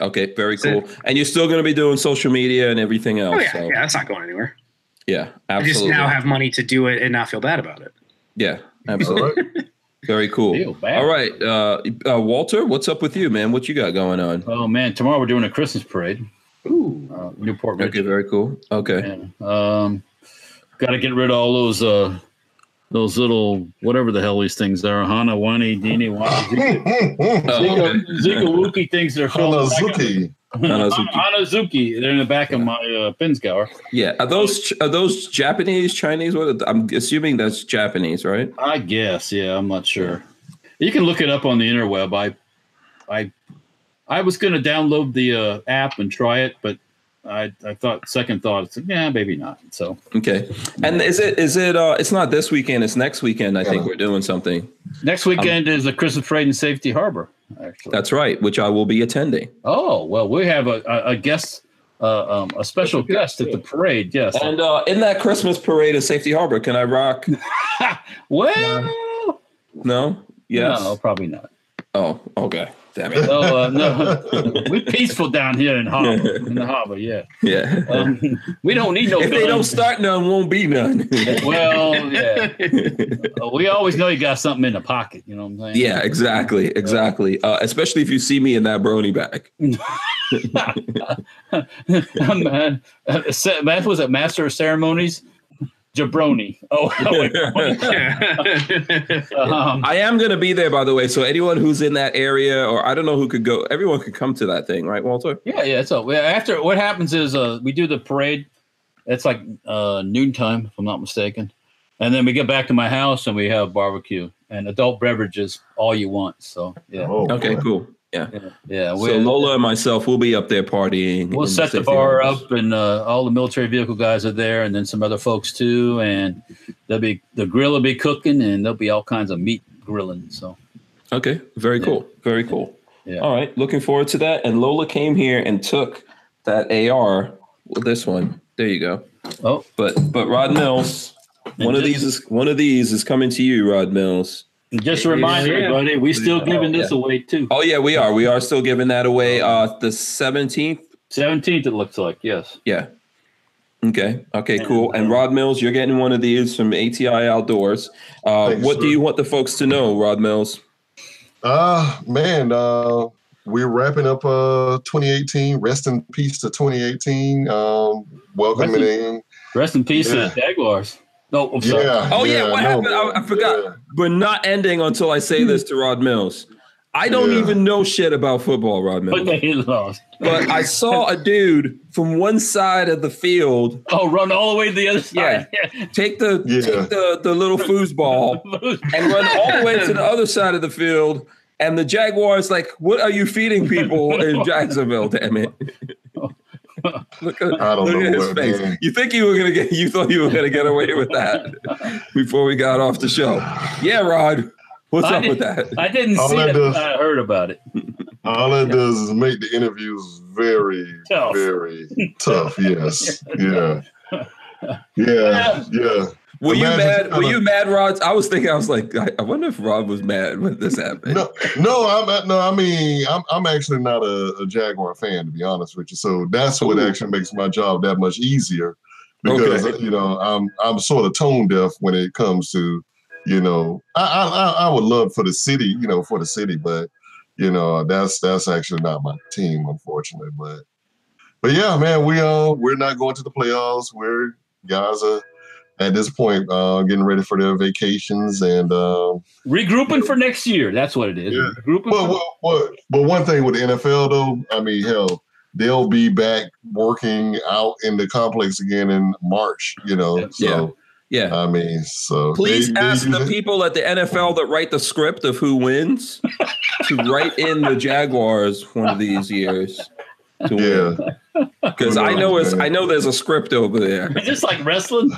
[SPEAKER 1] Okay, very
[SPEAKER 4] That's
[SPEAKER 1] cool. And you're still gonna be doing social media and everything else.
[SPEAKER 4] Oh yeah,
[SPEAKER 1] so.
[SPEAKER 4] yeah, that's not going anywhere.
[SPEAKER 1] Yeah,
[SPEAKER 4] I just
[SPEAKER 1] absolutely.
[SPEAKER 4] now have money to do it and not feel bad about it.
[SPEAKER 1] yeah,
[SPEAKER 3] All
[SPEAKER 4] (laughs)
[SPEAKER 1] absolutely.
[SPEAKER 3] right.
[SPEAKER 1] (laughs) Very cool.
[SPEAKER 2] Ew, bad.
[SPEAKER 1] All right, uh, uh, Walter, what's up with you, man? What you got going on?
[SPEAKER 2] Oh man, tomorrow we're doing a Christmas parade.
[SPEAKER 4] Ooh,
[SPEAKER 2] Uh, Newport Ridge.
[SPEAKER 1] Okay, very cool. Okay,
[SPEAKER 2] Yeah. Um, got to get rid of all those uh, those little whatever the hell these things are. Hana, Wani, Dini, Wani,
[SPEAKER 3] (laughs)
[SPEAKER 1] Oh, okay.
[SPEAKER 2] Zika Wookie things. They're filled in the back of- (laughs)
[SPEAKER 3] Hanazuki.
[SPEAKER 1] Hanazuki.
[SPEAKER 2] Hanazuki. They're in the back of my uh, Pinsgauer.
[SPEAKER 1] yeah. Are those Ch- are those Japanese, Chinese? What are th- I'm assuming that's Japanese, right?
[SPEAKER 2] I guess. Yeah, I'm not sure. You can look it up on the interweb. I, I, I was going to download the uh, app and try it, but I, I thought second thought. It's yeah, maybe not. So
[SPEAKER 1] Okay. And is it is it? Uh, it's not this weekend. It's next weekend. I think
[SPEAKER 3] Yeah.
[SPEAKER 1] we're doing something.
[SPEAKER 2] next weekend is a Christmas parade in Safety Harbor. Actually,
[SPEAKER 1] That's right, which I will be attending.
[SPEAKER 2] oh well, we have a a, a guest, uh, um, a special guest at the parade. Yes.
[SPEAKER 1] And uh, in that Christmas parade at Safety Harbor, can I rock?
[SPEAKER 2] well,
[SPEAKER 1] No. Yes.
[SPEAKER 2] no, probably not.
[SPEAKER 1] Oh. Okay. Damn it.
[SPEAKER 2] No, uh,
[SPEAKER 1] (laughs)
[SPEAKER 2] no, we're peaceful down here in harbor. In the harbor, yeah.
[SPEAKER 1] Yeah.
[SPEAKER 2] Um, we don't need no.
[SPEAKER 1] if they don't
[SPEAKER 2] guns.
[SPEAKER 1] start none, won't be none. (laughs)
[SPEAKER 2] Well, yeah. Uh, we always know you got something in the pocket. You know what I'm saying?
[SPEAKER 1] yeah, exactly, exactly. Uh, especially if you see me in that brony bag.
[SPEAKER 2] (laughs) Um, uh, uh, se- Math was it master of ceremonies? Jabroni. Oh, (laughs) wait.
[SPEAKER 4] yeah.
[SPEAKER 2] um,
[SPEAKER 1] (laughs) I am gonna be there, by the way. So anyone who's in that area, or I don't know who could go, everyone could come to that thing, right, Walter?
[SPEAKER 2] yeah, yeah. So well, after what happens is uh, we do the parade. It's like uh, noontime, if I'm not mistaken, and then we get back to my house and we have barbecue and adult beverages all you want. So yeah,
[SPEAKER 3] Oh,
[SPEAKER 1] Okay,
[SPEAKER 3] boy.
[SPEAKER 1] cool. Yeah.
[SPEAKER 2] yeah. yeah
[SPEAKER 1] So
[SPEAKER 2] we,
[SPEAKER 1] Lola and myself will be up there partying.
[SPEAKER 2] we'll
[SPEAKER 1] in
[SPEAKER 2] set the
[SPEAKER 1] safety
[SPEAKER 2] bar
[SPEAKER 1] rooms.
[SPEAKER 2] up and uh, all the military vehicle guys are there and then some other folks too and they'll be the grill will be cooking and there'll be all kinds of meat grilling so
[SPEAKER 1] Okay, very
[SPEAKER 2] Yeah.
[SPEAKER 1] cool, very cool.
[SPEAKER 2] Yeah.
[SPEAKER 1] All right, looking forward to that. And Lola came here and took that AR with this one. There you go.
[SPEAKER 2] Oh.
[SPEAKER 1] but but Rod Mills, one of these is one of these is coming to you, Rod Mills.
[SPEAKER 2] And just a reminder,
[SPEAKER 4] Yeah.
[SPEAKER 2] everybody, we still
[SPEAKER 1] Yeah.
[SPEAKER 2] giving this
[SPEAKER 1] Yeah.
[SPEAKER 2] away too.
[SPEAKER 1] Oh yeah, we are. We are still giving that away. Uh, the seventeenth.
[SPEAKER 2] Seventeenth, it looks like. Yes.
[SPEAKER 1] Yeah. Okay. Okay.
[SPEAKER 2] And,
[SPEAKER 1] Cool. And
[SPEAKER 2] uh,
[SPEAKER 1] Rod Mills, you're getting one of these from ATI Outdoors. Uh,
[SPEAKER 3] Thank you,
[SPEAKER 1] what do
[SPEAKER 3] sir.
[SPEAKER 1] you want the folks to know, Rod Mills?
[SPEAKER 3] Ah, man, uh, we're wrapping up uh 2018. Rest in peace to 2018. Um, welcoming in.
[SPEAKER 2] Rest in peace
[SPEAKER 3] Yeah.
[SPEAKER 2] to the Jaguars. No, I'm sorry.
[SPEAKER 3] Yeah.
[SPEAKER 1] Oh, yeah,
[SPEAKER 3] I
[SPEAKER 1] what happened? I-
[SPEAKER 3] man.
[SPEAKER 1] I forgot.
[SPEAKER 3] Yeah.
[SPEAKER 1] We're not ending until I
[SPEAKER 2] Hmm.
[SPEAKER 1] say this to Rod Mills. I don't
[SPEAKER 3] Yeah.
[SPEAKER 1] even know shit about football, Rod Mills.
[SPEAKER 2] But they lost.
[SPEAKER 1] But
[SPEAKER 2] (laughs)
[SPEAKER 1] I saw a dude from one side of the field
[SPEAKER 2] Oh, run all the way to the other side.
[SPEAKER 1] take the
[SPEAKER 3] Yeah.
[SPEAKER 1] take the, the little foosball and run all the way to the other side of the field. And the Jaguars, like, what are you feeding people
[SPEAKER 3] (laughs)
[SPEAKER 1] in Jacksonville? Damn it! look at,
[SPEAKER 3] I don't
[SPEAKER 1] look
[SPEAKER 3] know
[SPEAKER 1] at his
[SPEAKER 3] what,
[SPEAKER 1] face.
[SPEAKER 3] man.
[SPEAKER 1] You think you were gonna get? You thought you were gonna get away with that before we got off the show? Yeah, Rod. What's
[SPEAKER 2] I
[SPEAKER 1] up with
[SPEAKER 2] didn't-
[SPEAKER 1] that?
[SPEAKER 2] (laughs) I didn't
[SPEAKER 3] All
[SPEAKER 2] see
[SPEAKER 3] I
[SPEAKER 2] it.
[SPEAKER 3] do-
[SPEAKER 2] but I heard about it.
[SPEAKER 3] All it does is make the interviews very,
[SPEAKER 2] Tough.
[SPEAKER 3] very tough. Yes. Yeah. Yeah. Yeah.
[SPEAKER 1] Were you
[SPEAKER 3] Imagine-
[SPEAKER 1] mad? Were you mad, Rod? I was thinking. I was like, I, I wonder if Rod was mad when this happened. (laughs)
[SPEAKER 3] No, no, I'm no. I mean, I'm I'm actually not a, a Jaguar fan to be honest with you. So that's what
[SPEAKER 1] Ooh.
[SPEAKER 3] actually makes my job that much easier because
[SPEAKER 1] Okay.
[SPEAKER 3] you know I'm I'm sort of tone deaf when it comes to you know I I I- I would love for the city you know for the city, but you know that's that's actually not my team unfortunately. But but yeah, man, we all we're not going to the playoffs. We're guys are at this point uh, getting ready for their vacations and. Um,
[SPEAKER 2] Regrouping for next year. That's what it is.
[SPEAKER 3] Yeah.
[SPEAKER 2] Regrouping.
[SPEAKER 3] Well,
[SPEAKER 2] for-
[SPEAKER 3] well, well, but one thing with the NFL though, I mean, hell, they'll be back working out in the complex again in March. You know, so
[SPEAKER 1] Yeah.
[SPEAKER 3] I mean, so
[SPEAKER 1] Please
[SPEAKER 3] they- they
[SPEAKER 1] ask the
[SPEAKER 3] usually-
[SPEAKER 1] people at the NFL that write the script of who wins to write in the Jaguars one of these years. To
[SPEAKER 3] Yeah,
[SPEAKER 1] (laughs) because I know it's I know there's a script over there.
[SPEAKER 5] It's just like wrestling.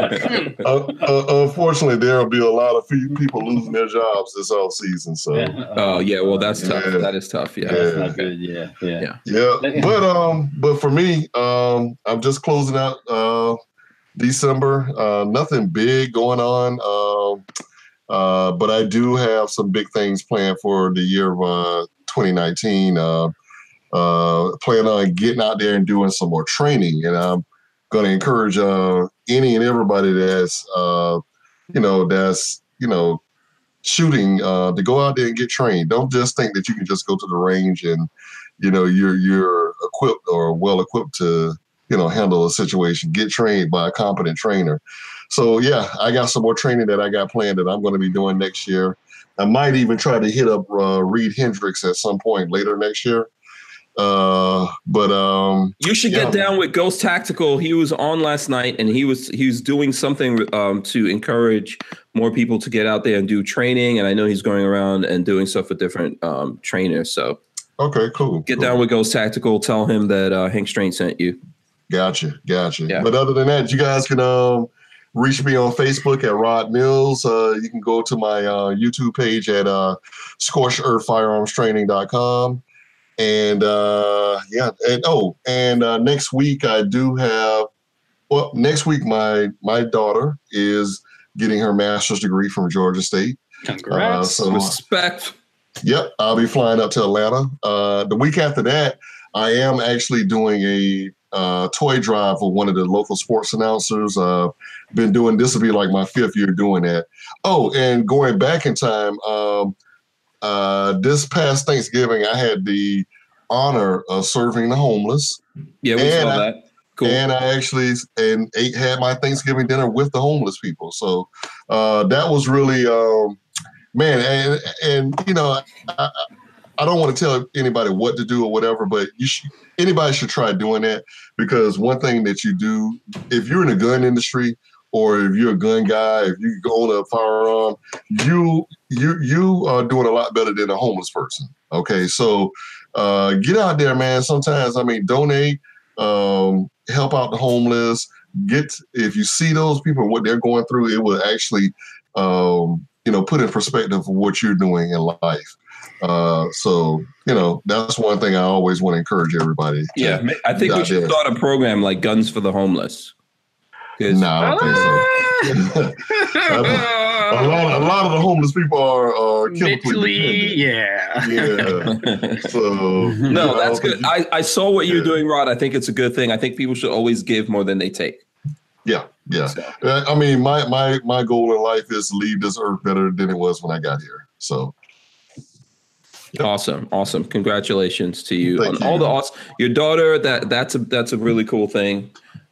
[SPEAKER 3] uh, uh, unfortunately, there'll be a lot of few people losing their jobs this off season. So yeah,
[SPEAKER 1] (laughs) oh yeah, well that's tough.
[SPEAKER 3] Yeah.
[SPEAKER 1] That is tough. Yeah.
[SPEAKER 3] Yeah.
[SPEAKER 2] That's not good. Yeah. Yeah.
[SPEAKER 1] Yeah.
[SPEAKER 3] but um, but for me, um, I'm just closing out uh December. Uh, nothing big going on. Um, uh, but I do have some big things planned for the year of uh, 2019. Uh, uh, plan on getting out there and doing some more training, and I'm going to encourage uh, any and everybody that's uh, you know that's you know shooting uh, to go out there and get trained. Don't just think that you can just go to the range and you know you're you're equipped or well equipped to you know handle a situation. Get trained by a competent trainer. So yeah, I got some more training that I got planned that I'm going to be doing next year. I might even try to hit up uh, Reed Hendricks at some point later next year. Uh, but um,
[SPEAKER 1] You should get
[SPEAKER 3] Yeah.
[SPEAKER 1] down with Ghost Tactical. He was on last night, and he was he was doing something um, to encourage more people to get out there and do training. And I know he's going around and doing stuff with different um, trainers. So
[SPEAKER 3] okay, cool.
[SPEAKER 1] get
[SPEAKER 3] cool.
[SPEAKER 1] down with Ghost Tactical. Tell him that uh, Hank Strain sent you.
[SPEAKER 3] Gotcha, gotcha.
[SPEAKER 1] Yeah.
[SPEAKER 3] But other than that, you guys can um reach me on Facebook at Rod Mills. Uh, you can go to my uh, YouTube page at uh, scorchearthfirearmstraining.com. And uh, yeah, and oh, and uh, next week I do have. Well, next week my my daughter is getting her master's degree from Georgia State. Uh,
[SPEAKER 4] (laughs) Congrats.
[SPEAKER 3] so
[SPEAKER 1] Respect.
[SPEAKER 3] Yep, I'll be flying up to Atlanta. Uh, the week after that, I am actually doing a uh, toy drive for one of the local sports announcers. Uh, been doing this will be like my fifth year doing that. Oh, and going back in time, um, uh, this past Thanksgiving, I had the honor of serving the homeless,
[SPEAKER 1] Yeah, we
[SPEAKER 3] And
[SPEAKER 1] saw
[SPEAKER 3] I-
[SPEAKER 1] that. Cool.
[SPEAKER 3] and I actually and ate had my Thanksgiving dinner with the homeless people. So uh, that was really um, man, and and you know, I, I, I don't want to tell anybody what to do or whatever, but you should, anybody should try doing that because one thing that you do if you're in the gun industry or if you're a gun guy, if you own a firearm, you you you are doing a lot better than a homeless person. Okay, so uh, get out there, man. Sometimes I mean, donate, um, help out the homeless. Get if you see those people what they're going through, it will actually um, you know put in perspective what you're doing in life. Uh, so you know that's one thing I always want to encourage everybody. to-
[SPEAKER 1] Yeah, ma- I think we
[SPEAKER 3] Yeah,
[SPEAKER 1] should
[SPEAKER 3] yeah.
[SPEAKER 1] start a program like Guns for the Homeless. 'Cause-
[SPEAKER 3] Nah, I don't think so.
[SPEAKER 4] Ah!
[SPEAKER 3] (laughs) a lot, a lot of the homeless people are, are chemically
[SPEAKER 4] Mentally,
[SPEAKER 3] dependent.
[SPEAKER 4] yeah.
[SPEAKER 1] (laughs)
[SPEAKER 3] (laughs) Yeah. So you
[SPEAKER 1] no,
[SPEAKER 3] know,
[SPEAKER 1] that's
[SPEAKER 3] but
[SPEAKER 1] good. I, I saw what you're
[SPEAKER 3] Yeah.
[SPEAKER 1] doing, Rod. I think it's a good thing. I think people should always give more than they take.
[SPEAKER 3] Yeah, yeah.
[SPEAKER 1] So,
[SPEAKER 3] Uh, I mean, my my my goal in life is to leave this earth better than it was when I got here. So
[SPEAKER 1] Awesome, awesome. Congratulations to you
[SPEAKER 3] Thank
[SPEAKER 1] on all
[SPEAKER 3] you.
[SPEAKER 1] the awesome. Your daughter, that that's a that's a really cool thing.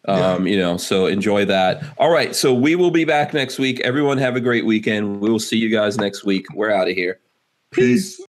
[SPEAKER 1] Um, you know, so enjoy that. All right, so we will be back next week. Everyone have a great weekend. We will see you guys next week. We're out of here.
[SPEAKER 3] peace.